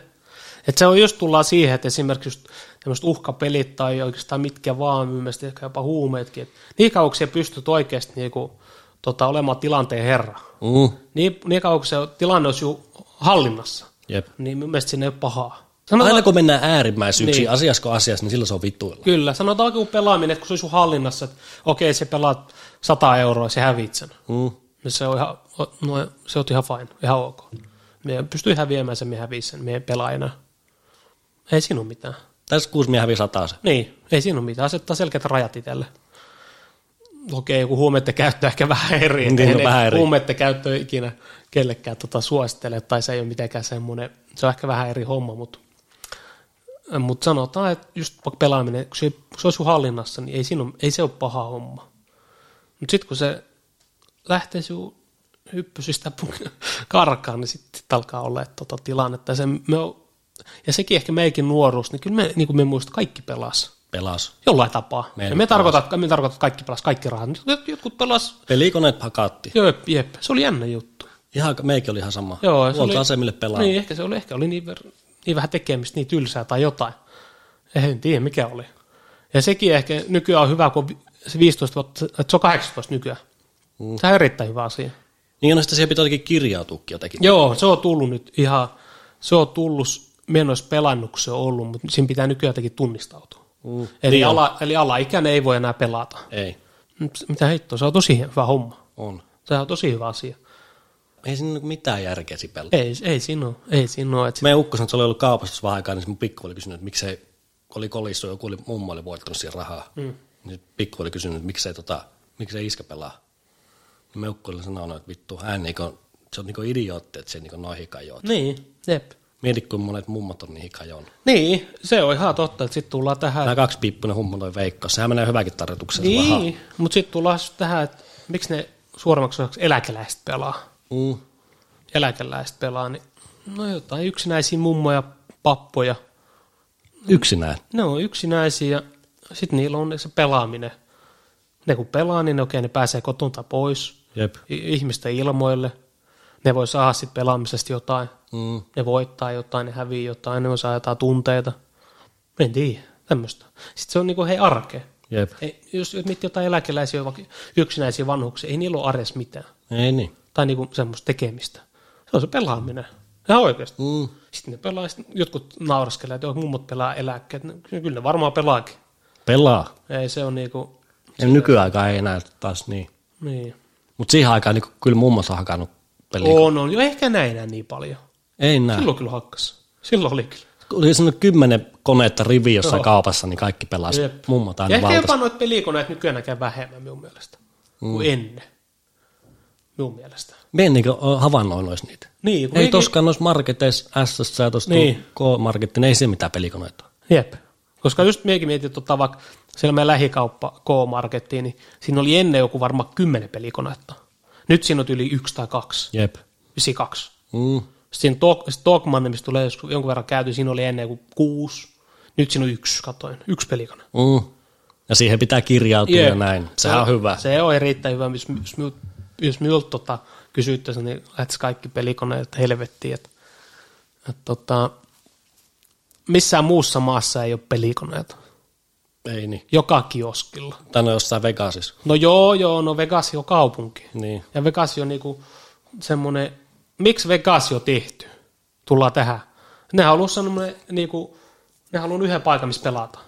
Speaker 2: Että se on just tullaan siihen, että esimerkiksi just tämmöiset uhkapelit tai oikeastaan mitkä vaan, mielestäni ehkä jopa huumeetkin, että niin kauan kun sä pystyt oikeasti niinku, tota, olemaan tilanteen herra,
Speaker 1: Mm.
Speaker 2: niin, niin kauan kun se tilanne olisi ju- hallinnassa,
Speaker 1: Jep.
Speaker 2: niin mun mielestä siinä ei ole pahaa.
Speaker 1: No,
Speaker 2: Sanotaan,
Speaker 1: Aina kun mennään äärimmäisyyksiin, niin.
Speaker 2: Niin.
Speaker 1: asiassa kuin asiassa, niin silloin se on vittuilla.
Speaker 2: Kyllä, sanotaan kun pelaaminen, että kun se on sun hallinnassa, että okei, sä pelaat 100 euroa, sä hävit sen.
Speaker 1: Mm.
Speaker 2: No se on ihan, no, se on ihan fine, ihan ok. Me pystyy häviämään sen, me hävii sen, me ei pelaa enää. Ei siinä ole mitään.
Speaker 1: Tässä kuusi mie hävi sataa se.
Speaker 2: Niin, ei siinä ole mitään. Asettaa selkeät rajat itselle. Okei, joku huumeiden käyttö ehkä vähän eri.
Speaker 1: Niin,
Speaker 2: Ei
Speaker 1: no
Speaker 2: ne
Speaker 1: vähän eri.
Speaker 2: Huumeiden käyttö ei ikinä kellekään tota suosittele, tai se ei ole mitenkään semmoinen, se on ehkä vähän eri homma, mutta mut sanotaan, että just vaikka pelaaminen, kun se, kun se on sun hallinnassa, niin ei, siinä ole, ei se ole paha homma. Mutta sitten kun se lähtee sinun hyppysistä puk- karkaan, niin sitten sit alkaa olla että tota tilannetta. Ja, se, me, o- ja sekin ehkä meikin nuoruus, niin kyllä me, niin kuin me muista, kaikki pelas.
Speaker 1: Pelas.
Speaker 2: Jollain tapaa.
Speaker 1: Me
Speaker 2: Me,
Speaker 1: ei
Speaker 2: ja
Speaker 1: nyt
Speaker 2: me tarkoitat, me tarkoitat, että kaikki pelas kaikki rahat. Jot- Jotkut pelas,
Speaker 1: Pelikoneet hakatti.
Speaker 2: jep, jep. Se oli jännä juttu.
Speaker 1: Ihan, meikin oli ihan sama.
Speaker 2: Joo, ja se oli-
Speaker 1: asemille pelaa.
Speaker 2: Niin, ehkä se oli, ehkä oli niin, ver- niin vähän tekemistä, niin tylsää tai jotain. Eh, En tiedä, mikä oli. Ja sekin ehkä nykyään on hyvä, kun on vi- se 15 vuotta, että se on 18 nykyään. Mm. Se on erittäin hyvä asia.
Speaker 1: Niin on, että siihen pitää jotenkin kirjautuukin jotenkin.
Speaker 2: Joo, se on tullut nyt ihan, se on tullut, me en olisi pelannut, kun se on ollut, mutta siinä pitää nykyään jotenkin tunnistautua.
Speaker 1: Mm.
Speaker 2: Eli, ala, eli alaikäinen ei voi enää pelata.
Speaker 1: Ei,
Speaker 2: Mitä heittoa, se on tosi hyvä homma.
Speaker 1: on.
Speaker 2: Sehän on tosi hyvä asia.
Speaker 1: Ei siinä niinku mitään järkeä siinä pelata.
Speaker 2: Ei, ei siinä ole. Ei siinä ole. Että sit,
Speaker 1: Meidän ukko sanoi, että se oli ollut kaupassa tuossa vähän aikaa, niin se mun pikku oli kysynyt, että miksei, oli kolissu, joku oli, mummo oli voittanut siihen rahaa. Mm. Niin pikku oli kysynyt, että miksei, tota, miksei iskä pelaa. Niin me ukko oli sanonut, että vittu, hän niinku, se on niinku idiootti, että se niinku noin hikajoot.
Speaker 2: niin, jep.
Speaker 1: Mieti, kuinka monet mummot on niin hikajoon.
Speaker 2: Niin, se on ihan totta, että sitten tullaan tähän.
Speaker 1: Nämä kaksi piippunen hummo toi Veikko, sehän menee hyväkin tarjotukseen. se raha.
Speaker 2: niin, mutta sitten tullaan just tähän, että miksi ne suoremmaksi osaksi eläkeläiset pelaa.
Speaker 1: Mm.
Speaker 2: Eläkeläiset pelaa, niin no jotain yksinäisiä mummoja, pappoja.
Speaker 1: Yksinään.
Speaker 2: Ne on yksinäisiä ja sitten niillä on se pelaaminen. Ne kun pelaa, niin ne, okei, ne pääsee kotonta pois
Speaker 1: Jep.
Speaker 2: i- ihmisten ilmoille. Ne voi saada sitten pelaamisesta jotain.
Speaker 1: Mm.
Speaker 2: ne voittaa jotain, ne hävii jotain, ne saa jotain tunteita. En tiedä, tämmöistä. Sitten se on niinku hei arkea.
Speaker 1: Jep.
Speaker 2: Ei, jos miettii jotain eläkeläisiä, vaikka yksinäisiä vanhuksia, ei niillä ole arjessa mitään.
Speaker 1: Ei niin.
Speaker 2: Tai niinku semmoista tekemistä. Se on se pelaaminen. Ihan oikeasti.
Speaker 1: Mm.
Speaker 2: Sitten ne pelaa, sit jotkut nauraskelee, että joo, mummot pelaa eläkkeet. No, ky- Kyllä ne varmaan pelaakin.
Speaker 1: Pelaa.
Speaker 2: Ei se on niinku,
Speaker 1: Ja nykyaikaan ei enää taas niin.
Speaker 2: niin.
Speaker 1: Mutta siihen aikaan niin kyllä mummot on hakannut peliä. Oh.
Speaker 2: On, on. Jo ehkä näin enää niin paljon.
Speaker 1: Ei näin.
Speaker 2: Silloin kyllä hakkas. Silloin oli kyllä.
Speaker 1: Kun oli semmoinen kymmenen konetta rivi jossain kaupassa, niin kaikki pelasi.
Speaker 2: Jep.
Speaker 1: Mummot
Speaker 2: ja
Speaker 1: aina
Speaker 2: ehkä
Speaker 1: valtas. Niin.
Speaker 2: jopa noita pelikoneita nykyään näkee vähemmän minun mielestä mm. kuin ennen. Minun mielestä.
Speaker 1: Me en niin havainnoin olisi niitä.
Speaker 2: Niin, kun
Speaker 1: Ei
Speaker 2: mekin-
Speaker 1: toskaan noissa marketeissa, S ja tuossa
Speaker 2: Niin.
Speaker 1: niin. K-marketti, niin ei se mitään pelikoneita ole.
Speaker 2: Jep. Koska just miekin mietin, että ottaa vaikka siellä meidän lähikauppa K-Markettiin, niin siinä oli ennen joku varmaan kymmenen pelikonetta. Nyt siinä on yli yksi tai kaksi.
Speaker 1: Jep.
Speaker 2: Ysi kaksi.
Speaker 1: Mm.
Speaker 2: Siinä Talk- Talkman, mistä tulee joskus jonkun verran käyty, siinä oli ennen joku kuusi. Nyt siinä on yksi, katoin. Yksi pelikone.
Speaker 1: Mm. Ja siihen pitää kirjautua
Speaker 2: Jep.
Speaker 1: ja näin. Sehän on hyvä.
Speaker 2: Se on erittäin hyvä, jos, jos, minut, jos minulta tota, kysyttäisiin, niin lähtis kaikki pelikoneet helvettiin. Että, että, tota, missään muussa maassa ei ole pelikoneita.
Speaker 1: Ei niin.
Speaker 2: Joka kioskilla.
Speaker 1: Tänne jossain Vegasissa.
Speaker 2: No joo, joo, no Vegas on kaupunki.
Speaker 1: Niin.
Speaker 2: Ja Vegas on niinku semmoinen, miksi Vegas on tehty? Tullaan tähän. Ne haluaa semmoinen, niinku, ne haluaa yhden paikan, missä pelata.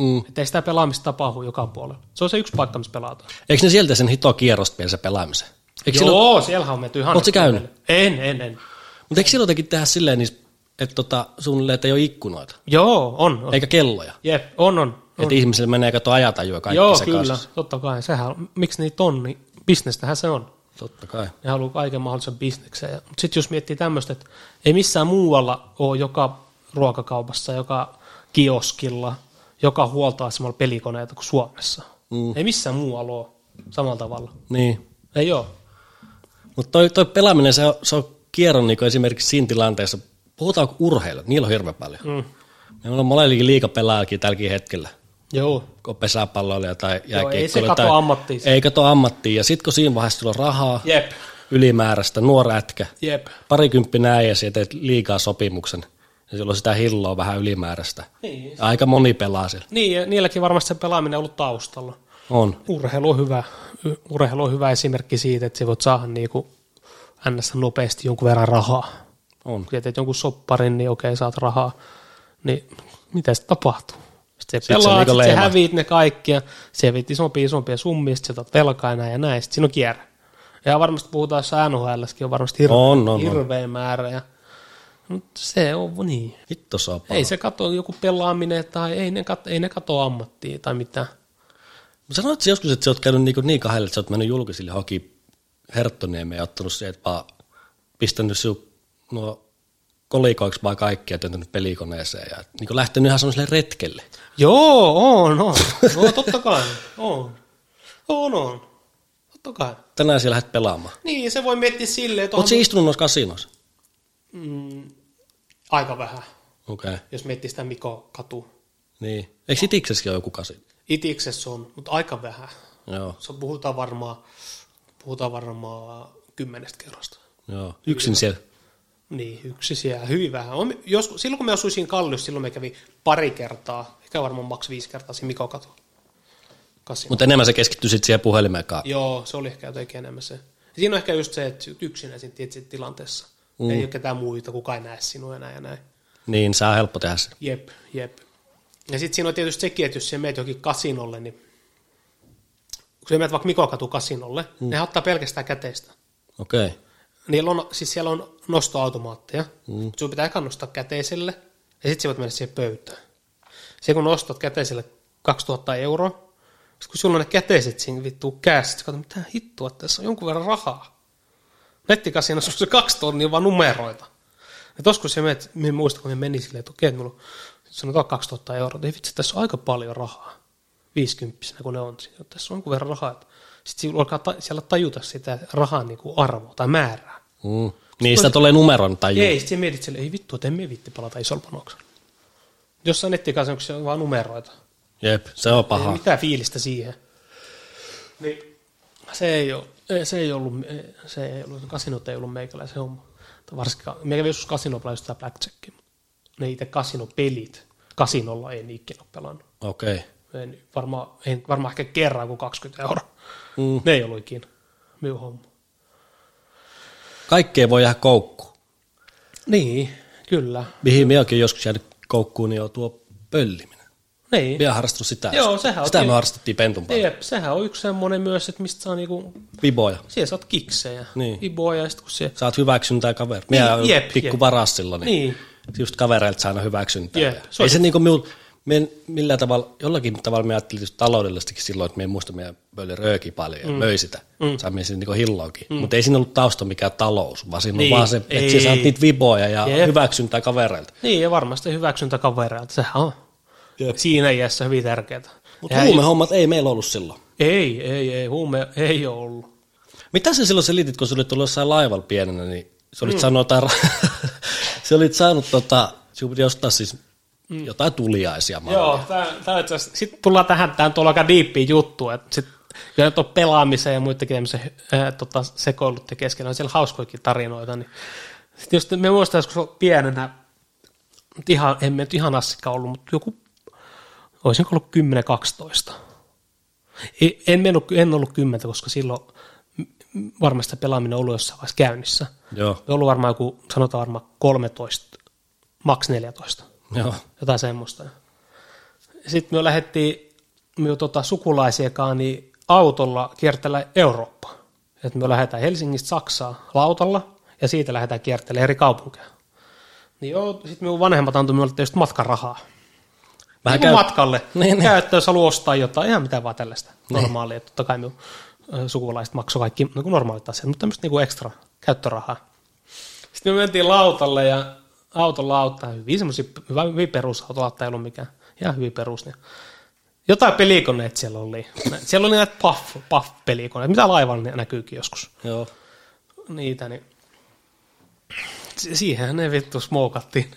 Speaker 1: Mm.
Speaker 2: Että ei sitä pelaamista tapahdu joka puolella. Se on se yksi paikka, missä pelataan.
Speaker 1: Eikö ne sieltä sen hito kierrosta vielä se pelaamisen? Eikö
Speaker 2: Joo,
Speaker 1: silloin,
Speaker 2: silloin... siellähän on menty ihan...
Speaker 1: Oot sä käynyt?
Speaker 2: En, en, en.
Speaker 1: mutta eikö silloin jotenkin tehdä silleen, niin, että tota, suunnilleen, että ei ole ikkunoita,
Speaker 2: Joo, on. on.
Speaker 1: eikä kelloja?
Speaker 2: Jep, on, on.
Speaker 1: Että ihmisille menee kato ajatajua kaikki
Speaker 2: Joo,
Speaker 1: sekaisin.
Speaker 2: kyllä, totta kai. Sehän, miksi niitä on, niin bisnestähän se on.
Speaker 1: Totta kai.
Speaker 2: Ne haluaa kaiken mahdollisen bisneksen. Mutta sitten jos miettii tämmöistä, että ei missään muualla ole joka ruokakaupassa, joka kioskilla, joka huoltoasemalla pelikoneita kuin Suomessa. Mm. Ei missään muualla ole samalla tavalla.
Speaker 1: Niin.
Speaker 2: Ei ole.
Speaker 1: Mutta toi, toi pelaaminen, se on, se on kierron niin esimerkiksi siinä tilanteessa, puhutaanko urheilu, niillä on hirveän paljon. Mm. Meillä on molemmillakin liika pelaajakin tälläkin hetkellä,
Speaker 2: Joo.
Speaker 1: kun pesäpalloilija tai jääkiekkoilija.
Speaker 2: ei se kato
Speaker 1: tai,
Speaker 2: ammattiin.
Speaker 1: Ei kato ammattiin. Ja sitten kun siinä vaiheessa sulla on rahaa,
Speaker 2: Jep,
Speaker 1: ylimääräistä, nuorätkä,
Speaker 2: jep.
Speaker 1: parikymppinen äijä, ja teet liikaa sopimuksen, ja silloin sitä hilloa vähän ylimääräistä.
Speaker 2: Niin.
Speaker 1: Aika moni pelaa siellä.
Speaker 2: Niin, ja niilläkin varmasti se pelaaminen on ollut taustalla.
Speaker 1: On.
Speaker 2: Urheilu on hyvä, urheilu on hyvä esimerkki siitä, että sä voit saada niinku ns. nopeasti jonkun verran rahaa.
Speaker 1: On.
Speaker 2: Kun sä teet jonkun sopparin, niin okei, saat rahaa. Niin mitä sitten tapahtuu? Sitten sä
Speaker 1: Sit se on
Speaker 2: pelaat,
Speaker 1: niinku
Speaker 2: sitten sit sä
Speaker 1: leima.
Speaker 2: häviit ne kaikki, ja sä häviit isompia isompia summia, sitten sä otat velkaa ja näin ja näin. Sitten siinä on kierre. Ja varmasti puhutaan jossain NHLskin, on varmasti hirveä,
Speaker 1: On, on, on.
Speaker 2: hirveä määrä. Ja, mutta se on niin.
Speaker 1: Hitto se on paha.
Speaker 2: Ei se kato joku pelaaminen tai ei ne, kato, ei ne kato ammattia tai mitään.
Speaker 1: Sanoit sä joskus, että sä oot käynyt niin, niin kahdella, että sä oot mennyt julkisille haki Herttoniemeen ja ottanut se, että vaan pistänyt sinut nuo kolikoiksi vaan kaikkia työntänyt pelikoneeseen ja niin kuin lähtenyt ihan semmoiselle retkelle.
Speaker 2: <laughs> Joo, on, on. No totta kai, on. On, on. Totta kai.
Speaker 1: Tänään siellä lähdet pelaamaan.
Speaker 2: Niin, se voi miettiä silleen, että
Speaker 1: Oot
Speaker 2: onhan...
Speaker 1: sä istunut noissa kasinoissa?
Speaker 2: Mm, aika vähän,
Speaker 1: Okei, okay.
Speaker 2: jos miettii sitä Miko katu.
Speaker 1: niin. Eikö Sitiksessäkin ole joku kasi?
Speaker 2: Itiksessä on, mutta aika vähän.
Speaker 1: Joo,
Speaker 2: Se on- puhutaan varmaan, puhutaan varmaan kymmenestä kerrosta.
Speaker 1: joo. Yksin siellä.
Speaker 2: Niin, yksi siellä, hyvin vähän. On, jos, silloin kun me asuin siinä Kalliossa, silloin me kävi pari kertaa, ehkä varmaan maks viisi kertaa siinä Mikon katu. Kassi.
Speaker 1: Mutta enemmän se keskittyy sitten siihen puhelimeen kanssa.
Speaker 2: Joo, se oli ehkä jotenkin enemmän se. Ja siinä on ehkä just se, että yksinäisin tietysti tilanteessa. Mm. Ei ole ketään muita, kukaan ei näe sinua enää ja näin.
Speaker 1: Niin, se on helppo tehdä se.
Speaker 2: Jep, jep. Ja sitten siinä on tietysti sekin, että jos sä meet johonkin kasinolle, niin kun sä menet vaikka Mikokatu kasinolle, mm. ne ottaa pelkästään käteistä.
Speaker 1: Okei. Okay.
Speaker 2: Niillä on, siis siellä on nostoautomaatteja, mm. sun pitää eka nostaa käteiselle, ja sitten sä voit mennä siihen pöytään. Se kun nostat käteiselle 2000 euroa, sit kun sulla on ne käteiset siinä vittu käsissä, sä katsot, mitä hittua, tässä on jonkun verran rahaa. Nettikasina on se kaksi tonnia vaan numeroita. Ja joskus se menet, minä muistan, kun me meni silleen, että okei, että mulla on sanotaan 2000 euroa, että ei vitsi, tässä on aika paljon rahaa. 50 kun ne on, siinä, että tässä on jonkun verran rahaa. Sitten alkaa ta- siellä tajuta sitä rahan niin kuin arvoa tai määrää.
Speaker 1: Mm. Niin, sitä tulee numeron tai
Speaker 2: Ei, sitten mietit sille, ei vittu, että emme vitti palata isolla panoksella. Jossain nettikansankuksessa on vaan numeroita.
Speaker 1: Jep, se on
Speaker 2: Ei
Speaker 1: paha.
Speaker 2: mitään fiilistä siihen. Niin. Se ei, ole, ei- se ei ollut, ei- se ei ollut, kasinot ei ollut meikäläisen homma. Tai varsinkaan, me kävi joskus kasinopelaa just tää blackjackia. Ne itse kasinopelit, kasinolla en ikinä ole pelannut.
Speaker 1: Okei. Okay.
Speaker 2: en varmaan, en varmaan ehkä kerran kuin 20 euroa.
Speaker 1: Mm.
Speaker 2: Ne ei ollut ikinä minun homma.
Speaker 1: Kaikkea voi jäädä koukkuun.
Speaker 2: Niin, kyllä.
Speaker 1: Mihin minäkin joskus jäänyt koukkuun, niin on tuo pölliminen.
Speaker 2: Niin.
Speaker 1: Minä harrastus sitä.
Speaker 2: Joo, sehän on
Speaker 1: Sitä
Speaker 2: tie-
Speaker 1: me harrastettiin pentun päällä.
Speaker 2: Jep, sehän on yksi semmoinen myös, että mistä saa niinku,
Speaker 1: Viboja.
Speaker 2: siellä saat kiksejä,
Speaker 1: Niin.
Speaker 2: iboja, ja sit kun se,
Speaker 1: Saat hyväksyntää kaveri. Minä
Speaker 2: Niin, jep,
Speaker 1: olen pikku
Speaker 2: jep.
Speaker 1: varas silloin, niin,
Speaker 2: niin,
Speaker 1: just kavereilta saa aina hyväksyntää.
Speaker 2: Jep,
Speaker 1: Ja
Speaker 2: se on
Speaker 1: ei se
Speaker 2: just-
Speaker 1: niinku minun, men, millään tavalla, jollakin tavalla me ajattelin just taloudellisestikin silloin, että me ei muista, meidän pöli rööki paljon ja mm. möi sitä. Mm. Saamme sen niinku hilloakin. Mm. Mutta ei siinä ollut tausta mikään talous, vaan siinä
Speaker 2: Niin,
Speaker 1: on vaan se, että
Speaker 2: ei.
Speaker 1: sä saat niitä viboja ja
Speaker 2: Jep.
Speaker 1: hyväksyntää kavereilta.
Speaker 2: niin, ja varmasti hyväksyntä kavereilta, sehän on.
Speaker 1: Jep.
Speaker 2: Siinä iässä hyvin tärkeää.
Speaker 1: Mutta huumehommat ei meillä ollut silloin.
Speaker 2: Ei, ei, ei, huume ei ole ollut.
Speaker 1: Mitä sä silloin selitit, kun sä olit ollut jossain laivalla pienenä, niin sä olit, mm. saanut, jotain ra- <laughs> sä olit saanut, tota, sinun piti ostaa siis mm. jotain tuliaisia malleja.
Speaker 2: Joo, tämä itse asiassa, sitten tullaan tähän, tämä nyt on aika diippiä juttu, että sit, kyllä nyt on pelaamisen ja muidenkin tämmöisen äh, tota, sekoilut ja keskellä, on siellä hauskoikin tarinoita, niin sitten just me muistan joskus pienenä, nyt ihan, en me nyt ihan assikka ollut, mutta joku, olisinko ollut 10-12. Ei- En, mennyt, en ollut 10, koska silloin m- m- varmasti se pelaaminen on ollut jossain vaiheessa käynnissä.
Speaker 1: Joo.
Speaker 2: Ollut varmaan joku, sanotaan varmaan 13, maks 14
Speaker 1: Joo.
Speaker 2: jotain semmoista. Sitten me lähdettiin me tota, sukulaisiakaan niin autolla kiertellä Eurooppaa. Et me lähdetään Helsingistä Saksaan lautalla ja siitä lähdetään kiertelemään eri kaupunkeja. Niin joo, sitten minun vanhemmat antoi minulle tietysti matkarahaa. Vähän niin
Speaker 1: käy-
Speaker 2: käy... matkalle.
Speaker 1: Niin,
Speaker 2: <laughs> Niin,
Speaker 1: niin.
Speaker 2: Käyttö, jos haluaa ostaa jotain, ihan mitä vaan tällaista. Normaalia. Niin. Totta kai minun ö, sukulaiset maksoi kaikki niin kuin normaalit asiat, mutta tämmöistä niin kuin ekstra käyttörahaa. Sitten me mentiin lautalle ja autolla auttaa hyvin semmoisia, hyvä, hyvin perusauto, auttaa ei ollut mikään. Ihan hyvin perus. Niin. Jotain pelikoneet siellä oli. <laughs> Nä- Siellä oli näitä puff, puff-pelikoneet, mitä laivalla ne näkyykin joskus.
Speaker 1: Joo.
Speaker 2: Niitä, niin. Si- Siihen ne vittu smokattiin.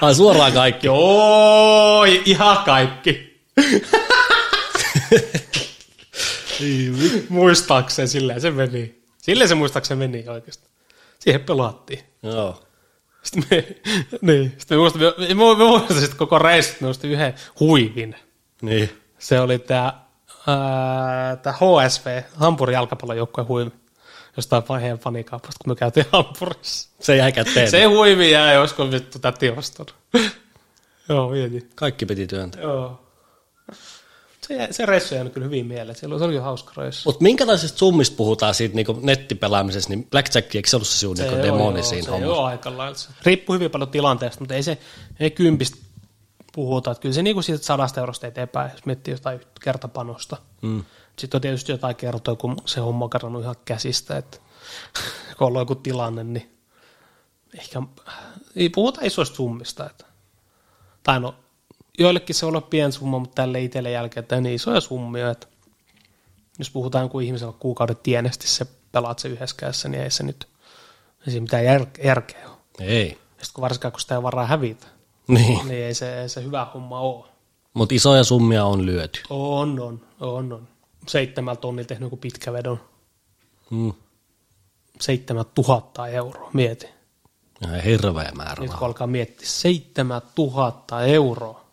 Speaker 1: Ai suoraan kaikki.
Speaker 2: Joo, i- ihan kaikki. muistaakseni silleen se meni. Silleen se muistaakseni meni oikeasti. Siihen pelattiin.
Speaker 1: Joo.
Speaker 2: Sitten me, niin, sitten me muistamme, me, me, me muistamme sitten koko reissu, me muistamme yhden huivin.
Speaker 1: Niin.
Speaker 2: Se oli tämä tää HSV, Hampurin jalkapallojoukkueen huivi, jostain vaiheen fanikaupasta, kun me käytiin Hampurissa.
Speaker 1: Se jäi käteen.
Speaker 2: Se huivi jäi, olisiko vittu täti ostanut. <laughs> Joo, mieti.
Speaker 1: Kaikki piti työntää.
Speaker 2: Joo. Se, jä- se reissu jäi kyllä hyvin mieleen. Se oli, se oli jo hauska reissu.
Speaker 1: Mutta minkälaisista summista puhutaan siitä niin nettipelaamisessa, niin Blackjack, eikö se ollut se sinun
Speaker 2: Se
Speaker 1: niin
Speaker 2: joo,
Speaker 1: demoni
Speaker 2: joo,
Speaker 1: siinä
Speaker 2: se
Speaker 1: hommassa?
Speaker 2: Joo, aika lailla. se. Riippuu hyvin paljon tilanteesta, mutta ei se ei kympistä puhuta. Että kyllä se niinku siitä sadasta eurosta eteenpäin, jos miettii jotain yhtä kertapanosta. Mm. Sitten on tietysti jotain kertoja, kun se homma on karannut ihan käsistä, että <laughs> kun on ollut joku tilanne, niin ehkä ei puhuta isoista summista. Että. Tai no, joillekin se voi olla pieni summa, mutta tälle itselle jälkeen, että niin isoja summia, että jos puhutaan kuin ihmisellä on kuukauden tienesti, se pelaat se yhdessä kädessä, niin ei se nyt ei siinä mitään jär- järkeä ole.
Speaker 1: Ei.
Speaker 2: Sitten kun varsinkaan, kun sitä ei varaa hävitä,
Speaker 1: Niin.
Speaker 2: niin ei se, ei se hyvä homma ole.
Speaker 1: Mutta isoja summia on lyöty.
Speaker 2: On, on, on, on. Seitsemän tonni tehnyt joku pitkä vedon.
Speaker 1: Mm.
Speaker 2: Seitsemän tuhatta euroa, mieti.
Speaker 1: Ihan hirveä määrä
Speaker 2: Nyt
Speaker 1: rahaa.
Speaker 2: kun alkaa miettiä, seitsemän tuhatta euroa.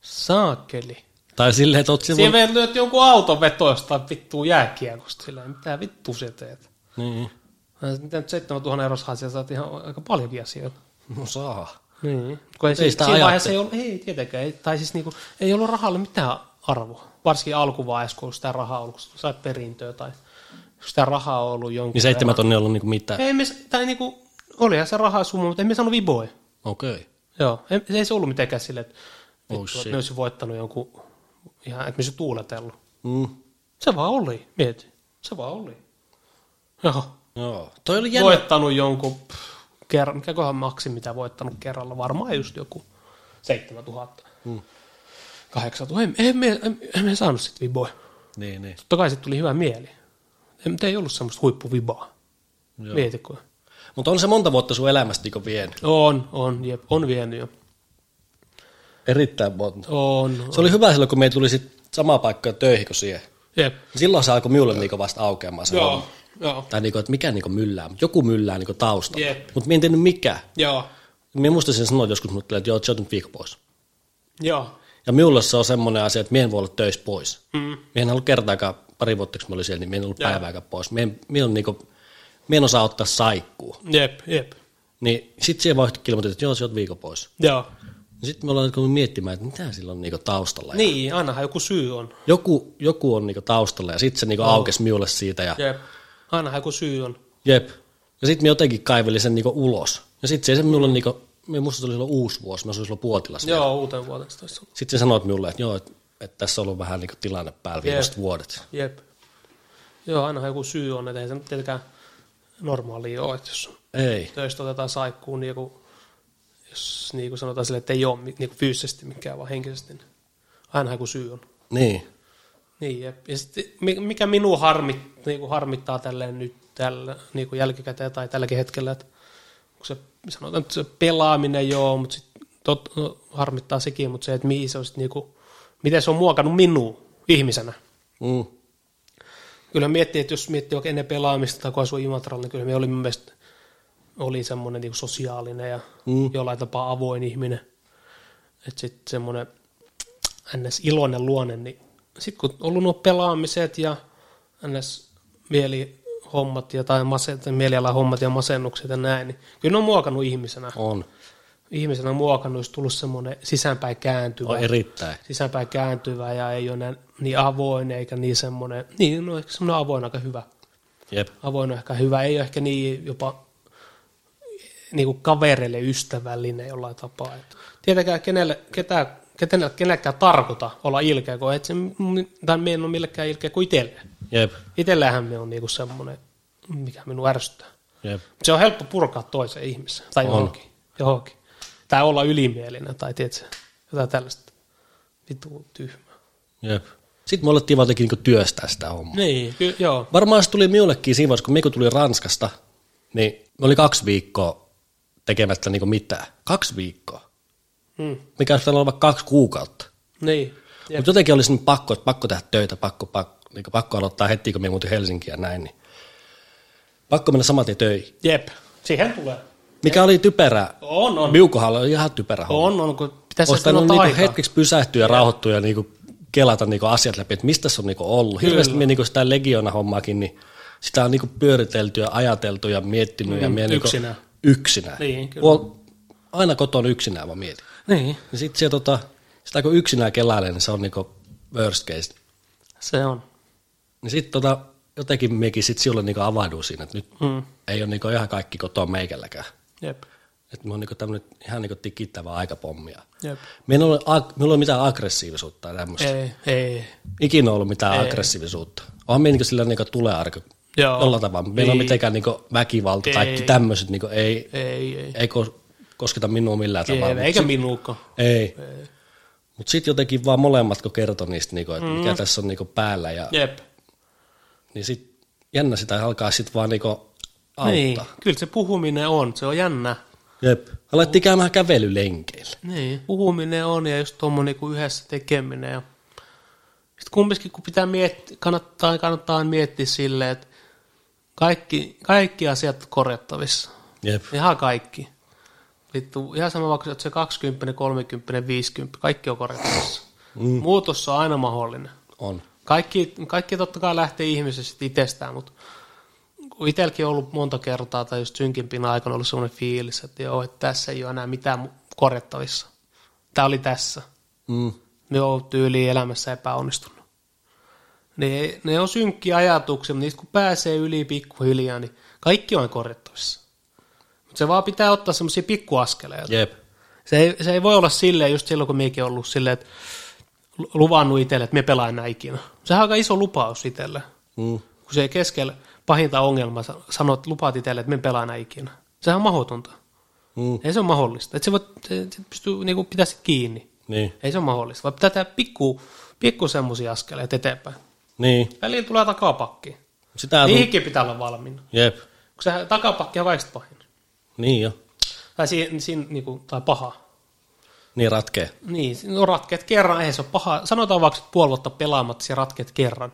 Speaker 2: Saakeli.
Speaker 1: Tai silleen, että oot
Speaker 2: Siinä
Speaker 1: silloin...
Speaker 2: vielä lyöt jonkun auton veto jostain vittuu jääkiekosta. Silleen, mitä vittu se teet?
Speaker 1: Niin.
Speaker 2: Mitä nyt 7000 euroa saa, sieltä saat ihan aika paljonkin asioita.
Speaker 1: No saa.
Speaker 2: Niin. Kun ei,
Speaker 1: ei
Speaker 2: siis,
Speaker 1: sitä
Speaker 2: siinä vaiheessa
Speaker 1: ajattele.
Speaker 2: ei ollut, ei tietenkään, ei, tai siis niinku, ei ollut rahalle mitään arvoa. Varsinkin alkuvaiheessa, kun sitä rahaa ollut, kun sä sait perintöä tai kun sitä rahaa on ollut jonkun
Speaker 1: Niin seitsemän tonni ei ollut niinku mitään.
Speaker 2: verran. Ei me, tai niinku, olihan se rahasumma, mutta emme saanut viboja.
Speaker 1: Okei. Okay.
Speaker 2: Joo, ei, ei se ollut mitenkään silleen, että
Speaker 1: Oh
Speaker 2: vittu, että
Speaker 1: shit.
Speaker 2: ne olisi voittanut jonkun, ihan, että me se tuuletellut.
Speaker 1: Mm.
Speaker 2: Se vaan oli, mieti. Se vaan oli. Joo.
Speaker 1: Joo. Toi oli jännä.
Speaker 2: voittanut jonkun, pff, ker- mikä kohan maksi, mitä voittanut kerralla, varmaan just joku 7000. Hmm. 8000, en, en, me- en, en, en saanut sit viboja.
Speaker 1: Niin, niin.
Speaker 2: Totta kai sit tuli hyvä mieli. En, mutta ei ollut semmoista huippuvibaa.
Speaker 1: Joo.
Speaker 2: Mieti kun.
Speaker 1: Mutta on se monta vuotta sun elämästä niinku vienyt.
Speaker 2: On, on, jep, on vienyt jo.
Speaker 1: Erittäin monta.
Speaker 2: On,
Speaker 1: Se oli hyvä silloin, kun me tuli sit samaa paikkaa töihin kuin siihen.
Speaker 2: jep.
Speaker 1: Silloin se alkoi minulle niinku vasta aukeamaan se homma.
Speaker 2: Joo, joo,
Speaker 1: Tai niinku, että mikä niinku myllää, mutta joku myllää niinku taustalla.
Speaker 2: Jep.
Speaker 1: Mutta mä en tiennyt mikä.
Speaker 2: joo,
Speaker 1: Mä muistaisin sanoa joskus, mutta että joo, että se on nyt viikko pois.
Speaker 2: joo.
Speaker 1: Ja minulle se on semmoinen asia, että mien voi olla töissä pois. Mm. Mie en ollut kertaakaan, pari vuotta kun mä olin siellä, niin mie en ollut
Speaker 3: Joo.
Speaker 1: päivääkään pois. Mie en, mie on niinku, mie en osaa ottaa saikkuu.
Speaker 2: Jep, jep.
Speaker 1: Niin sit siihen vaan yhtäkkiä ilmoitettiin, että joo, sä oot viikon pois.
Speaker 2: Joo.
Speaker 1: Sitten me ollaan nyt koettu miettimään, että mitä sillä on niinku taustalla. Niin.
Speaker 2: Niin, ainahan joku syy on.
Speaker 1: Joku, joku on niinku taustalla ja sitten se niinku aukesi miulle siitä ja
Speaker 2: Jep. Ainahan joku syy on.
Speaker 1: Jep. Ja sitten me jotenkin kaivelin sen niinku ulos. Ja sitten se, se minulle, niinku, me musta se oli silloin uusi vuosi, mä olin silloin puotilassa.
Speaker 2: Joo, uuteen vuoteen se taisi olla.
Speaker 1: Sitten sä sanoit minulle, että joo, että et tässä on ollut vähän niinku tilanne päällä viimeiset
Speaker 2: Jep.
Speaker 1: vuodet.
Speaker 2: Jep. Joo, ainahan joku syy on, että ei se nyt tietenkään normaalia ole, että jos
Speaker 1: Ei.
Speaker 2: töistä otetaan saikkuun, niin joku, jos niin kuin sanotaan sille, että ei ole mi- niin kuin fyysisesti mikään, vaan henkisesti, niin ainahan joku syy on.
Speaker 1: Niin.
Speaker 2: Niin, jep. Ja sitten mi- mikä minua harmit, niin kuin harmittaa tälleen nyt tällä, niin kuin jälkikäteen tai tälläkin hetkellä, että kun se, sanotaan, että se pelaaminen joo, mutta sit tot, no, harmittaa sekin, mutta se, että mihin se on sit, niin kuin, miten se on muokannut minua ihmisenä.
Speaker 1: Mm.
Speaker 2: Kyllä miettii, että jos miettii vaikka ennen pelaamista tai kun asui Imatralla, niin kyllä me oli mun mielestä oli semmoinen niin sosiaalinen ja mm. jollain tapaa avoin ihminen. Että sitten semmoinen ns. iloinen luonne, niin sitten kun on ollut nuo pelaamiset ja ns. mielihommat ja, tai masen, tai mielialan hommat ja masennukset ja näin, niin kyllä ne on muokannut ihmisenä.
Speaker 1: On.
Speaker 2: Ihmisenä on muokannut, jos tullut semmoinen sisäänpäin kääntyvä
Speaker 1: On er- erittäin.
Speaker 2: sisäänpäin kääntyvä ja ei ole enää niin avoin eikä niin semmoinen, niin no ehkä semmoinen avoin on aika hyvä.
Speaker 1: Jep.
Speaker 2: Avoin on ehkä hyvä, ei ole ehkä niin jopa niin kuin kavereille ystävällinen jollain tapaa. Et tietenkään kenelle, ketä, ketä, kenellekään tarkoita olla ilkeä, kun et se, tai me en ole millekään ilkeä kuin itselle.
Speaker 1: Jep.
Speaker 2: Itsellähän me on niin kuin semmoinen, mikä minua ärsyttää.
Speaker 1: Jep.
Speaker 2: Mut Se on helppo purkaa toisen ihmisen tai
Speaker 1: On.
Speaker 2: johonkin. johonkin. Tai olla ylimielinen tai tiedätkö, jotain tällaista vitu tyhmää.
Speaker 1: Jep. Sitten me alettiin vaan jotenkin niinku työstää sitä hommaa.
Speaker 2: Niin, ky- joo.
Speaker 1: Varmaan se tuli minullekin siinä vaiheessa, kun Miku tuli Ranskasta, niin me oli kaksi viikkoa tekemättä niinku mitään. Kaksi viikkoa.
Speaker 2: Mm.
Speaker 1: Mikä olisi pitänyt olla vaikka kaksi kuukautta.
Speaker 2: Niin. Jep.
Speaker 1: Mutta jotenkin oli sinne pakko, että pakko tehdä töitä, pakko, pakko, niin pakko aloittaa heti, kun me muutin Helsinkiin ja näin. Niin pakko mennä saman tien töihin.
Speaker 2: Jep. Siihen tulee.
Speaker 1: Mikä oli typerää.
Speaker 2: On, on.
Speaker 1: Miukohan oli ihan typerä homma.
Speaker 2: On, on, kun pitäisi
Speaker 1: Olisi
Speaker 2: sanoa
Speaker 1: tainnut
Speaker 2: niinku
Speaker 1: niinku
Speaker 2: aikaa.
Speaker 1: hetkeksi pysähtyä ja rauhoittua ja niinku kelata niinku asiat läpi, että mistä se on niinku ollut.
Speaker 2: Kyllä.
Speaker 1: Hirveästi me niinku sitä legiona-hommaakin, niin sitä on niinku pyöritelty ja ajateltu ja miettinyt. ja
Speaker 2: Mm,
Speaker 1: mie niinku-
Speaker 2: yksinään.
Speaker 1: yksinään.
Speaker 2: Niin, kyllä.
Speaker 1: Puol- aina kotona yksinään mä mietin.
Speaker 2: Niin,
Speaker 1: Ja sit se, tota, sitä kun yksinään kelailee, niin se on niinku worst case.
Speaker 2: se on.
Speaker 1: Niin sitten tota, jotenkin mekin sit silloin niinku avauduin siinä, että nyt
Speaker 2: Mm.
Speaker 1: ei ole niinku ihan kaikki kotoa meikälläkään.
Speaker 2: Jep.
Speaker 1: Että mä oon niinku tämmönen ihan niinku tikittävää aikapommia.
Speaker 2: Jep.
Speaker 1: Me ei ole, ag- minulla ei ole mitään aggressiivisuutta tai tämmöistä.
Speaker 2: Ei, ei.
Speaker 1: Ikinä ollut mitään
Speaker 2: Ei.
Speaker 1: ei. aggressiivisuutta. Onhan me niinku sillä niinku tulee arka
Speaker 2: Joo.
Speaker 1: jollain tavalla. Meillä ei ole
Speaker 2: Ei.
Speaker 1: mitenkään niinku väkivalta
Speaker 2: Ei.
Speaker 1: ei. tai tämmöiset, niinku ei,
Speaker 2: Ei, ei.
Speaker 1: ei kos- kosketa minua millään
Speaker 2: ei,
Speaker 1: tavalla. mut
Speaker 2: eikä minuukaan.
Speaker 1: Ei. Mutta sitten jotenkin vaan molemmat, kun kertoi niistä, niinku, että mikä tässä on niinku päällä, ja,
Speaker 2: Mm. Jep.
Speaker 1: niin sit jännä sitä alkaa sitten vaan niinku auttaa.
Speaker 2: Niin,
Speaker 1: Niin.
Speaker 2: kyllä se puhuminen on, se on jännä.
Speaker 1: Jep. Alettiin käymään kävelylenkeillä.
Speaker 2: Niin, puhuminen on ja just tuommoinen kuin yhdessä tekeminen. Ja... Sitten kumminkin kun pitää miettiä, kannattaa, kannattaa miettiä silleen, että kaikki, kaikki asiat on korjattavissa.
Speaker 1: Jep.
Speaker 2: Ihan kaikki. Vittu, ihan sama vaikka sä oot se 20, 30, 50, kaikki on korjattavissa. Mm. Muutos on aina mahdollinen.
Speaker 1: On.
Speaker 2: Kaikki, kaikki totta kai lähtee ihmisestä itsestään, mutta kun itselläkin on ollut monta kertaa tai just synkimpinä aikana ollut sellainen fiilis, että joo, että tässä ei ole enää mitään mu- korjattavissa. Tämä oli tässä.
Speaker 1: Mm.
Speaker 2: Me on tyyli elämässä epäonnistunut. Ne, ne on synkkiä ajatuksia, mutta niistä kun pääsee yli pikkuhiljaa, niin kaikki on korjattavissa. Mutta se vaan pitää ottaa semmoisia pikkuaskeleita.
Speaker 1: Jep.
Speaker 2: Se ei, se ei voi olla silleen, just silloin kun minäkin on ollut silleen, että lu- luvannut itselle, että me pelaan enää ikinä. Sehän on aika iso lupaus itselle.
Speaker 1: Mm.
Speaker 2: Kun se ei keskellä pahinta ongelmaa sa- sanot, että lupaat itselle, että me pelaan enää ikinä. Sehän on mahdotonta.
Speaker 1: Mm.
Speaker 2: Ei se ole mahdollista. Että se, voi, se, se pystyy niin kuin pitää sit kiinni.
Speaker 1: Niin.
Speaker 2: Ei se ole mahdollista. Vaan pitää tehdä pikku, pikku semmoisia askeleita eteenpäin.
Speaker 1: Niin.
Speaker 2: Välillä tulee takapakki.
Speaker 1: Sitä niin.
Speaker 2: Niihinkin pitää olla valmiina.
Speaker 1: Jep.
Speaker 2: Kun sehän takapakki on kaikista pahin.
Speaker 1: Niin jo.
Speaker 2: Tai, siinä, siinä, niin kuin, tai paha.
Speaker 1: Niin ratkee.
Speaker 2: Niin, no ratkeet kerran, eihän se ole paha. Sanotaan vaikka että puoli vuotta pelaamatta ja ratkeet kerran.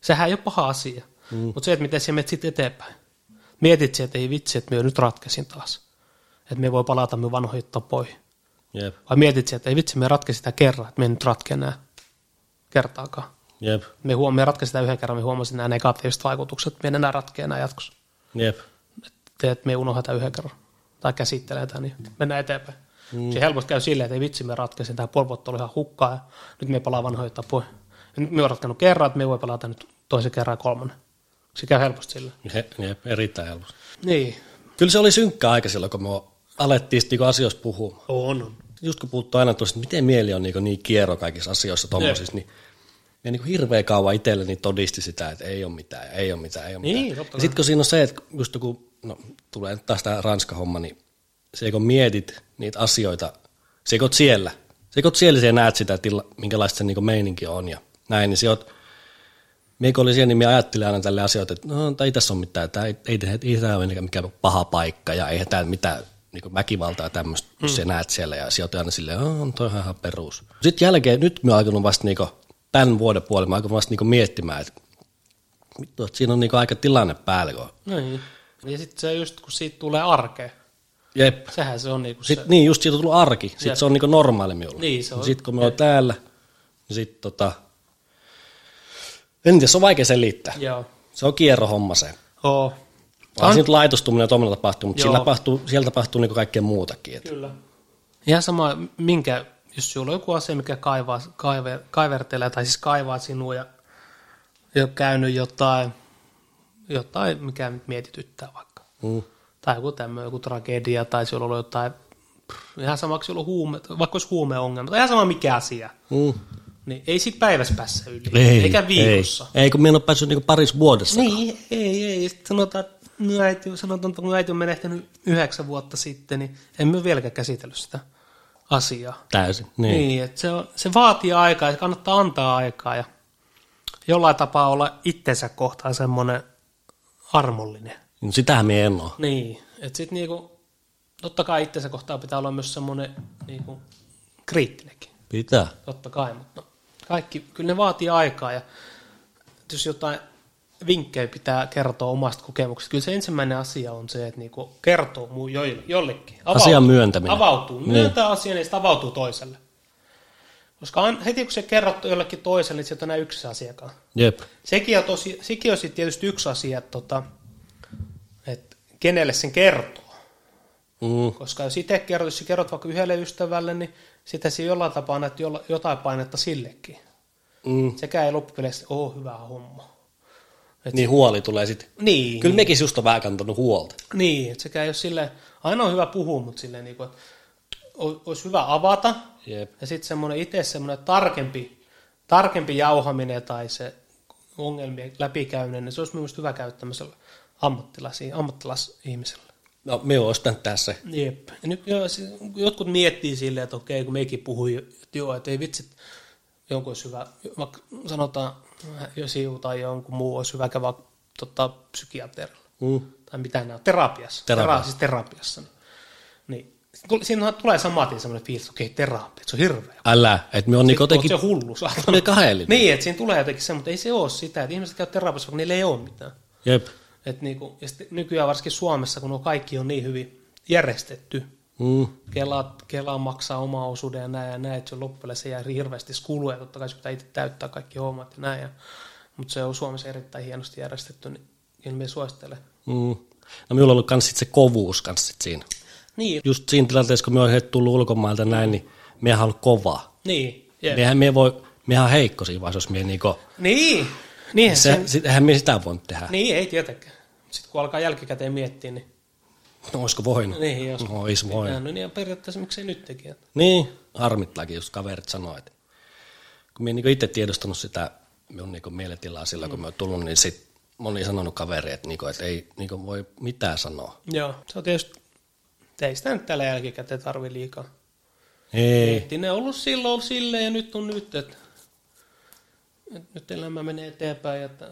Speaker 2: Sehän ei ole paha asia. Mm. Mutta se, että miten sä menet sitten eteenpäin. Mietit se, että ei vitsi, että me nyt ratkesin taas. Että me voi palata me vanhoihin tapoihin.
Speaker 1: Jep,
Speaker 2: Vai mietit sieltä, että ei vitsi, me ratkaisi sitä kerran, että me ei nyt ratkea nää kertaakaan.
Speaker 1: jep,
Speaker 2: Me, huom- me ratkaisi sitä yhden kerran, me huomasin nämä negatiiviset vaikutukset, me en enää ratkea enää jatkossa.
Speaker 1: jep.
Speaker 2: Te, että me unohdetaan yhden kerran tai käsittelee tämä, niin mennään eteenpäin. Mm. Se helposti käy silleen, että ei vitsi, me ratkaisin, tämä puoli vuotta oli ihan hukkaa ja nyt me palaa vanhoja tapoja. Ja Nyt me on ratkannut kerran, että me voi pelata nyt toisen kerran ja kolmannen. Se käy helposti sillä.
Speaker 1: He, jep, erittäin helposti.
Speaker 2: Niin,
Speaker 1: Kyllä se oli synkkä aika silloin, kun me alettiin sit niinku asioista puhumaan.
Speaker 2: on, on.
Speaker 1: Just kun puhuttu aina tuosta, että miten mieli on niin, niin kierro kaikissa asioissa tommosissa, niin ja niin hirveä kauan itselleni todisti sitä, että ei ole mitään, ja ei ole mitään, ei ole
Speaker 2: Niin,
Speaker 1: mitään.
Speaker 2: totta
Speaker 1: Ja sitten kun siinä on se, että just kun, no, tulee nyt taas tämä Ranska-homma, niin se kun mietit niitä asioita, se kun oot siellä, se kun oot siellä, sä näet sitä, tila, minkälaista se niin meininki on ja näin, niin se oot, Mie kun oli siellä, niin minä ajattelin aina tälle asioita, että no, tai ei tässä ole mitään, tämä ei, ei, ei, ei tämä ole mikään mikään paha paikka ja eihän tämä mitään niin väkivaltaa tämmöistä, mm. jos sä näet siellä ja sijoit aina silleen, "Aa, on toi ihan perus. Sitten jälkeen, nyt mä alkanut vasta niin tämän vuoden puolella, mä alkanut vasta niin miettimään, että vittu, että siinä on niin aika tilanne päällä. Kun...
Speaker 2: Niin. Ja sitten se just, kun siitä tulee arkea,
Speaker 1: Jep.
Speaker 2: sehän se on niinku se.
Speaker 1: Sitten, niin, just siitä on tullut arki, sitten
Speaker 2: Jep.
Speaker 1: se on niin normaali minulla.
Speaker 2: Niin, se on.
Speaker 1: Sitten kun me ollaan täällä, niin sitten tota, en tiedä, se on vaikea selittää.
Speaker 2: Joo.
Speaker 1: Se on kierrohomma se.
Speaker 2: Oo.
Speaker 1: Vaan siinä nyt laitostuminen ja tuommoinen tapahtuu, mutta
Speaker 2: Joo.
Speaker 1: siellä tapahtuu, siellä tapahtuu niin kaikkea muutakin. Että.
Speaker 2: Kyllä. Ihan sama, minkä, jos sulla on joku asia, mikä kaivaa, kaive, kaivertelee tai siis kaivaa sinua ja ei ole käynyt jotain, jotain mikä nyt mietityttää vaikka.
Speaker 1: Mm.
Speaker 2: Tai joku tämmöinen, joku tragedia tai sulla on ollut jotain, pff, ihan sama, onko sulla on huume, vaikka olisi huumeongelma, tai ihan sama mikä asia.
Speaker 1: Mm.
Speaker 2: Niin ei sit päivässä päässä yli, ei, eikä viikossa.
Speaker 1: Ei, ei kun minä en ole päässyt niin parissa vuodessa.
Speaker 2: Niin, ei, ei. Ja sitten sanotaan, että mun äiti, sanotaan, että mun äiti on menehtynyt yhdeksän vuotta sitten, niin emme ole vieläkään käsitellyt sitä asiaa.
Speaker 1: Täysin. Niin.
Speaker 2: Niin,
Speaker 1: niin.
Speaker 2: niin että se, on, se vaatii aikaa ja se kannattaa antaa aikaa ja jollain tapaa olla itsensä kohtaan semmoinen armollinen.
Speaker 1: No, sitähän minä en ole.
Speaker 2: Niin, että sitten niinku, totta kai itsensä kohtaan pitää olla myös semmoinen niinku, kriittinenkin.
Speaker 1: Pitää.
Speaker 2: Totta kai, mutta kaikki, kyllä ne vaatii aikaa ja jos jotain vinkkejä pitää kertoa omasta kokemuksesta, kyllä se ensimmäinen asia on se, että niinku kertoo muu jo- jollekin.
Speaker 1: Asian myöntäminen.
Speaker 2: Avautuu.
Speaker 1: Niin.
Speaker 2: Myöntää niin. asian ja sitten avautuu toiselle. Koska an- heti kun se kerrot jollekin toiselle, niin se on enää yksi asiakaan.
Speaker 1: Jep.
Speaker 2: Sekin on, tosi, sekin on sit tietysti yksi asia, että, tota, että kenelle sen kertoo.
Speaker 1: Mm.
Speaker 2: Koska jos itse kerrot, jos sä kerrot vaikka yhdelle ystävälle, niin sitä se jollain tapaa näet jolla- jotain painetta sillekin.
Speaker 1: Mm.
Speaker 2: Sekä ei loppupeleissä ole hyvä homma. Et-
Speaker 1: Niin huoli tulee sitten.
Speaker 2: Niin,
Speaker 1: Kyllä mekin just on vähän kantanut huolta.
Speaker 2: niin että sekä ei ole silleen, aina on hyvä puhua, mutta silleen, niin kuin, että ol- olisi hyvä avata.
Speaker 1: Jep.
Speaker 2: Ja sitten semmoinen itse semmoinen tarkempi, tarkempi jauhaminen tai se ongelmien läpikäyminen, niin se olisi minusta hyvä käydä tämmöisellä ammattilaisia, ammattilaisihmisellä.
Speaker 1: No, me olisi pitänyt tässä.
Speaker 2: Jep. Ja nyt jo, siis jotkut miettii silleen, että okei, kun meikin puhui, että joo, että ei vitsi, jonkun olisi hyvä, vaikka sanotaan, äh, jos siu tai jonkun muu olisi hyvä käydä vaikka, tota, psykiaterilla.
Speaker 1: Mm.
Speaker 2: Tai mitä nämä on, terapiassa.
Speaker 1: Terapiassa.
Speaker 2: Tera, siis terapiassa. Niin. niin. Tuli- Siinähän tulee samatin semmoinen fiilis, että okei, terapia, se on hirveä.
Speaker 1: Älä. Että me on niin
Speaker 2: Jotenkin...
Speaker 1: jotenkin... <laughs>
Speaker 2: Se hullu, saatana.
Speaker 1: Me kahdellinen.
Speaker 2: Niin, että siinä tulee jotenkin se, mutta ei se ole sitä, että ihmiset käy terapiassa, vaikka niillä ei ole mitään.
Speaker 1: Jep.
Speaker 2: Et niinku, ja sitten nykyään varsinkin Suomessa, kun nuo kaikki on niin hyvin järjestetty,
Speaker 1: Mm.
Speaker 2: Kela, Kela maksaa omaa osuuden ja näin ja näin, että se loppujen se jää hirveästi kuluja, totta kai se pitää itse täyttää kaikki hommat ja näin, ja, mutta se on Suomessa erittäin hienosti järjestetty, niin kyllä me suosittelen.
Speaker 1: Mm. No minulla on ollut kans sit se kovuus kans sit siinä.
Speaker 2: Niin,
Speaker 1: Just siinä tilanteessa, kun me on heti tullut ulkomailta näin, niin mehän on kovaa.
Speaker 2: niin, jep.
Speaker 1: Mehän me voi, mehän on heikko siinä vaiheessa, jos me niinku,
Speaker 2: niin, niin,
Speaker 1: se,
Speaker 2: se,
Speaker 1: sit, eihän me sitä voi tehdä. Niin.
Speaker 2: niin, ei tietenkään. Sitten kun alkaa jälkikäteen miettiä, niin
Speaker 1: No, olisiko voinut?
Speaker 2: Niin, jos-
Speaker 1: No, ois voinut.
Speaker 2: no niin, ja periaatteessa miksei nyt teki. että-
Speaker 1: Niin, harmittaakin, jos kaverit sanoo, että kun minä niinku itse tiedostanut sitä minun niinku mieletilaa silloin, kun mä oon tullut, niin sit moni sanonut kaveri, että, niinku, että ei niinku voi mitään sanoa.
Speaker 2: Joo, se on tietysti, ei sitä nyt tällä jälkikäteen tarvi liikaa.
Speaker 1: Ei.
Speaker 2: Miettii, ne on ollut silloin silleen ja nyt on nyt, että et nyt elämä menee eteenpäin. Ja että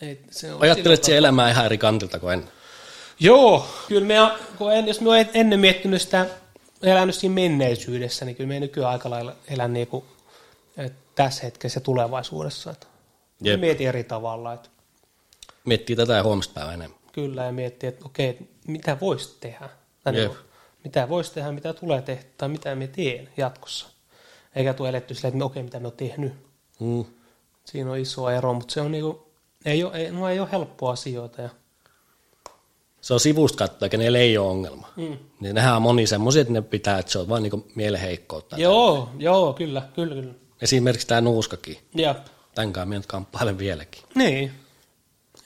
Speaker 2: ei, se on
Speaker 1: Ajattelet
Speaker 2: silloin-
Speaker 1: siihen elämää ihan eri kantilta kuin ennen.
Speaker 2: Joo, kyllä me, kun en, jos me olen ennen miettinyt sitä, elänyt siinä menneisyydessä, niin kyllä me nykyään aika lailla elän niin kuin, tässä hetkessä ja tulevaisuudessa. Että
Speaker 1: Jep.
Speaker 2: mietin eri tavalla, että
Speaker 1: Miettii tätä ja huomista päivää enemmän.
Speaker 2: kyllä ja miettii, että okei, että mitä voisi tehdä. Tai niin
Speaker 1: Jep.
Speaker 2: kuin, mitä voisi tehdä, mitä tulee tehdä tai mitä me teen jatkossa. Eikä tule eletty silleen, että no okei, mitä me on tehnyt.
Speaker 1: Mm.
Speaker 2: Siinä on iso ero, mutta se on niinku, ei ole, ei, no ei ole helppoa asioita. Ja,
Speaker 1: Se on sivusta katsoa, kenellä ei ole ongelma. Mm. Niin nehän on moni semmoisia, että ne pitää, että se on vaan niinku mielenheikkoutta.
Speaker 2: joo, joo, kyllä, kyllä, kyllä.
Speaker 1: Esimerkiksi tämä nuuskakin.
Speaker 2: Jep.
Speaker 1: Tänkaan minä nyt kamppailen vieläkin.
Speaker 2: Niin.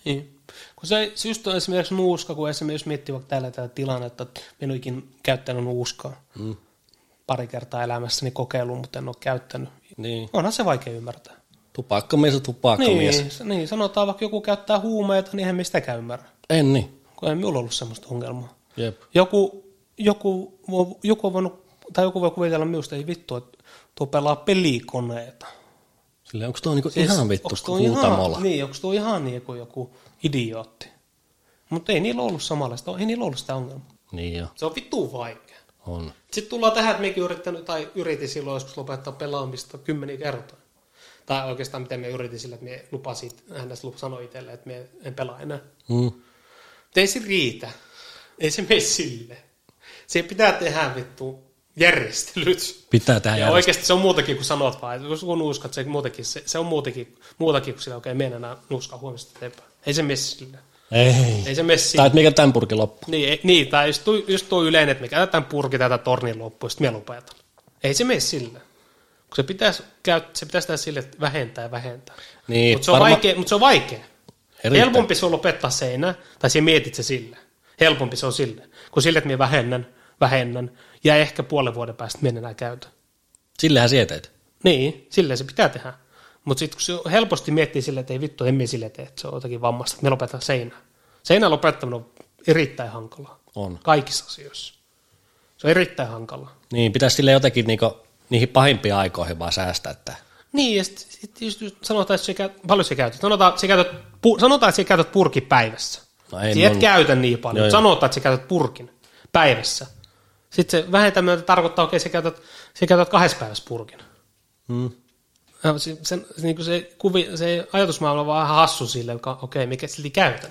Speaker 2: niin. Kun se, se just on esimerkiksi nuuska, kun esimerkiksi jos miettii vaikka tällä tätä tilannetta, että minä en ole ikinä käyttänyt nuuskaa. Mm. Pari kertaa elämässäni kokeillut, mutta en ole käyttänyt.
Speaker 1: Niin.
Speaker 2: Onhan se vaikea ymmärtää.
Speaker 1: Tupakkamies on tupakkamies. Niin.
Speaker 2: Niin, s- niin, sanotaan vaikka joku käyttää huumeita, niin eihän me sitäkään ymmärrä.
Speaker 1: En niin.
Speaker 2: Kun ei minulla ollut semmoista ongelmaa.
Speaker 1: Jep.
Speaker 2: Joku, joku, vo- joku, on voinut, tai joku voi kuvitella minusta, ei vittu, että tuo pelaa pelikoneita.
Speaker 1: Silleen, onko tuo niinku siis, ihan vittu
Speaker 2: onks tuo
Speaker 1: kuutamolla?
Speaker 2: Ihan,
Speaker 1: Niin.
Speaker 2: niin, onko tuo ihan niin kuin joku idiootti? Mutta ei niillä ollut samanlaista, ei niillä ollut sitä ongelmaa.
Speaker 1: niin joo,
Speaker 2: Se on vittu vaikea.
Speaker 1: on.
Speaker 2: Sitten tullaan tähän, että mekin yrittänyt, tai yritin silloin joskus lopettaa pelaamista kymmeniä kertaa. Tai oikeastaan miten me yritin sillä, että me lupasin, hänestä lup- sanoi itselle, että me en pelaa enää.
Speaker 1: Mm.
Speaker 2: Mutta ei se riitä. Ei se mene sille. Se pitää tehdä vittu järjestelyt.
Speaker 1: Pitää tehdä
Speaker 2: Ja
Speaker 1: järjest-
Speaker 2: oikeasti se on muutakin kuin sanot vaan, että kun nuuskat, se, muutenkin, se, se on muutenkin, muutakin kuin sillä, okei, okay, enää nuuskaa huomista eteenpäin. Ei se messille.
Speaker 1: Ei.
Speaker 2: Ei se messi.
Speaker 1: Tai
Speaker 2: Tai...
Speaker 1: että mikä tämän purki loppu.
Speaker 2: Niin, ei, niin, tai just tuo, just tuo yleinen, että me käytetään purki tätä tornin loppuun, sitten me lopetan. Ei se messille. Kun se pitäisi, käyt, se pitäisi tehdä sille, että vähentää ja vähentää.
Speaker 1: Niin,
Speaker 2: Mutta se, on
Speaker 1: varma-
Speaker 2: vaikea, mut se on vaikea.
Speaker 1: Erittäin.
Speaker 2: Helpompi se on lopettaa seinä, tai se mietit se sille. Helpompi se on sille. Kun sille, että me vähennän, vähennän, ja ehkä puolen vuoden päästä me en enää käytä.
Speaker 1: Sillähän sieteet.
Speaker 2: Niin, silleen se pitää tehdä. Mutta sitten kun se helposti miettii silleen, että ei vittu, en minä sille tee, että se on jotakin vammasta, että me lopetetaan seinään. Seinän lopettaminen on erittäin hankalaa.
Speaker 1: On.
Speaker 2: Kaikissa asioissa. Se on erittäin hankalaa.
Speaker 1: Niin, pitäisi sille jotenkin niinku, niihin pahimpiin aikoihin vaan säästää että
Speaker 2: Niin, ja sitten sit, just, just sanotaan, että sä käyt, paljon sä käytät. Sanotaan, että sä käytät, pu, sanotaan, että sä käytät purki päivässä.
Speaker 1: No ei
Speaker 2: sä et
Speaker 1: mun-
Speaker 2: käytä niin paljon,
Speaker 1: Joo,
Speaker 2: mutta
Speaker 1: joo.
Speaker 2: sanotaan, että sä käytät purkin päivässä. Sitten se vähentäminen tarkoittaa, okei, sä käytät, sä käytät kahdessa päivässä purkin.
Speaker 1: Mm.
Speaker 2: No, se, se, se, niin se, kuvi, se ajatusmaailma on vaan vähän hassu sille, joka okei, mikä silti käytän.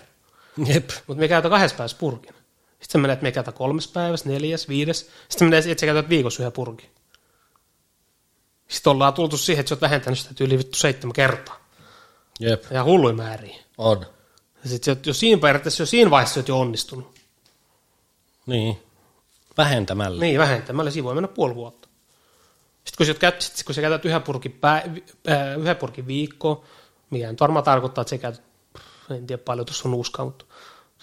Speaker 1: Jep.
Speaker 2: Mutta me käytän kahdessa päivässä purkin. Sitten sä menet, että me käytän kolmes päivässä, neljäs, viides. Sitten sä menet, että sä käytät viikossa yhden purkin. Sitten ollaan tultu siihen, että sä oot vähentänyt sitä yli vittu seitsemän kertaa.
Speaker 1: Jep.
Speaker 2: Ja hulluin määriä.
Speaker 1: On.
Speaker 2: Ja sit sä oot jo siinä periaatteessa, jo siinä vaiheessa sä oot jo onnistunut.
Speaker 1: Niin. Vähentämällä.
Speaker 2: Niin, vähentämällä. Siinä voi mennä puoli vuotta. Sitten kun sä, käyt, sit kun sä käytät yhden purkin, pää, äh, yhden purkin viikko, mikä nyt varmaan tarkoittaa, että sä käytät, pff, en tiedä paljon tuossa on nuuskaa, mutta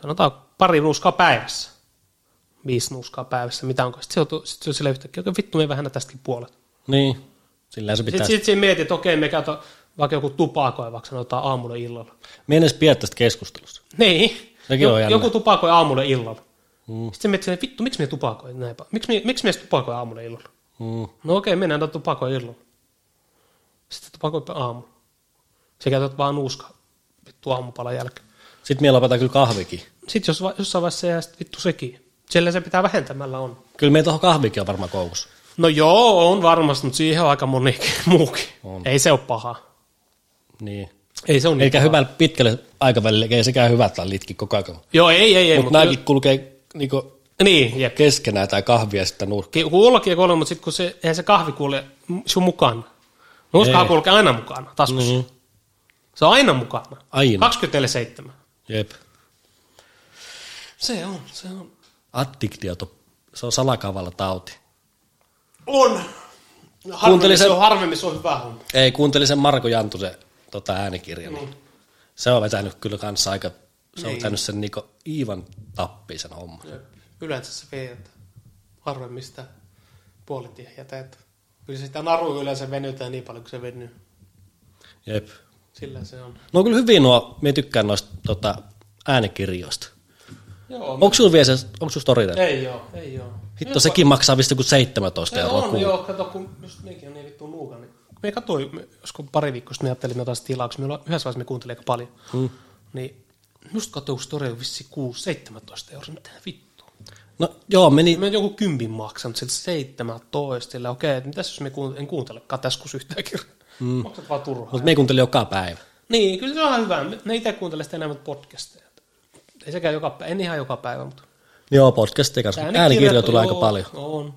Speaker 2: sanotaan pari nuuskaa päivässä. Viisi nuuskaa päivässä, mitä onko. Sitten se on, tu- sit se on sillä yhtäkkiä, okei vittu, me vähennä tästäkin puolet.
Speaker 1: Niin. Sillähän se pitää.
Speaker 2: Sitten
Speaker 1: Sit,
Speaker 2: sit sä mietit, että okei, me käytän vaikka joku tupakoja, vaikka sanotaan aamulla ja illalla.
Speaker 1: Me en edes pidä tästä keskustelusta.
Speaker 2: Niin.
Speaker 1: Sekin on jännä.
Speaker 2: joku tupakoi aamulla ja illalla. Mm. Sitten sä mietit, silleen, vittu, miksi me tupakoi näin paljon? Miksi me, miksi me edes tupakoi aamulla ja illalla?
Speaker 1: Mm.
Speaker 2: No okei, mennään tuon tupakoi illalla. Sitten tupakoipa aamulla. Sä käytät vaan nuuska vittu aamupalan jälkeen.
Speaker 1: Sitten me lopetaan kyllä kahvikin.
Speaker 2: Sitten jos, va- jossain vaiheessa jää sit vittu sekin. Sillä se pitää vähentämällä on.
Speaker 1: Kyllä meillä tuohon kahvikin on varmaan koukussa.
Speaker 2: No joo, on varmasti, mutta siihen on aika moni <laughs> muukin. On. Ei se ole paha.
Speaker 1: Niin.
Speaker 2: Ei se ole niin
Speaker 1: Eikä
Speaker 2: paha.
Speaker 1: hyvällä pitkälle aikavälillä, ei sekään hyvät litki koko ajan.
Speaker 2: Joo, ei, ei, ei.
Speaker 1: Mutta
Speaker 2: Mutta
Speaker 1: nämäkin kulkee niinku
Speaker 2: Niin, jep.
Speaker 1: keskenään tai kahvia sitten nurkkaan.
Speaker 2: Ki- Kuullakin kuulee, mutta sitten kun se, eihän se kahvi kuule m- sun mukana. Nuuskahan
Speaker 1: Ei.
Speaker 2: kulkee aina mukana taskussa.
Speaker 1: Niin.
Speaker 2: Mm-hmm. Se on aina mukana.
Speaker 1: Aina.
Speaker 2: 24-7.
Speaker 1: Jep.
Speaker 2: Se on, se on.
Speaker 1: Addiktiota. Se on salakavalla tauti.
Speaker 2: On.
Speaker 1: Kuuntelin
Speaker 2: Harvemmin
Speaker 1: sen-
Speaker 2: se on, harvemmin se on hyvä homma.
Speaker 1: Ei, kuuntelin sen Marko Jantusen tota, äänikirjan. Niin. Se on vetänyt kyllä kanssa aika, se on vetänyt sen niinku Iivan tappiin sen homman.
Speaker 2: Yleensä se veetää. Harvemmin sitä puolitiehen jätettä. Kyllä sitä naru yleensä venytään niin paljon kuin se venyy.
Speaker 1: Jep.
Speaker 2: Sillä se on.
Speaker 1: No kyllä hyvin nuo, me tykkään noista tota, äänikirjoista.
Speaker 2: Joo.
Speaker 1: Onko sulla vielä se, onko sulla storytel?
Speaker 2: Ei joo, ei joo.
Speaker 1: Hitto, sekin maksaa vist joku 17
Speaker 2: Se
Speaker 1: euroa
Speaker 2: on,
Speaker 1: kuukaudessa.
Speaker 2: joo, kato, kun just mekin on niin vittu nuuka, niin me katsoin, me- joskus pari viikkoa sitten me ajattelin, että me otan tilaksi, me ollaan, yhdessä vaiheessa me kuuntelimme aika paljon, mm. niin just katsoin, kun story on vissi 6, 17 euroa, mitä vittu.
Speaker 1: No joo, meni,
Speaker 2: Mä oon joku kympin maksanut sille 17, sillä okei, okay, että mitäs jos me kuunt- en kuuntelekaan tässä kun yhtään kirjaa. Mm. Maksat vaan turhaa.
Speaker 1: mutta me kuuntelin joka päivä.
Speaker 2: Niin, kyllä se on ihan hyvä. Ne itse kuuntelee sitä enemmän podcasteja. Ei sekään joka päivä, en ihan joka päivä, mutta
Speaker 1: Joo, podcastia kanssa. Äänikirjoja, äänikirjoja tulee aika
Speaker 2: joo,
Speaker 1: paljon.
Speaker 2: On.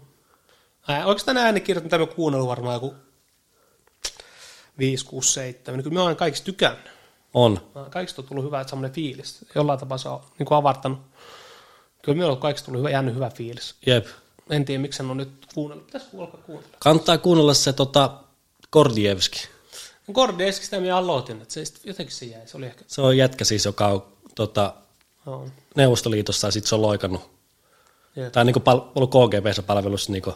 Speaker 2: Ää, oikeastaan nämä äänikirjat, mitä me kuunnellut varmaan joku 5, 6, 7. Niin Kyllä mä oon kaikista tykännyt.
Speaker 1: On.
Speaker 2: Mä oon Kaikista on tullut hyvä että semmoinen fiilis. Jollain tapaa se on niin kuin avartanut. Kyllä me on kaikista tullut hyvä, jäänyt hyvä fiilis.
Speaker 1: Jep.
Speaker 2: En tiedä, miksi en ole nyt kuunnellut. Pitäisi alkaa kuunnella.
Speaker 1: Kannattaa kuunnella se tota, Kordievski.
Speaker 2: Gordievski sitä minä aloitin, että se sit- jotenkin se jäi. Se oli ehkä...
Speaker 1: Se on jätkä siis, joka on tota,
Speaker 2: Joo.
Speaker 1: Neuvostoliitossa ja sitten se on loikannut.
Speaker 2: Jep.
Speaker 1: Tai niinku pal- ollut KGBssä palvelussa niinku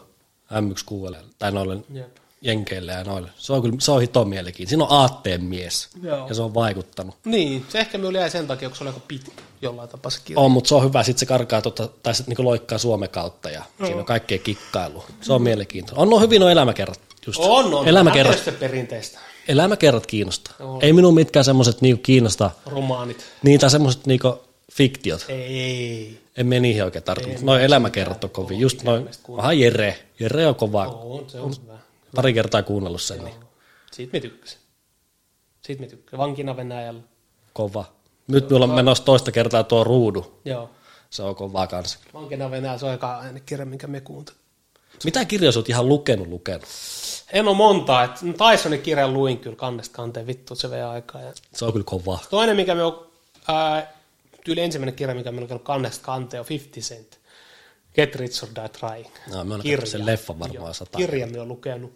Speaker 1: M1QL tai noille
Speaker 2: Jep.
Speaker 1: jenkeille ja noille. Se on kyllä, se on hito mielenkiin. Siinä on aatteen mies
Speaker 2: Joo.
Speaker 1: ja se on vaikuttanut.
Speaker 2: Niin, se ehkä minulle jäi sen takia, kun se oli aika pitkä jollain tapaa se kirja.
Speaker 1: On, mutta se on hyvä, sitten se karkaa tota, tai sitten niinku loikkaa Suomen kautta ja no. siinä on kaikkea kikkailu. Se on mielenkiintoista. On no hyvin nuo elämäkerrat. Just.
Speaker 2: On, on.
Speaker 1: Elämäkerrat,
Speaker 2: Tämmöistä perinteistä.
Speaker 1: elämäkerrat kiinnostaa. Ei minun mitkään semmoiset niinku kiinnosta,
Speaker 2: Romaanit.
Speaker 1: niin tai semmoiset niinku fiktiot.
Speaker 2: Ei.
Speaker 1: En me niihin oikein tartu, mutta noin elämäkerrat on kovin. Just noin, aha Jere, Jere on kova.
Speaker 2: On, se on hyvä.
Speaker 1: Pari kertaa kuunnellut sen, niin
Speaker 2: Siitä me tykkäsin. Siitä me tykkäsin. Vankina Venäjällä.
Speaker 1: kova. Nyt me ollaan menossa toista kertaa tuo ruudu.
Speaker 2: Joo.
Speaker 1: Se on kovaa kanssa.
Speaker 2: Vankina Venäjällä se on eka äänekirja, minkä me kuuntelin.
Speaker 1: Mitä kirjoja sä oot ihan lukenut, lukenut?
Speaker 2: En ole montaa. Et, no Tysonin kirjan luin kyllä kannesta kanteen. Vittu, se vei aikaa. Ja
Speaker 1: Se on kyllä kovaa.
Speaker 2: toinen, mikä me on... Ää, tyyli ensimmäinen kirja, mikä me on lukenut kannesta kanteen, on 50 Cent. Get Rich or Die Trying.
Speaker 1: No, mä oon
Speaker 2: Kirja.
Speaker 1: kirja. sen leffa varmaan sata.
Speaker 2: Kirja me on lukenut.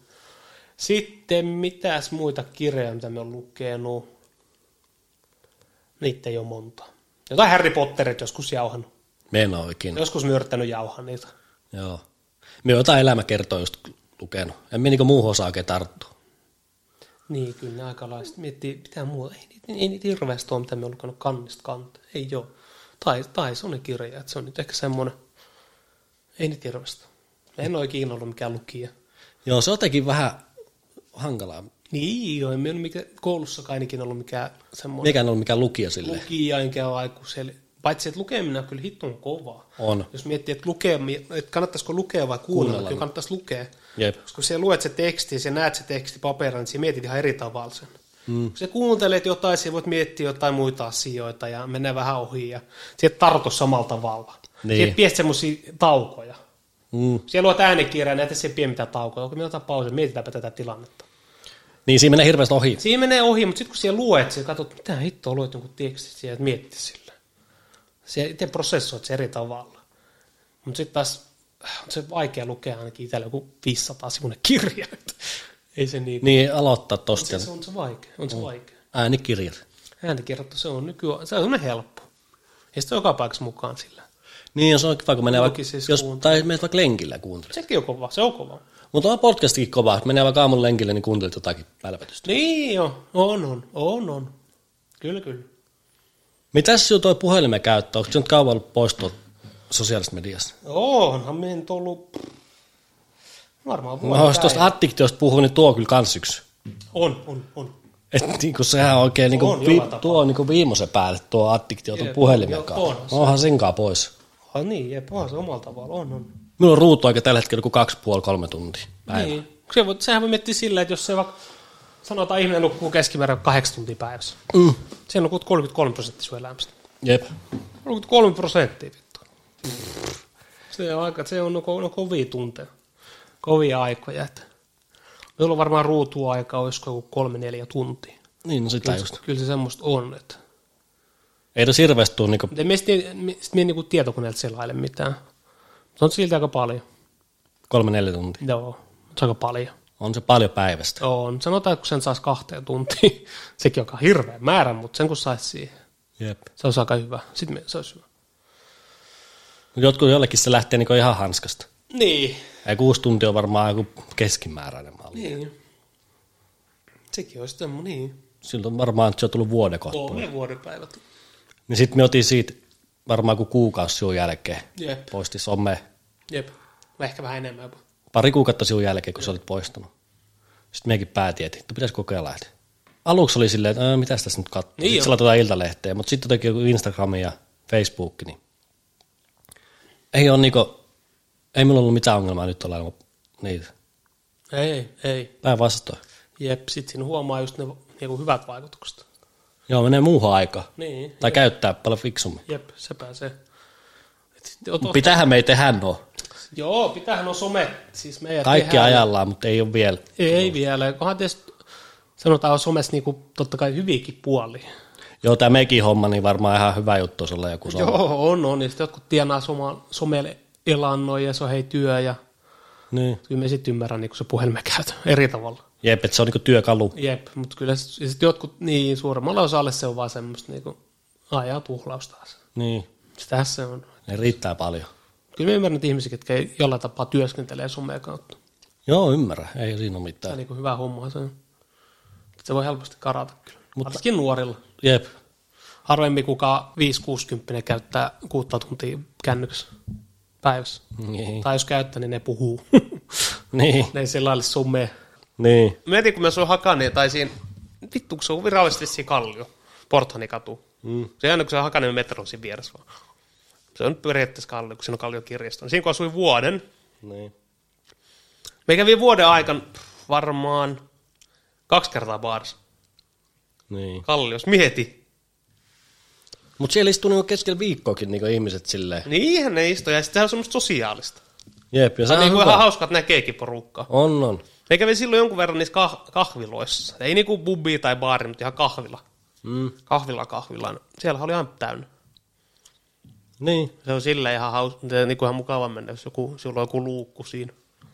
Speaker 2: Sitten mitäs muita kirjoja, mitä me on lukenut? Niitä ei ole monta. Jotain Harry Potterit joskus jauhanut.
Speaker 1: Me en oo ikinä.
Speaker 2: Joskus myörttänyt jauhan niitä.
Speaker 1: Joo. Me jotain elämäkertoa just lukenut. En me niinku muuhun osaa oikein tarttua.
Speaker 2: Niin, kyllä ne aika lailla. Sitten miettii, mitä muuta. Ei, niitä- ei niitä hirveästi ole, mitä me on lukenut kannista kantaa. Ei joo. Tai, tai se on ne kirja, että se on nyt ehkä semmoinen. Ei niitä hirveästi. Mä en ole ikinä ollut mikään lukija.
Speaker 1: Joo, se on jotenkin vähän hankalaa.
Speaker 2: Niin, joo, en minä ole mikä, koulussakaan ainakin ollut mikään semmoinen.
Speaker 1: Mikä on ollut mikään lukija sille.
Speaker 2: lukija enkä ole aikuiselle. Paitsi, että lukeminen on kyllä hitun kovaa.
Speaker 1: On.
Speaker 2: Jos miettii, että, lukee, että kannattaisiko lukea vai kuunnella,
Speaker 1: Kuunnella.
Speaker 2: kyllä kannattaisi lukea.
Speaker 1: Jep.
Speaker 2: Koska kun sä luet se teksti ja sä näet se teksti paperilla, niin sä mietit ihan eri tavalla sen. Mm. Kun sä kuuntelet jotain, sä voit miettiä jotain muita asioita ja mennä vähän ohi ja sä et tartu samalla tavalla.
Speaker 1: Niin.
Speaker 2: Sä et pidä semmoisia taukoja.
Speaker 1: Mm.
Speaker 2: Sä luot äänikirjaa, näitä sä pidä mitään taukoja. Okei, me otetaan pausen, mietitäänpä tätä tilannetta.
Speaker 1: Niin siinä menee hirveästi ohi.
Speaker 2: Siinä menee ohi, mutta sitten kun siellä luet, sä katsot, mitä hittoa luet jonkun tekstin siellä, että mietti sillä. Se itse prosessoit se eri tavalla. Mutta sitten taas äh, on se vaikea lukea ainakin itsellä joku 500 sivunen kirja. <laughs> että Ei se niin.
Speaker 1: Niin aloittaa tosta.
Speaker 2: Se siis on se vaikea. On se
Speaker 1: Mm.
Speaker 2: vaikea.
Speaker 1: Äänikirjat.
Speaker 2: Äänikirjoittu se on nykyään, se on semmoinen helppo. Ja sitten joka paikassa mukaan sillä.
Speaker 1: Niin, ja se on kiva, kun menee vaikka,
Speaker 2: Lukisi siis
Speaker 1: jos,
Speaker 2: kuuntele.
Speaker 1: tai menet vaikka lenkillä kuuntelemaan.
Speaker 2: Sekin on kova, se on kova.
Speaker 1: Mutta on podcastikin kova, että menee vaikka aamulla lenkille, niin kuuntelet jotakin pälvätystä.
Speaker 2: Niin joo, on, on, on, on. Kyllä, kyllä.
Speaker 1: Mitäs sinun tuo puhelimen käyttö, onko se nyt kauan ollut pois tuolta sosiaalisesta mediasta?
Speaker 2: Onhan me nyt ollut varmaan
Speaker 1: No, jos
Speaker 2: vuoden
Speaker 1: tuosta addiktiosta puhuu, niin tuo on kyllä kans yksi.
Speaker 2: On, on, on.
Speaker 1: Et niinku sehän on oikein, niinku,
Speaker 2: On
Speaker 1: on,
Speaker 2: jollain
Speaker 1: vi,
Speaker 2: tapaa.
Speaker 1: tuo on niinku viimeisen päälle tuo addiktio tuon
Speaker 2: Jep,
Speaker 1: puhelimen
Speaker 2: joo,
Speaker 1: kanssa. No
Speaker 2: on se.
Speaker 1: Onhan senkaan pois.
Speaker 2: Ah, niin, jep, onhan se omalla tavalla, on, on.
Speaker 1: Minulla on ruutuaika tällä hetkellä kuin kaksi puoli kolme tuntia päivä. Niin.
Speaker 2: Niin. Se voi, sehän voi miettiä sillä, että jos se vaikka sanotaan, ihminen nukkuu keskimäärin kahdeksan tuntia päivässä.
Speaker 1: Mm.
Speaker 2: Sen nukkut 33 prosenttia sun elämästä.
Speaker 1: Jep.
Speaker 2: 33 prosenttia vittu. Se on aika, se on no, ko- no kovia tunteja, kovia aikoja. Että. Meillä on varmaan ruutuaikaa, olisiko joku kolme neljä tuntia.
Speaker 1: Niin, no sitä
Speaker 2: Kyllä,
Speaker 1: just.
Speaker 2: se- kyllä se semmoista on. Että.
Speaker 1: Ei tässä hirveästi tule niinku,
Speaker 2: Mutta en me sitten niinku tietokoneelta selaile mitään. Se on silti aika paljon.
Speaker 1: kolme neljä tuntia.
Speaker 2: Joo, se on aika paljon.
Speaker 1: On se paljon päivästä.
Speaker 2: On. Sanotaan, että kun sen saisi kahteen tuntiin, <laughs> sekin on aika hirveä määrä, mutta sen kun saisi siihen,
Speaker 1: Jep.
Speaker 2: se olisi aika hyvä. Sitten me, se olisi hyvä.
Speaker 1: Mut Jotkut jollekin se lähtee niinku ihan hanskasta.
Speaker 2: Niin.
Speaker 1: Ei kuusi tuntia on varmaan joku keskimääräinen malli.
Speaker 2: niin. Sekin olisi tämmöinen, niin.
Speaker 1: Siltä on varmaan, että se on tullut vuoden kohta. pois.
Speaker 2: Kolme vuodenpäivät.
Speaker 1: Niin sitten me otin siitä varmaan kuin kuukausi sinun jälkeen.
Speaker 2: Jep.
Speaker 1: Poisti some
Speaker 2: Jep. Ehkä vähän enemmän jopa.
Speaker 1: pari kuukautta sinun jälkeen, kun sä olit poistanut. Sitten mekin päätin, että hitto, pitäisi kokeilla. Että. Aluksi oli silleen, että mitä tässä nyt katsoo.
Speaker 2: Niin
Speaker 1: Niin
Speaker 2: jo.
Speaker 1: sitten tuota iltalehteä, mutta sitten jotenkin joku Instagram ja Facebook, niin ei ole niinku, ei mulla ollut mitään ongelmaa nyt olla ilman niitä.
Speaker 2: Ei, ei.
Speaker 1: Päinvastoin.
Speaker 2: Jep, sit siinä huomaa just ne niinku hyvät vaikutukset.
Speaker 1: Joo, menee muuhun aikaan.
Speaker 2: Niin.
Speaker 1: Tai käyttää paljon fiksummin.
Speaker 2: Jep, se pääsee. Et Oot- oot-
Speaker 1: Pitäähän me ei tehdä no.
Speaker 4: Joo, pitähän on some. Siis meidän
Speaker 1: Kaikki
Speaker 4: tehdään-
Speaker 1: ajallaan, mutta ei ole vielä.
Speaker 4: Ei vielä. Onhan tietysti sanotaan somessa niinku, totta kai hyviäkin puoli.
Speaker 1: Joo, tämä mekin homma, niin varmaan ihan hyvä juttu, jos olla joku sama.
Speaker 4: Joo, on, on. Ja sitten jotkut tienaa soma, somelle elannon ja se on hei työ ja
Speaker 1: Niin.
Speaker 4: kyllä me sitten ymmärrän niin se puhelimen käytö eri tavalla.
Speaker 1: Jep, että se on niinku työkalu.
Speaker 4: Jep, mutta kyllä sitten jotkut niin suuremmalle osalle se on vaan semmoista niinku ajaa tuhlaus taas.
Speaker 1: Niin,
Speaker 4: Sitähän se on.
Speaker 1: ne riittää paljon.
Speaker 4: Kyllä mä ymmärrän niitä ihmisiä, jotka ei jollain tapaa työskentelee someen kautta.
Speaker 1: Joo, ymmärrä. Ei siinä ole
Speaker 4: Se on
Speaker 1: mitään.
Speaker 4: niin hyvä homma se on. Se voi helposti karata kyllä. Mutta... Varsinkin nuorilla.
Speaker 1: Jep.
Speaker 4: Harvemmin kukaan 5-60 käyttää kuutta tuntia kännyksessä päivässä.
Speaker 1: Niin.
Speaker 4: Tai jos käyttää, niin ne puhuu. <laughs>
Speaker 1: Niin.
Speaker 4: ne ei sillä lailla summea.
Speaker 1: niin.
Speaker 2: Mietin, kun mä suon Hakaniin, tai siinä, vittu, kun se on virallisesti siinä kallio, Porthanikatu. Mm. Se aina, kun se on Hakaniemen metro on siinä vieressä vaan. Se on periaatteessa kallio, kun siinä on kalliokirjasto. Siinä kun asuin vuoden,
Speaker 1: niin.
Speaker 2: me kävi vuoden aikana pff, varmaan kaksi kertaa baarissa.
Speaker 1: niin.
Speaker 2: Kallios, mieti.
Speaker 1: Mutta siellä istuu niinku keskellä viikkoakin niinku ihmiset silleen.
Speaker 2: Niinhän ne istuja, ja sitten se on semmoista sosiaalista.
Speaker 1: Jep, ja se
Speaker 2: Se on
Speaker 1: on
Speaker 2: niinku ihan
Speaker 1: hyvä.
Speaker 2: hauska, että näkeekin porukkaa.
Speaker 1: On, on.
Speaker 2: Me kävi silloin jonkun verran niissä kah- kahviloissa. Ei niinku bubi tai baari, mutta ihan kahvila.
Speaker 1: Mm.
Speaker 2: Kahvila kahvilaan. Siellä oli ihan täynnä.
Speaker 1: Niin.
Speaker 2: Se on sillä ihan, haus, se on niinku ihan mukava mennä, jos joku, sulla on joku luukku siinä. Niin.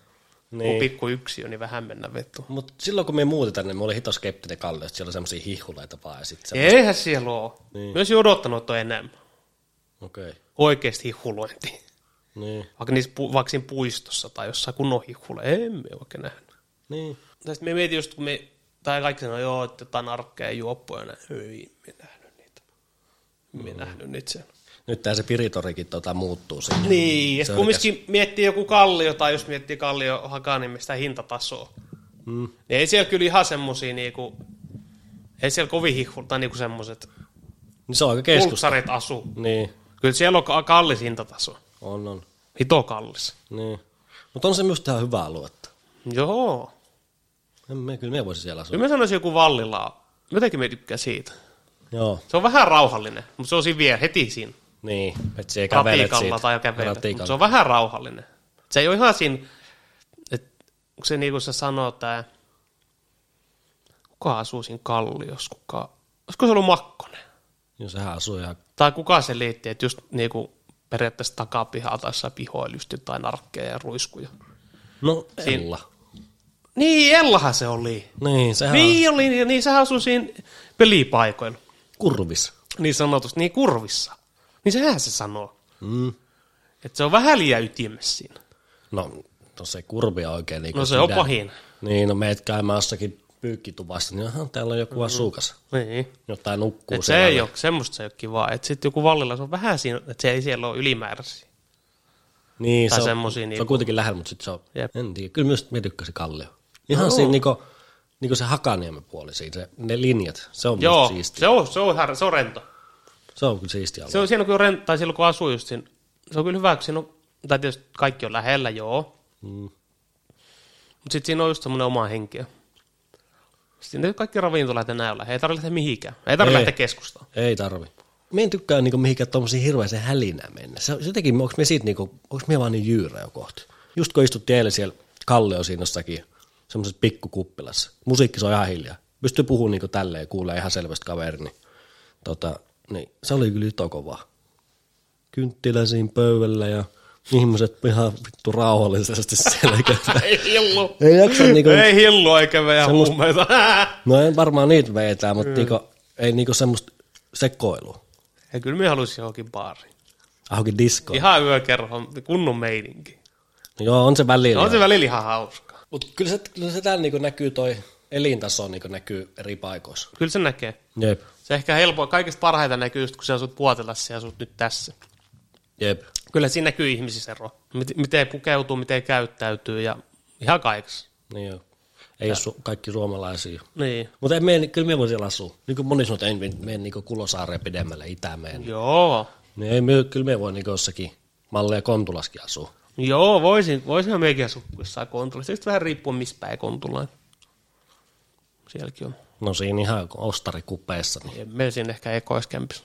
Speaker 2: Kun
Speaker 1: Niin.
Speaker 2: pikku yksi on, niin vähän mennä vettu.
Speaker 1: Mutta silloin kun me muutin tänne, mä olin hito skeptinen Kalle, että siellä on semmoisia hihuleita vaan ja sit se...
Speaker 2: Eihän siellä oo.
Speaker 1: Niin.
Speaker 2: Niin. Myös odottanut, että on enemmän.
Speaker 1: Okei. Okay.
Speaker 2: Oikeesti hihulointi.
Speaker 1: Niin.
Speaker 2: Vaikka, niissä, pu- vaikka siinä puistossa tai jossain kunnon hihulla. Emme oikein nähnyt.
Speaker 1: Niin.
Speaker 2: Tai sitten me mietin just, kun me, tai kaikki sanoo, joo, että jotain arkkeja juoppoja. näin. Ei, me nähnyt niitä. Me mm. nähnyt niitä siellä.
Speaker 1: Nyt tää se piritorikin tota muuttuu sinne.
Speaker 2: Niin, ja
Speaker 1: Se
Speaker 2: sit
Speaker 1: oli
Speaker 2: kumminkin miettii joku kallio, tai jos miettii kallio Hakanimistä hintatasoa, mm. niin ei siellä kyllä ihan semmosia niinku, ei siellä kovin hihku, tai niinku semmoset
Speaker 1: Niin se on aika keskus.
Speaker 2: kultsarit asu.
Speaker 1: Niin.
Speaker 2: Kyllä siellä on ka- kallis hintataso,
Speaker 1: On, on.
Speaker 2: hito kallis.
Speaker 1: Niin. Mutta on se myös ihan hyvää aluetta.
Speaker 2: Joo,
Speaker 1: En me, kyllä me voisi siellä asua.
Speaker 2: kyllä mä sanoisin joku Vallilaa, jotenkin me tykkään siitä.
Speaker 1: Joo,
Speaker 2: Se on vähän rauhallinen, mutta se on siinä vielä heti siinä
Speaker 1: niin. Että se kävelet
Speaker 2: ratikalla
Speaker 1: siitä.
Speaker 2: tai kävelet, mutta se
Speaker 1: Ratikalla.
Speaker 2: on vähän rauhallinen. Se ei ole ihan siinä, että kun se niin kuin sä sanoo, tää, kuka asuu siinä kalliossa, kuka, olisiko se ollut Makkonen?
Speaker 1: Joo, sehän asuu ihan...
Speaker 2: Tai kuka se liitti, että just niin kuin periaatteessa takapihaa tai jossain pihoilla just jotain narkkeja ja ruiskuja.
Speaker 1: No,
Speaker 2: Siin-
Speaker 1: Ella.
Speaker 2: Niin, Ellahan se oli.
Speaker 1: Niin, sehän niin.
Speaker 2: Niin oli, niin, niin sehän asui siinä pelipaikoilla.
Speaker 1: on kurvis.
Speaker 2: Niin sanotusti, niin kurvissa. Niin sehän se sanoo.
Speaker 1: Mm.
Speaker 2: Että se on vähän liian ytimessä siinä.
Speaker 1: No, no se kurvi on oikein. Niin
Speaker 2: No se on pahin.
Speaker 1: Niin, no meet käymään jossakin pyykkituvassa, niin aha, täällä on joku mm-hmm. asukas.
Speaker 2: Niin.
Speaker 1: Jotain nukkuu
Speaker 2: Mm. Et se ei ole, semmoista se ei ole kivaa. Että sitten joku vallilla se on vähän siinä, että se ei siellä ole ylimääräisiä.
Speaker 1: Niin,
Speaker 2: tai
Speaker 1: se on,
Speaker 2: semmosia
Speaker 1: se on
Speaker 2: niinku-
Speaker 1: kuitenkin lähellä, mutta sitten se on,
Speaker 2: Jep.
Speaker 1: en tiedä, kyllä myös me tykkäsin Kallio. Ihan no. siinä niinku, niinku se Hakaniemen puoli siinä, se, ne linjat, se on
Speaker 2: Joo,
Speaker 1: Joo. siisti.
Speaker 2: se on, se on, ihan- se on rento.
Speaker 1: Se on kyllä siisti alue.
Speaker 2: Se on siinä, kun rento, tai silloin kun asuu just siinä, se on kyllä hyvä, kun siinä on, tai tietysti kaikki on lähellä, joo.
Speaker 1: Mm.
Speaker 2: Mutta sitten siinä on just semmoinen oma henkiö. Sitten ne kaikki ravintolat enää ole. Ei tarvitse lähteä mihinkään. Ei tarvitse
Speaker 1: Ei.
Speaker 2: lähteä keskustaan.
Speaker 1: Ei tarvi. Mä en tykkää niinku mihinkään tuommoisiin hirveäseen hälinään mennä. Se, on- jotenkin, onko me siitä niinku, onko me vaan niin jyyrä jo kohta. Just kun istuttiin eilen siellä Kallio siinä jossakin, semmoisessa pikkukuppilassa. Musiikki soi ihan hiljaa. Pystyy puhumaan niinku tälleen ja kuulee ihan selvästi kaverini. Tota, niin, se oli kyllä yhtä kovaa. Kynttilä siinä pöydällä ja ihmiset ihan vittu rauhallisesti siellä. eikä-
Speaker 2: Ei hillu.
Speaker 1: <laughs> <laughs> Ei jaksa niinku
Speaker 2: Ei hillu eikä vejä huumeita. <laughs>
Speaker 1: No en varmaan niitä veetää, mutta niinku, ei niinku semmoista sekoilua.
Speaker 2: ja kyllä minä haluaisin johonkin baariin.
Speaker 1: Ahokin disko.
Speaker 2: Ihan yökerhon, kunnon meininki.
Speaker 1: Joo, on se välillä.
Speaker 2: No on se välillä ihan hauskaa.
Speaker 1: Mutta kyllä se, kyllä se täällä niinku näkyy toi elintaso niinku näkyy eri paikoissa.
Speaker 2: Kyllä se näkee.
Speaker 1: Jep,
Speaker 2: Se ehkä helpoin, kaikista parhaita näkyy just, kun sä asut Puotilassa ja asut nyt tässä.
Speaker 1: jep.
Speaker 2: Kyllä siinä näkyy ihmisissä ero. Mit- Miten pukeutuu, miten käyttäytyy ja ihan kaikessa.
Speaker 1: Niin joo. Ei ole su- kaikki suomalaisia.
Speaker 2: Niin.
Speaker 1: Mutta me, kyllä me voi siellä asua. Niin kuin moni sanoo, että en mene niinku Kulosaareen pidemmälle Itämeen.
Speaker 2: Joo.
Speaker 1: Niin ei me, kyllä me voi niinku jossakin Malle ja Kontulaskin asua.
Speaker 2: Joo, voisin, voisinhan mekin asua jossain kontulassa. Sitten vähän riippuu, missä päin kontulaan. Sielläkin on.
Speaker 1: No siinä ihan kun ostarikupeessa. Niin.
Speaker 2: Ja Meillä siinä ehkä ekoiskämpissä.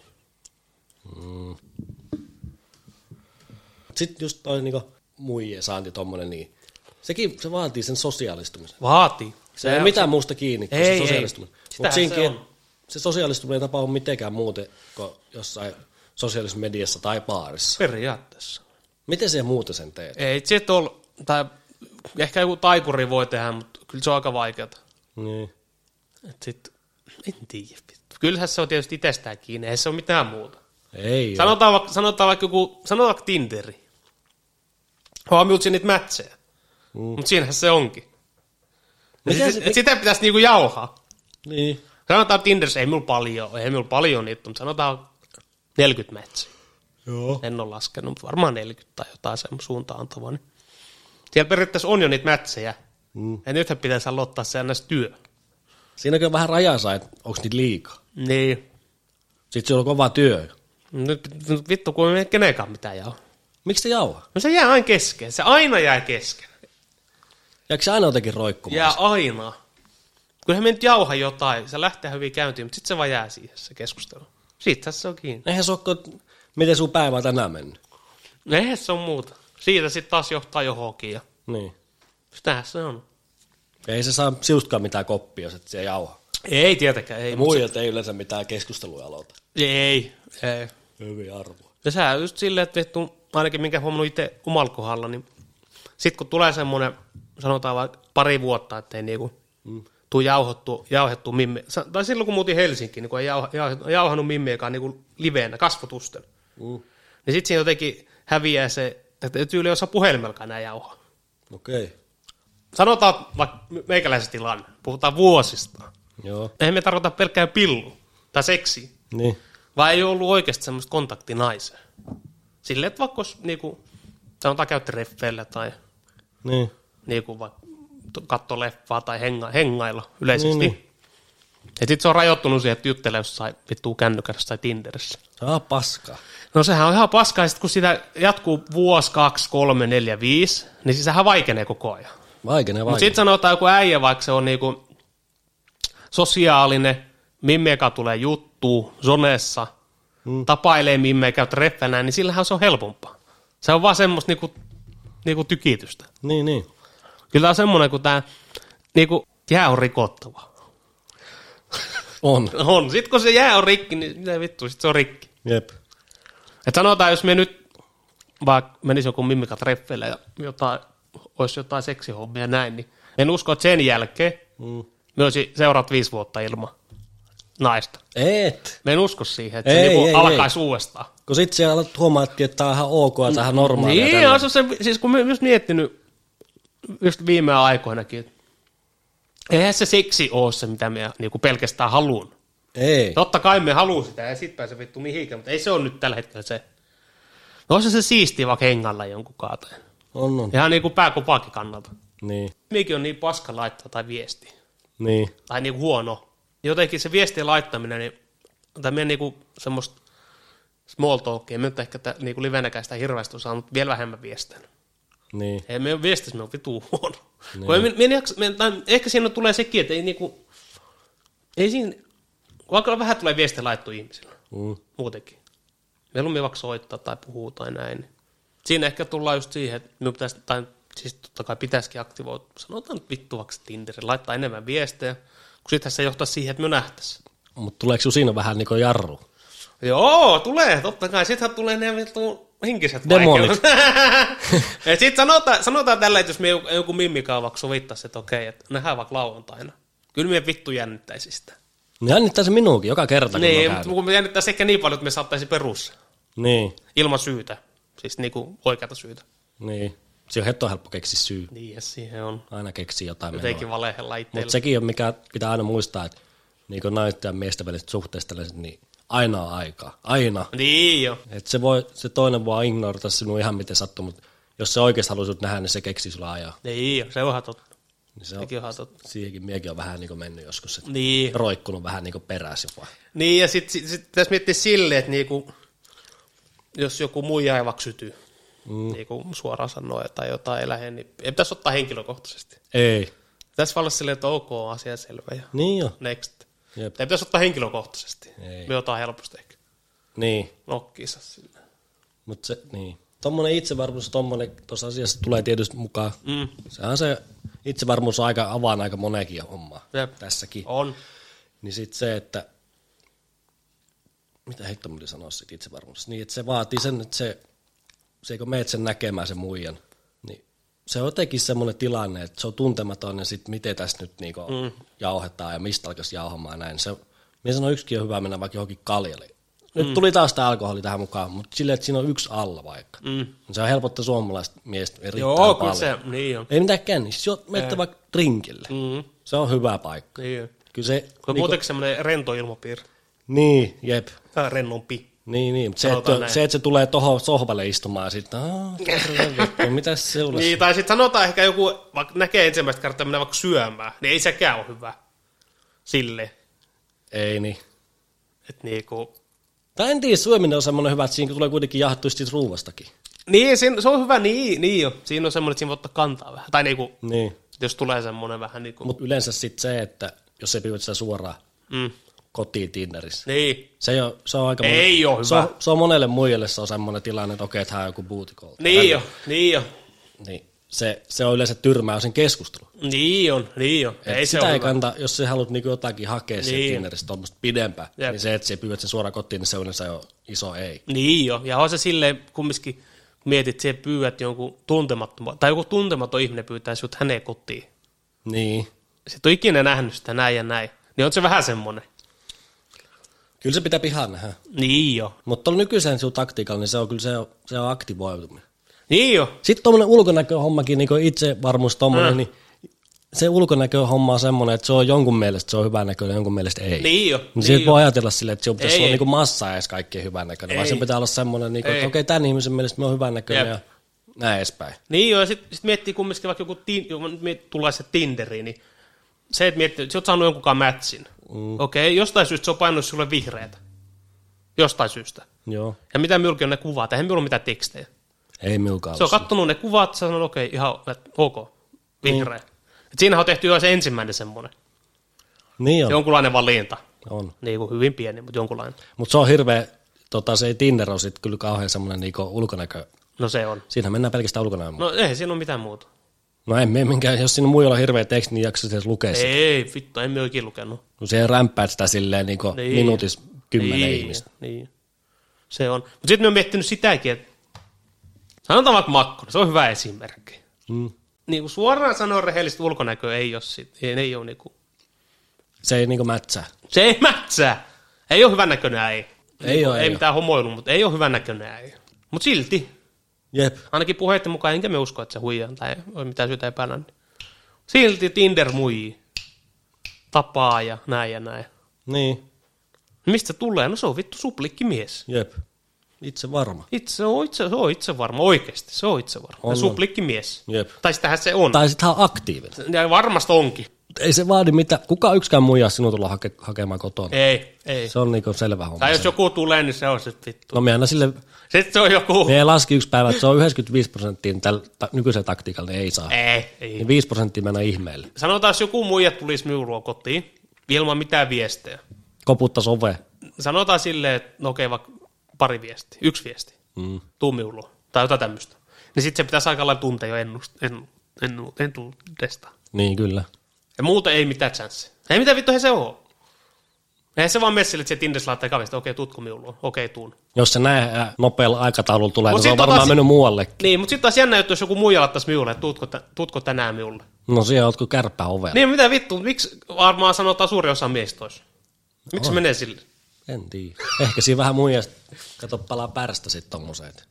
Speaker 1: Mutta sitten just toi niinku muijien saanti tommonen, niin sekin se vaatii sen sosiaalistumisen.
Speaker 4: Vaatii.
Speaker 1: Se ei ole mitään muusta kiinni kuin
Speaker 4: Ei,
Speaker 1: se
Speaker 4: ei.
Speaker 1: sosiaalistuminen. Mutta
Speaker 4: Sitähän se
Speaker 1: siinkin
Speaker 4: on.
Speaker 1: se sosiaalistuminen ei tapahdu mitenkään muuten kuin jossain sosiaalisessa mediassa tai baarissa.
Speaker 2: Periaatteessa.
Speaker 1: Miten se muuten sen teet?
Speaker 2: Ei se tol, tai ehkä joku taikuri voi tehdä, mutta kyllä se on aika vaikeata.
Speaker 1: Niin.
Speaker 2: Et sit, en tiedä. vittu. Kyllähän se on tietysti itsestään kiinni, ei se ole mitään muuta.
Speaker 1: Ei Sano...
Speaker 2: Sanotaan vaikka, sanotaan vaikka joku, sanotaan vaikka Tinderi. Vaan miutsi niitä mätsejä. Mm. Mutta siinähän se onkin. Ja
Speaker 1: Miten
Speaker 2: sit,
Speaker 1: se-
Speaker 2: et sitä pitäisi niinku jauhaa.
Speaker 1: Niin.
Speaker 2: Sanotaan Tinderissä, ei mulla paljon, ole, ei mulla paljon niitä, mutta sanotaan 40 mätsiä.
Speaker 1: Joo.
Speaker 2: En ole laskenut, mutta varmaan 40 tai jotain semmoista suuntaan antavaa. Niin. Siellä periaatteessa on jo niitä mätsejä. Mm. Ja nythän pitäisi aloittaa se ns. työ.
Speaker 1: Siinäkin on vähän rajansa, että onko niitä liikaa.
Speaker 2: Niin.
Speaker 1: Sitten se on kova työ.
Speaker 2: Nyt, nyt vittu, kun ei mene kenenkään mitään jauhaa.
Speaker 1: Miksi se jauhaa?
Speaker 2: No se jää aina kesken, se aina jää kesken.
Speaker 1: Jääkö se aina jotenkin roikkumaan?
Speaker 2: Jää aina. Kyllähän me nyt jauha jotain, se lähtee hyvin käyntiin, mutta sitten se vaan jää siihen se keskustelu. Siitä se on kiinni.
Speaker 1: Eihän se ole, kun- miten sun päivä on tänään mennyt.
Speaker 2: No Eihän se on muuta. Siitä sitten taas johtaa johonkin ja
Speaker 1: Niin.
Speaker 2: sitähän se on.
Speaker 1: Ei se saa siustakaan mitään koppia, jos et se jauha.
Speaker 2: Ei tietenkään, ei.
Speaker 1: Muilta ei yleensä mitään keskustelua aloita.
Speaker 2: Ei, ei.
Speaker 1: Hyvin arvoa.
Speaker 2: Ja sehän on just silleen, että vittu, ainakin minkä huomannut itse omalla kohdalla, niin sit kun tulee semmoinen, sanotaan vaikka pari vuotta, ettei niinku tuu jauhottu, jauhettu mimme, sa- tai silloin kun muutin Helsinkiin, niin kun ei jauha, jauha, jauhannut mimmeekaan niinku liveenä, kasvotusten,
Speaker 1: Mm.
Speaker 2: niin sit siinä jotenkin häviää se, että tyyli ei osaa puhelimellakaan enää jauhaa.
Speaker 1: Okei. Okay.
Speaker 2: Sanotaan vaikka meikäläisen tilanne, puhutaan vuosista.
Speaker 1: Joo.
Speaker 2: Eihän me tarkoita pelkkää pillu tai seksiä.
Speaker 1: Niin.
Speaker 2: Vai ei ollut oikeasti semmoista kontaktinaiseen? Silleen, että vaikka olisi, niinku, sanotaan käytte reffeillä tai
Speaker 1: Niin.
Speaker 2: niinku, vaikka to- katso leffaa tai henga, hengailla yleisesti.
Speaker 1: Niin,
Speaker 2: Niin, niin. Ja sit se on rajoittunut siihen, että juttelee jossain vittuu kännykässä tai Tinderissä.
Speaker 1: Ah, paska.
Speaker 2: No sehän on ihan paskaa, ja sit kun sitä jatkuu vuosi, kaksi, kolme, neljä, viisi, niin siis sehän vaikenee koko ajan.
Speaker 1: Vaikenee
Speaker 2: Mutta
Speaker 1: vaikenee.
Speaker 2: sitten sanotaan joku äijä, vaikka se on niinku sosiaalinen, mimmekä tulee juttu zonessa, mm. tapailee mimmekä treffenä, niin sillähän se on helpompaa. Se on vaan semmoista niinku, niinku tykitystä.
Speaker 1: Niin, niin.
Speaker 2: Kyllä tää on semmoinen, kun tämä niinku, jää on rikottava.
Speaker 1: On.
Speaker 2: On. Sitten kun se jää on rikki, niin mitä vittu, sit se on rikki.
Speaker 1: Jep.
Speaker 2: Et sanotaan, jos me nyt vaikka menisi joku mimika treffeille ja jotain, olisi jotain seksihommia ja näin, niin en usko, että sen jälkeen
Speaker 1: Mm.
Speaker 2: Me olisi seuraat viisi vuotta ilman naista.
Speaker 1: Et.
Speaker 2: Me en usko siihen, että se
Speaker 1: Ei,
Speaker 2: niinku
Speaker 1: ei,
Speaker 2: alkaisi uudestaan.
Speaker 1: Kun sit siellä alat- huomaattiin, että tää on ihan ok ja tää on ihan normaalia.
Speaker 2: Niin,
Speaker 1: tällä-
Speaker 2: on se, se- siis kun mä oon just miettinyt just viime aikoinakin, että eihän se seksi ole se, mitä me niinku pelkästään haluun.
Speaker 1: Ei.
Speaker 2: Totta kai me haluu sitä ja sit pääse vittu mihinkään, mutta ei se ole nyt tällä hetkellä se. No on se se siistiä vaikka hengalla jonkun kaata.
Speaker 1: On, on.
Speaker 2: Ihan niinku pääkopaakin kannalta.
Speaker 1: Niin.
Speaker 2: Mikin on niin paska laittaa tai viestiä.
Speaker 1: Niin.
Speaker 2: tai niin kuin huono. Jotenkin se viestien laittaminen, niin, tai meidän niin kuin semmoista small talkia, me nyt ehkä tä, niin kuin livenäkään sitä hirveästi osaa, mutta vielä vähemmän viestejä.
Speaker 1: Niin.
Speaker 2: Ei meidän viestissä me on vitu huono. Kun ei, me, me, en jaksa- me, tai ehkä siinä tulee sekin, että ei niinku, ei siinä, kun aika vähän tulee viestiä laittu ihmisillä,
Speaker 1: Mm.
Speaker 2: muutenkin. Mieluummin vaikka soittaa tai puhuu tai näin. niin Siinä ehkä tullaan just siihen, että minun pitäisi, tai siis totta kai pitäisikin aktivoitua, sanotaan nyt vittu vaikka Tinderin, laittaa enemmän viestejä, kun sittenhän se johtaa siihen, että me nähtäisiin.
Speaker 1: Mutta tuleeko sinun siinä vähän niinku jarru?
Speaker 2: Joo, tulee, totta kai. Sittenhän tulee ne vittu henkiset
Speaker 1: Demonit.
Speaker 2: vaikeudet. <laughs> ja sit sanotaan, sanotaan tällä, että jos me joku, joku mimmikaan vaikka sovittaisi, että okei, että nähdään vaikka lauantaina. Kyllä me vittu jännittäisi sitä.
Speaker 1: Niin jännittää se minuukin joka kerta, kun
Speaker 2: Niin,
Speaker 1: mä
Speaker 2: mutta
Speaker 1: käyn.
Speaker 2: kun me jännittäisi ehkä niin paljon, että me saattaisi perussa.
Speaker 1: Niin.
Speaker 2: Ilman syytä. Siis niinku oikeata syytä.
Speaker 1: Niin. Siinä on hetto helppo keksiä syy.
Speaker 2: Niin, ja siihen on
Speaker 1: Aina keksii jotain menoa.
Speaker 2: jotenkin valehella
Speaker 1: Mutta
Speaker 2: itteillä. Se...
Speaker 1: sekin on, mikä pitää aina muistaa, että niin kuin naisten ja miesten väliset suhteista, niin aina on aikaa. Aina.
Speaker 2: Niin jo.
Speaker 1: Et se, voi, se toinen voi ignorata sinua ihan miten sattuu, mutta jos se oikeasti haluaa sinut nähdä, niin se keksii sulla ajaa.
Speaker 2: Niin jo, se onhan totta.
Speaker 1: Niin se on,
Speaker 2: Sekin onhan totta.
Speaker 1: siihenkin miekin on vähän niin mennyt joskus, että
Speaker 2: Niin.
Speaker 1: roikkunut vähän niin peräs jopa.
Speaker 2: Niin, ja sitten sit, sit pitäisi miettiä silleen, että niinku, jos joku muija ei vaikka syty, mm. niinku suoraan sanoo tai jotain ei lähde, niin ei pitäisi ottaa henkilökohtaisesti.
Speaker 1: Ei.
Speaker 2: Pitäisi vaan olla silleen, että ok, asia selvä ja
Speaker 1: Niin jo.
Speaker 2: next.
Speaker 1: Jep.
Speaker 2: Ei pitäisi ottaa henkilökohtaisesti.
Speaker 1: Ei.
Speaker 2: Me otetaan helposti ehkä.
Speaker 1: Niin.
Speaker 2: Nokkiinsa silleen.
Speaker 1: Mutta se, niin. Tuommoinen itsevarmuus tuommoinen tuossa asiassa tulee tietysti mukaan.
Speaker 2: Mm.
Speaker 1: Sehän se itsevarmuus aika avaa aika monekin hommaa
Speaker 2: Jep.
Speaker 1: tässäkin.
Speaker 2: On.
Speaker 1: Niin sitten se, että mitä hitto minä sanoa siitä itsevarmuudesta, niin että se vaatii sen, että se, se kun meet sen näkemään sen muijan, niin se on jotenkin semmoinen tilanne, että se on tuntematon ja sitten miten tässä nyt niinku mm. jauhetaan ja mistä alkaisi jauhamaan ja näin. Se, minä sanoin, yksikin on hyvä mennä vaikka johonkin kaljalle. Nyt mm. tuli taas tämä alkoholi tähän mukaan, mutta silleen, että siinä on yksi alla vaikka. Mm. Se on helpottaa suomalaista miestä erittäin
Speaker 2: Joo, kyllä
Speaker 1: paljon.
Speaker 2: se, niin on.
Speaker 1: Ei mitään kännissä, siis menette vaikka drinkille.
Speaker 2: Mm.
Speaker 1: Se on hyvä paikka.
Speaker 2: Niin on.
Speaker 1: Kyllä se,
Speaker 2: Kun niin muutenkin semmoinen rento ilmapiiri.
Speaker 1: niin, jep.
Speaker 2: Vähän rennompi.
Speaker 1: Niin, niin. mutta Se,
Speaker 2: Sanotaan
Speaker 1: että,
Speaker 2: näin.
Speaker 1: se, että se tulee tuohon sohvalle istumaan ja sitten, "Aa, terve vittu, mitäs se olisi?
Speaker 2: Niin, tai sitten sanotaan ehkä joku, vaikka näkee ensimmäistä kertaa mennä vaikka syömään, niin ei sekään ole hyvä sille.
Speaker 1: Ei niin.
Speaker 2: Että niinku,
Speaker 1: Tai en tiedä, syöminen on semmoinen hyvä, että siinä tulee kuitenkin jahattu siitä ruuvastakin.
Speaker 2: niin, siinä, se on hyvä, niin, niin jo. Siinä on semmoinen, että siinä voi ottaa kantaa vähän. Tai niinku,
Speaker 1: Niin.
Speaker 2: jos tulee semmoinen vähän niinku, Mut.
Speaker 1: Mutta yleensä sitten se, että jos se pyydät sitä suoraan
Speaker 2: Mm,
Speaker 1: kotiin Tinderissä,
Speaker 2: niin.
Speaker 1: se, ei ole, se on aika
Speaker 2: Ei oo hyvä.
Speaker 1: Se on, se on monelle muille se on semmoinen tilanne, että okei, että hän on joku bootikolta.
Speaker 2: Niin jo, niin jo.
Speaker 1: Niin. Se, se on yleensä tyrmäys sen keskustelun.
Speaker 2: Niin on, niin jo.
Speaker 1: Et
Speaker 2: Ei se
Speaker 1: sitä
Speaker 2: ole
Speaker 1: ei
Speaker 2: hyvä.
Speaker 1: kannata, jos sä haluat niinku jotakin hakea niin.
Speaker 2: Niin.
Speaker 1: siitä Tinderistä tuommoista pidempää,
Speaker 2: Jep.
Speaker 1: niin se, että sä pyydät sen suoraan kotiin, niin se on yleensä on iso ei.
Speaker 2: Niin jo. Ja on se silleen kumminkin, kun mietit, että pyydät jonkun tuntemattoman, tai joku tuntematon ihminen pyytää sinut häneen kotiin.
Speaker 1: Niin.
Speaker 2: Sitten on ikinä nähnyt sitä näin ja näin. Niin on se vähän semmoinen.
Speaker 1: Kyllä se pitää pihaan nähdä.
Speaker 2: Niin jo.
Speaker 1: Mutta tuolla nykyisen sinun taktiikalla, niin se on kyllä se, on- se on aktivoituminen.
Speaker 2: Niin jo.
Speaker 1: Sitten tuommoinen ulkonäköhommakin, niin kuin itsevarmuus
Speaker 2: Ah.
Speaker 1: tuommoinen, niin se ulkonäköhomma on semmoinen, että se on jonkun mielestä se on hyvännäköinen, jonkun mielestä ei.
Speaker 2: Niin jo.
Speaker 1: Niin
Speaker 2: Niin
Speaker 1: siitä
Speaker 2: jo.
Speaker 1: voi ajatella silleen, että sinun pitäisi
Speaker 2: Ei,
Speaker 1: olla
Speaker 2: ei.
Speaker 1: niinku massa edes kaikkien hyvännäköinen, vaan
Speaker 2: Ei.
Speaker 1: sen pitää olla semmoinen, niinku,
Speaker 2: Ei.
Speaker 1: että okei, tämän ihmisen mielestä me on hyvännäköinen
Speaker 2: Jep.
Speaker 1: ja näin edespäin.
Speaker 2: Niin jo. Ja sitten sit miettii kumminkin vaikka joku, tin, joku miet, tulee se Tinderiin, niin se, että miettii, että sä oot saanut jonkunkaan matchin. Mm. Okei, jostain syystä se on painanut sulle vihreätä. Jostain syystä.
Speaker 1: Joo.
Speaker 2: Ja mitä myrkin on ne kuvat, eihän minulla ole mitään tekstejä.
Speaker 1: Ei miukaan.
Speaker 2: Se on kattonut ne kuvat, se sanoo, okei, ihan että ok, vihreä. Et siinähän on tehty jo se ensimmäinen semmoinen,
Speaker 1: Niin on.
Speaker 2: jonkunlainen valinta.
Speaker 1: on.
Speaker 2: Niin kuin hyvin pieni, mutta jonkunlainen.
Speaker 1: Mutta se on hirveä, tota, se ei Tinder on sitten kyllä kauhean semmoinen niinku ulkonäkö.
Speaker 2: No se on.
Speaker 1: Siinä mennään pelkästään ulkonäön
Speaker 2: No ei siinä ole mitään muuta.
Speaker 1: No en mene minkään, jos siinä muilla on hirveä teksti, niin jaksaisi edes lukea sitä.
Speaker 2: Ei, vittu, en me oikein lukenut.
Speaker 1: Kun siihen rämpäät sitä silleen niin niin. minuutis kymmenen niin. ihmistä.
Speaker 2: Niin. Se on. Mutta sitten me on miettinyt sitäkin, että sanotaan vaikka Makkonen, se on hyvä esimerkki.
Speaker 1: Mm.
Speaker 2: Niin kuin suoraan sanoen rehellistä ulkonäköä ei ole sit, ei, ei ole niinku,
Speaker 1: Se ei niin mätsää.
Speaker 2: se ei mätsää. Ei ole hyvän näköinen ei.
Speaker 1: Ei oo,
Speaker 2: ei,
Speaker 1: ei oo.
Speaker 2: mitään homoilu, mutta ei ole hyvän näköinen ei. Mutta silti,
Speaker 1: Jep.
Speaker 2: ainakin puheiden mukaan, enkä me usko, että se huijaa tai on mitään syytä epäillä. niin Silti Tinder muijii. Tapaa ja näin ja näin.
Speaker 1: Niin.
Speaker 2: Mistä se tulee? No se on vittu suplikkimies.
Speaker 1: Jep. Itse varma.
Speaker 2: Itse, se, on itse, se on itse varma, oikeasti. Se on itse varma.
Speaker 1: On, on.
Speaker 2: On. Suplikkimies.
Speaker 1: Jep.
Speaker 2: Tai sitähän se on.
Speaker 1: Tai sitten hän on aktiivinen.
Speaker 2: Ja varmasti onkin.
Speaker 1: Ei se vaadi mitään. Kuka yksikään muija sinun tulla hake- hakemaan kotona.
Speaker 2: Ei, ei.
Speaker 1: Se on niinku selvä homma.
Speaker 2: Tai
Speaker 1: se.
Speaker 2: jos joku tulee, niin se on sitten vittu.
Speaker 1: No me aina sille,
Speaker 2: Sitten se on joku...
Speaker 1: me ei laski yksi päivä, että se on 95 prosenttia niin tällä ta- nykyisellä taktiikalla, niin ei saa.
Speaker 2: Ei, ei.
Speaker 1: Niin 5 prosenttia mennä ihmeelle.
Speaker 2: Sanotaan, jos joku muija tulisi minulla kotiin ilman mitään viestejä.
Speaker 1: koputta sove.
Speaker 2: Sanotaan silleen, että no okei, vaikka pari viestiä, yksi viesti,
Speaker 1: Mm.
Speaker 2: tuu minulla, tai jotain tämmöistä. Niin sitten se pitäisi aika lailla tuntea jo ennust, en, en, en, entuudesta.
Speaker 1: Niin kyllä.
Speaker 2: Ja muuta ei mitään chanssi. Ei mitään vittu, eihän se oo. Eihän se vaan mene sille, että se Tinders laittaa kaverista, okei, tutko minulla, okei, tuun.
Speaker 1: Jos se näin ää, nopealla aikataululla tulee,
Speaker 2: Mut
Speaker 1: niin se on
Speaker 2: sit tota
Speaker 1: varmaan
Speaker 2: si-
Speaker 1: mennyt muualle.
Speaker 2: Niin, mutta sitten taas jännä juttu, jos joku muu laittaisi minulle, että tutko, tä- tutko tänään minulle.
Speaker 1: No siellä ootko kärppää ovella?
Speaker 2: Niin, mitä vittu, miksi varmaan sanotaan suuri osa miehistä olisi? Miksi se menee sille?
Speaker 1: En tiedä. Ehkä siinä vähän muija, kato palaa pärstä sitten tommoseet.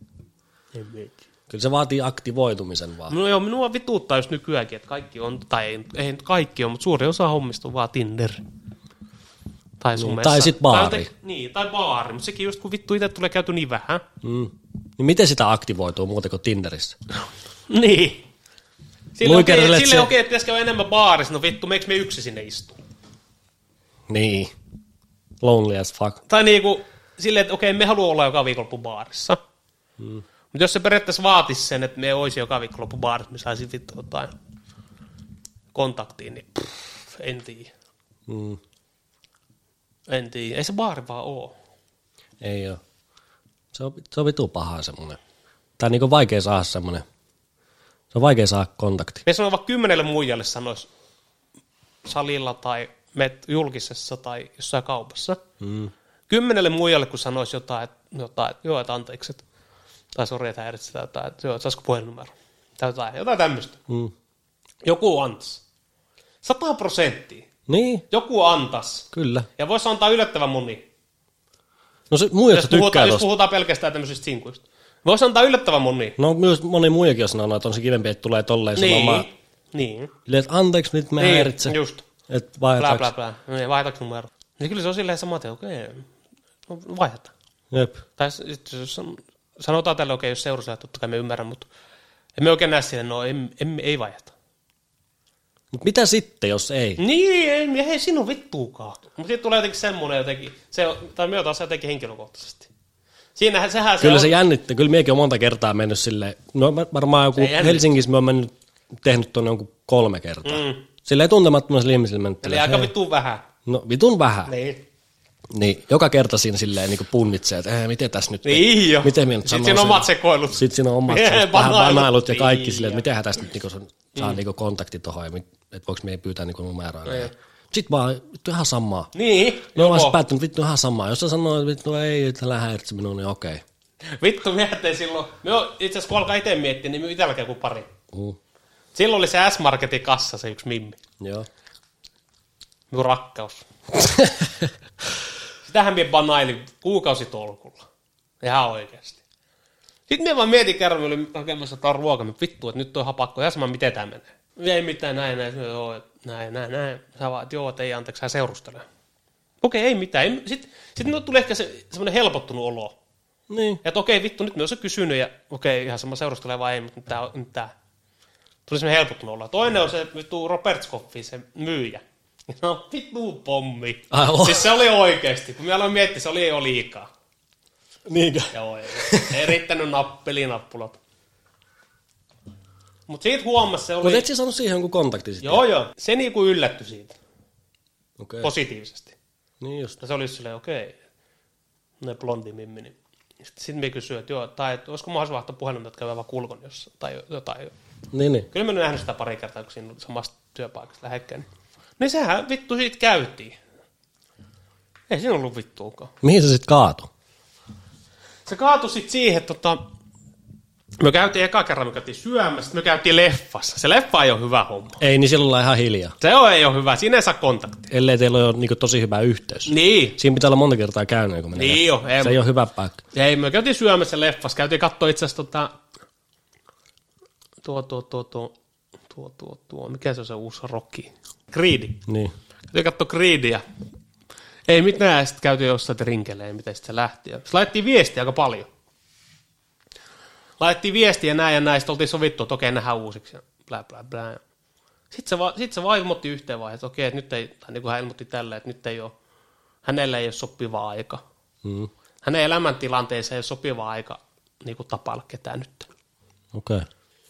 Speaker 1: Kyllä se vaatii aktivoitumisen vaan.
Speaker 2: No joo, minua vituuttaa just nykyäänkin, että kaikki on, tai ei, ei nyt kaikki on, mutta suurin osa hommista on vaan Tinder. Tai sumessa.
Speaker 1: Niin, tai sit baari.
Speaker 2: Tai, jotenkin- niin, tai baari, mutta sekin just kun vittu itse tulee käyty niin vähän.
Speaker 1: Mm. Niin miten sitä aktivoituu muuten kuin Tinderissä?
Speaker 2: Niin. Sille okei,
Speaker 1: Luikerille,
Speaker 2: okay,
Speaker 1: että
Speaker 2: sille
Speaker 1: se-
Speaker 2: okei, että pitäisi käydä enemmän baarissa, no vittu, miksi me yksi sinne istuu?
Speaker 1: Niin. Lonely as fuck.
Speaker 2: Tai niinku, silleen, että okei, me haluaa olla joka viikonloppu baarissa. Mm. Mutta jos se periaatteessa vaatisi sen, että me olisi joka viikonloppu baarissa, me saisi vittu jotain kontaktiin, niin pff, en tiedä.
Speaker 1: Mm.
Speaker 2: En tiedä. Ei se baari vaan oo.
Speaker 1: Ei oo. Se on, se on vitu pahaa semmonen. Tää on niinku vaikea saada semmoinen. Se on vaikea saada kontakti.
Speaker 2: Me sanoin vaikka kymmenelle muijalle sanois salilla tai met julkisessa tai jossain kaupassa. Mm. Kymmenelle muijalle, kun sanois jotain, että, jotain, että joo, että anteeksi, että, tai sori, että häiritsi tai jotain, että joo, että saisiko puhelinnumero. Tai jotain, jotain tämmöistä.
Speaker 1: Mm.
Speaker 2: Joku antas. Sata prosenttia.
Speaker 1: Niin,
Speaker 2: Joku antas.
Speaker 1: kyllä.
Speaker 2: Ja voisi antaa yllättävän moni.
Speaker 1: No se muu,
Speaker 2: Jos
Speaker 1: jotka tykkää
Speaker 2: puhutaan, jos
Speaker 1: tosta.
Speaker 2: puhutaan pelkästään tämmöisistä sinkuista. Voisi antaa yllättävän niin. moni.
Speaker 1: No myös moni muijakin on sanonut, että on se kivempi, että tulee tolleen niin. sanomaan.
Speaker 2: Niin.
Speaker 1: Silleen, että anteeksi nyt mä niin.
Speaker 2: niin.
Speaker 1: häiritsen.
Speaker 2: Just.
Speaker 1: Et
Speaker 2: Blä,
Speaker 1: vaihdetaanko?
Speaker 2: blä, blä. Niin, vaihdataanko numero? Niin kyllä se on silleen sama, että okei, no, vaihdetaan.
Speaker 1: Jep.
Speaker 2: Tai sitten jos on, sanotaan tälle, okei, jos seurusella, totta kai me ymmärrän, mutta emme oikein näe silleen, no em, em, ei vaihdeta.
Speaker 1: Mut mitä sitten, jos ei?
Speaker 2: Niin, ei, ei sinun vittuukaan. Mutta sitten tulee jotenkin semmoinen jotenkin, se, on- tai me otan se jotenkin henkilökohtaisesti. Siinähän sehän
Speaker 1: Kyllä
Speaker 2: se
Speaker 1: se
Speaker 2: on.
Speaker 1: jännittää. Kyllä miekin on monta kertaa mennyt silleen. No mä- varmaan joku
Speaker 2: Se jännittää.
Speaker 1: Helsingissä me on mennyt, tehnyt tuonne jonkun kolme kertaa. Mm. Silleen tuntemattomaisille ihmisille mennyt.
Speaker 2: Eli
Speaker 1: Eli
Speaker 2: aika vittu vähän.
Speaker 1: No vitun vähän. Niin.
Speaker 2: Niin.
Speaker 1: niin. joka kerta siinä silleen niin punnitsee, että "Eh, miten tässä nyt.
Speaker 2: Niin jo.
Speaker 1: Miten minä nyt
Speaker 2: Sitten
Speaker 1: sanon
Speaker 2: siinä on
Speaker 1: sen?
Speaker 2: omat sekoilut.
Speaker 1: Sitten siinä
Speaker 2: <laughs>
Speaker 1: on omat
Speaker 2: Jee,
Speaker 1: semmoset vähän
Speaker 2: banailut.
Speaker 1: banailut ja kaikki
Speaker 2: Niin, Mm.
Speaker 1: silleen,
Speaker 2: joo.
Speaker 1: että mitenhän tästä nyt niinku sun, saa niinku kontakti tuohon ja mit- että voiko me pyytää niinku numeroa. Sitten vaan, vittu ihan samaa.
Speaker 2: Niin.
Speaker 1: Me ollaan
Speaker 2: Joo.
Speaker 1: sitten päättänyt, vittu ihan samaa. Jos sä sanoo, että vittu ei, että älä häiritse minua, niin okei.
Speaker 2: Vittu, me silloin. Me on- itse asiassa kun alkaa itse miettiä, niin me itselläkin joku pari.
Speaker 1: Mm.
Speaker 2: Silloin oli se S-Marketin kassa, se yksi mimmi.
Speaker 1: Joo.
Speaker 2: Minun rakkaus. Sitähän minä banailin kuukausitolkulla. Ihan oikeasti. Sitten minä vaan mietin kerran, minä olin hakemassa jotain ruokaa, minä vittu, että nyt on ihan pakko, ihan sama miten tämä menee. Minä ei mitään, näin, näin, Sitten, joo, että näin, näin, näin. Sä vaan, että joo, että ei anteeksi, hän seurustelee. Okei, ei mitään. Ei- Sitten, sitten tuli ehkä se, semmoinen helpottunut olo.
Speaker 1: Niin.
Speaker 2: Ja että okei, vittu, nyt myös on kysynyt, ja okei, ihan sama seurustelee vai ei, mutta nyt tää, on- nyt tää. Tuli semmoinen helpottunut olla. Toinen on se vittu Robert Scoffi, se myyjä. No, vittu pommi.
Speaker 1: Ai, oh.
Speaker 2: Siis se oli oikeesti, kun me aloin miettiä, se oli jo liikaa.
Speaker 1: Niinkö?
Speaker 2: Joo, ei, ei riittänyt nappelinappulat. Mut siitä huomasi se oli...
Speaker 1: Mutta et sä saanut siihen jonkun kontakti sitten?
Speaker 2: Joo, joo. Se niinku yllätty siitä,
Speaker 1: Okei.
Speaker 2: positiivisesti.
Speaker 1: Niin just.
Speaker 2: Ja se oli silleen, okei, ne blondi mimmi. Niin. Sitten sit me kysyin, että joo, tai että olisiko mahdollista vaihtaa puhelimet, että käydään vaan kulkon jossain, tai jotain.
Speaker 1: Niin, niin.
Speaker 2: Kyllä mä oon nähnyt sitä pari kertaa, kun siinä oli samasta työpaikasta lähekkäin. Niin sehän vittu siitä käytiin. Ei siinä ollut vittuakaan.
Speaker 1: Mihin se sitten kaatu?
Speaker 2: Se kaatui sitten siihen, että tota, me käytiin eka kerran, me käytiin syömässä, sitten me käytiin leffassa. Se leffa ei ole hyvä homma.
Speaker 1: Ei, niin silloin ollaan ihan hiljaa.
Speaker 2: Se on, ei ole hyvä, siinä ei saa kontaktia.
Speaker 1: Ellei teillä ole niinku tosi hyvä yhteys.
Speaker 2: Niin.
Speaker 1: Siinä pitää olla monta kertaa käynyt, kun menee.
Speaker 2: Niin
Speaker 1: läpi.
Speaker 2: joo, ei-
Speaker 1: Se ei ole hyvä paikka.
Speaker 2: Ei, me käytiin syömässä leffassa. Käytiin katsoa itse asiassa tota... Tuo, tuo, tuo, tuo, tuo, tuo, tuo. Mikä se on se uusi rokki? Creed.
Speaker 1: Niin.
Speaker 2: Käytiin katsoa Creedia. Ei mitään, sitten käytiin jossain rinkeleen, miten sitten se lähti. Sitten laitettiin viestiä aika paljon. Laitettiin viestiä näin ja näin, sitten oltiin sovittu, että okei, nähdään uusiksi. ja Blä, blä, blä. Sitten se, va, sit se vaan ilmoitti yhteen vaiheessa, että okei, että nyt ei, tai niin kuin hän ilmoitti tälle, että nyt ei ole, hänellä ei ole sopiva aika.
Speaker 1: Mm.
Speaker 2: Hänen elämäntilanteeseen ei ole sopiva aika niin kuin tapailla ketään nyt.
Speaker 1: Okei. Okay.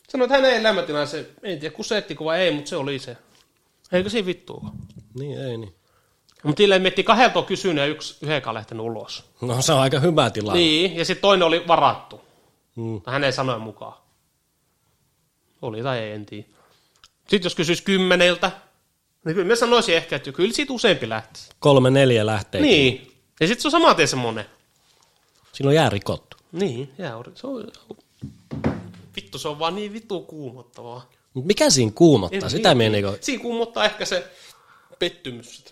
Speaker 2: Sanoin, että hänen elämäntilanteeseen, en tiedä kuseettiko vai ei, mutta se oli se. Eikö siinä vittua?
Speaker 1: Niin, ei niin.
Speaker 2: Mutta niille miettii kahdelta on kysynyt ja yksi yhden lähtenyt ulos.
Speaker 1: No se on aika hyvä tilanne.
Speaker 2: Niin, ja sitten toinen oli varattu.
Speaker 1: Mm.
Speaker 2: Tai hänen sanojen mukaan. Oli tai ei, en tiedä. Sitten jos kysyisi kymmeneltä, niin kyllä mä sanoisin ehkä, että kyllä siitä useampi lähtisi.
Speaker 1: Kolme, neljä lähtee.
Speaker 2: Niin. Ja sitten se on samaten semmoinen.
Speaker 1: Silloin jää rikottu.
Speaker 2: Niin, jääuri. Se on... Vittu, se on vaan niin vittu kuumottavaa.
Speaker 1: Mut mikä siinä kuumottaa?
Speaker 2: En
Speaker 1: Sitä
Speaker 2: tiedä.
Speaker 1: mie niinku...
Speaker 2: Siinä kuumottaa ehkä se pettymys, että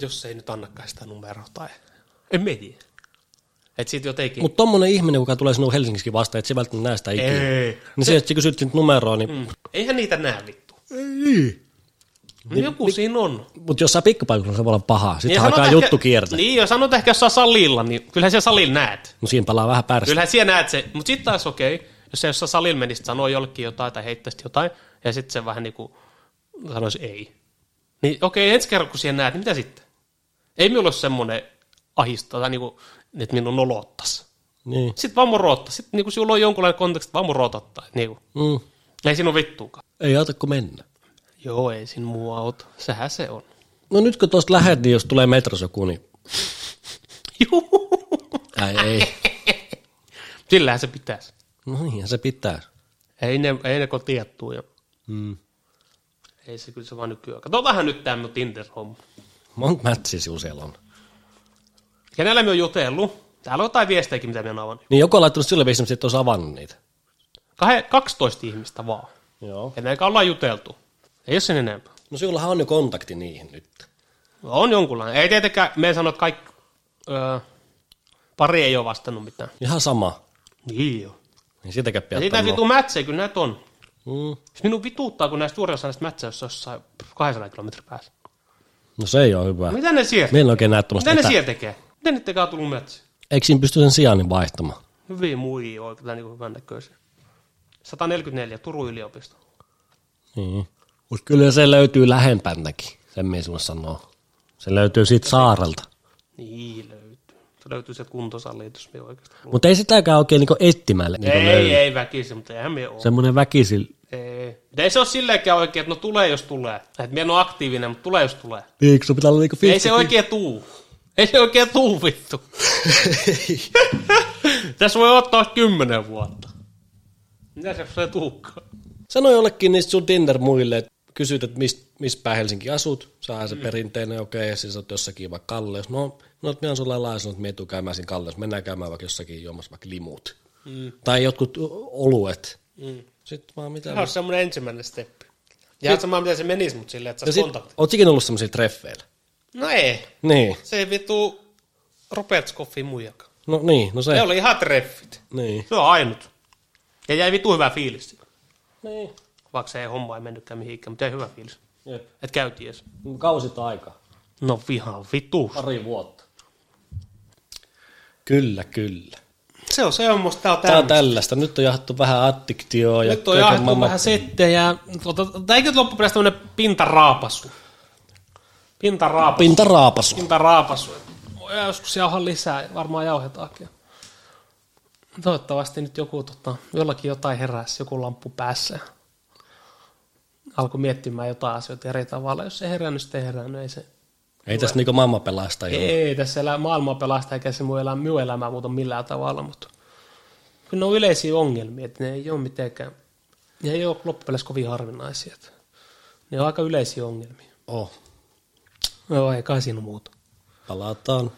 Speaker 2: jos ei nyt annakaan sitä numeroa tai... En mä tiedä. Et siitä jotenkin...
Speaker 1: Mut tommonen ihminen, joka tulee sinun Helsingissäkin vastaan, et se välttämättä näe sitä ikinä.
Speaker 2: Ei.
Speaker 1: Niin se, että sä kysyt nyt numeroa, niin... Mm.
Speaker 2: Eihän niitä näe vittu.
Speaker 1: Ei.
Speaker 2: Niin, joku siinä on.
Speaker 1: Mutta jossain pikkupaikalla se voi olla paha. Sitten
Speaker 2: Ja
Speaker 1: alkaa
Speaker 2: sanot
Speaker 1: juttu
Speaker 2: ehkä,
Speaker 1: kiertää. Niin.
Speaker 2: Niin, ja sanot ehkä jossain salilla, niin kyllähän siellä salilla näet.
Speaker 1: No siinä palaa vähän pärstä.
Speaker 2: Kyllähän siellä näet se, mutta sitten taas okei, okay, jos se jossain salilla menisit sanoo jollekin jotain tai heittäisit jotain, ja sitten se vähän niinku sanoisi ei. Niin okei, okay, ensi kerran kun siellä näet, niin mitä sitten? Ei minulla ole semmoinen ahista tai niinku, että minun nolottas.
Speaker 1: Niin.
Speaker 2: Sitten vaan morotta. Sitten niinku sinulla on jonkunlainen konteksti, vaan morotattaa. Niinku.
Speaker 1: Mm.
Speaker 2: Ei sinun vittuukaan.
Speaker 1: Ei auta kuin mennä.
Speaker 2: Joo, ei sinun mua auta. Sehän se on.
Speaker 1: No nyt kun tuosta lähet, niin jos tulee metros joku, niin...
Speaker 2: <laughs> Juu.
Speaker 1: Ai ei.
Speaker 2: Sillähän se pitäisi.
Speaker 1: No niinhän se pitää.
Speaker 2: Ei ne, ei ne kotiettuu ja
Speaker 1: Mm.
Speaker 2: ei se kyllä se vaan nykyään. Katsotaanhan nyt tämä Tinder-homma.
Speaker 1: Monta mätsiä sinulla siellä on?
Speaker 2: Kenellä me on jutellut? Täällä on jotain viestejäkin, mitä me on avannut.
Speaker 1: Niin joku on laittanut sillä viisi, että olisi avannut niitä.
Speaker 2: Kahe, 12 ihmistä vaan.
Speaker 1: Joo.
Speaker 2: Ja näinkään ollaan juteltu. Ei ole sen enempää.
Speaker 1: No sinullahan on jo kontakti niihin nyt.
Speaker 2: On jonkunlainen. Ei tietenkään, me sano, että kaikki, öö, pari ei ole vastannut mitään.
Speaker 1: Ihan sama.
Speaker 2: Niin joo.
Speaker 1: Niin siitäkään
Speaker 2: Ja
Speaker 1: pitää
Speaker 2: niitä
Speaker 1: ottaa
Speaker 2: vitu mätsejä, kyllä näitä on.
Speaker 1: no. mm.
Speaker 2: Siis minun vituuttaa, kun näistä suurin osa näistä mätsäyssä on jossain 200 kilometrin päässä.
Speaker 1: no se ei ole hyvä.
Speaker 2: Mitä ne siellä?
Speaker 1: Meillä oikein näyttää
Speaker 2: Mitä
Speaker 1: tuommoista
Speaker 2: ne
Speaker 1: etä...
Speaker 2: siellä tekee? Miten niitä on tullut metsä?
Speaker 1: Eikö siinä pysty sen sijainnin vaihtamaan?
Speaker 2: Hyvin muijia oikein, tai niin hyvän näköisiä. 144, Turun yliopisto.
Speaker 1: Niin. Mutta kyllä se löytyy lähempänäkin, sen mies sinulle sanoo. Se löytyy siitä saarelta.
Speaker 2: Niin löytyy. Se löytyy sieltä kuntosaliin, jos me oikeastaan haluaa.
Speaker 1: Mutta ei sitäkään oikein niinku etsimällä niinku
Speaker 2: Ei,
Speaker 1: löydy.
Speaker 2: ei, ei väkisin, mutta eihän me ole. Se...
Speaker 1: Semmoinen väkisin
Speaker 2: Ei. Mut ei se ole silleenkään oikein, että no tulee jos tulee. Että me en ole aktiivinen, mutta tulee jos tulee.
Speaker 1: liiksu, pitää olla niinku
Speaker 2: Ei se oikein tuu. Ei se oikein tuu vittu. Tässä voi ottaa kymmenen vuotta. Mitä se se tuukkaan?
Speaker 1: Sano jollekin niistä sun Tinder-muille, että kysyt, että mist, missä päin Helsinki asut, saa se mm. perinteinen, okei, okay, siis oot jossakin vaikka Kalleus, no, no että minä on sulla lailla sanonut, että mietuu käymään siinä Kalleus, mennään käymään vaikka jossakin juomassa vaikka limut. Mm. Tai jotkut oluet. Mm. Sitten vaan mitä.
Speaker 2: Tämä on semmoinen ensimmäinen steppi. Ja sama mitä se menisi, mutta silleen, että
Speaker 1: Ja
Speaker 2: saisi
Speaker 1: No sit,
Speaker 2: kontakti.
Speaker 1: oot sikin ollut semmoisilla treffeillä?
Speaker 2: No ei.
Speaker 1: Niin,
Speaker 2: Se ei vitu Robert Scoffin muijakaan.
Speaker 1: no niin, no se,
Speaker 2: Ne oli ihan treffit.
Speaker 1: niin.
Speaker 2: Se on ainut. Ja jäi vitu hyvä fiilis. siitä.
Speaker 1: Niin,
Speaker 2: Vaikka se ei homma ei mennytkään mihinkään, mutta jäi hyvä fiilis.
Speaker 1: jep.
Speaker 2: Et käytiin edes.
Speaker 1: Kausit aika,
Speaker 2: No viha vitu.
Speaker 1: pari vuotta. Kyllä, kyllä.
Speaker 2: Se on semmoista, tää on
Speaker 1: Tää on
Speaker 2: tämmöistä.
Speaker 1: tällaista. Nyt on jahattu vähän addiktioa ja
Speaker 2: Nyt on
Speaker 1: kaiken
Speaker 2: jaettu
Speaker 1: maailman-
Speaker 2: vähän settejä. tota, Tämä eikö nyt loppupeleissä tämmöinen pintaraapasu? Pintaraapasu.
Speaker 1: pintaraapasu.
Speaker 2: pintaraapasu. Voi joskus jauha lisää, varmaan jauhetaakin. Toivottavasti nyt joku, tota, jollakin jotain heräsi, joku lamppu päässä. Alkoi miettimään jotain asioita eri tavalla. Jos ei herännyt, sitten ei herännyt. Ei, se.
Speaker 1: Ei tässä niinku maailma pelasta
Speaker 2: ei,
Speaker 1: ei.
Speaker 2: ei tässä elää maailmaa pelastaa, eikä se muu elämä, minun elämää muuta millään tavalla. Mutta kyllä ne on yleisiä ongelmia, että ne ei ole mitenkään, ne ei ole loppupeleissä kovin harvinaisia. että Ne on aika yleisiä ongelmia.
Speaker 1: Oh,
Speaker 2: Joo, ei kai No, siinä muuta.
Speaker 1: palataan.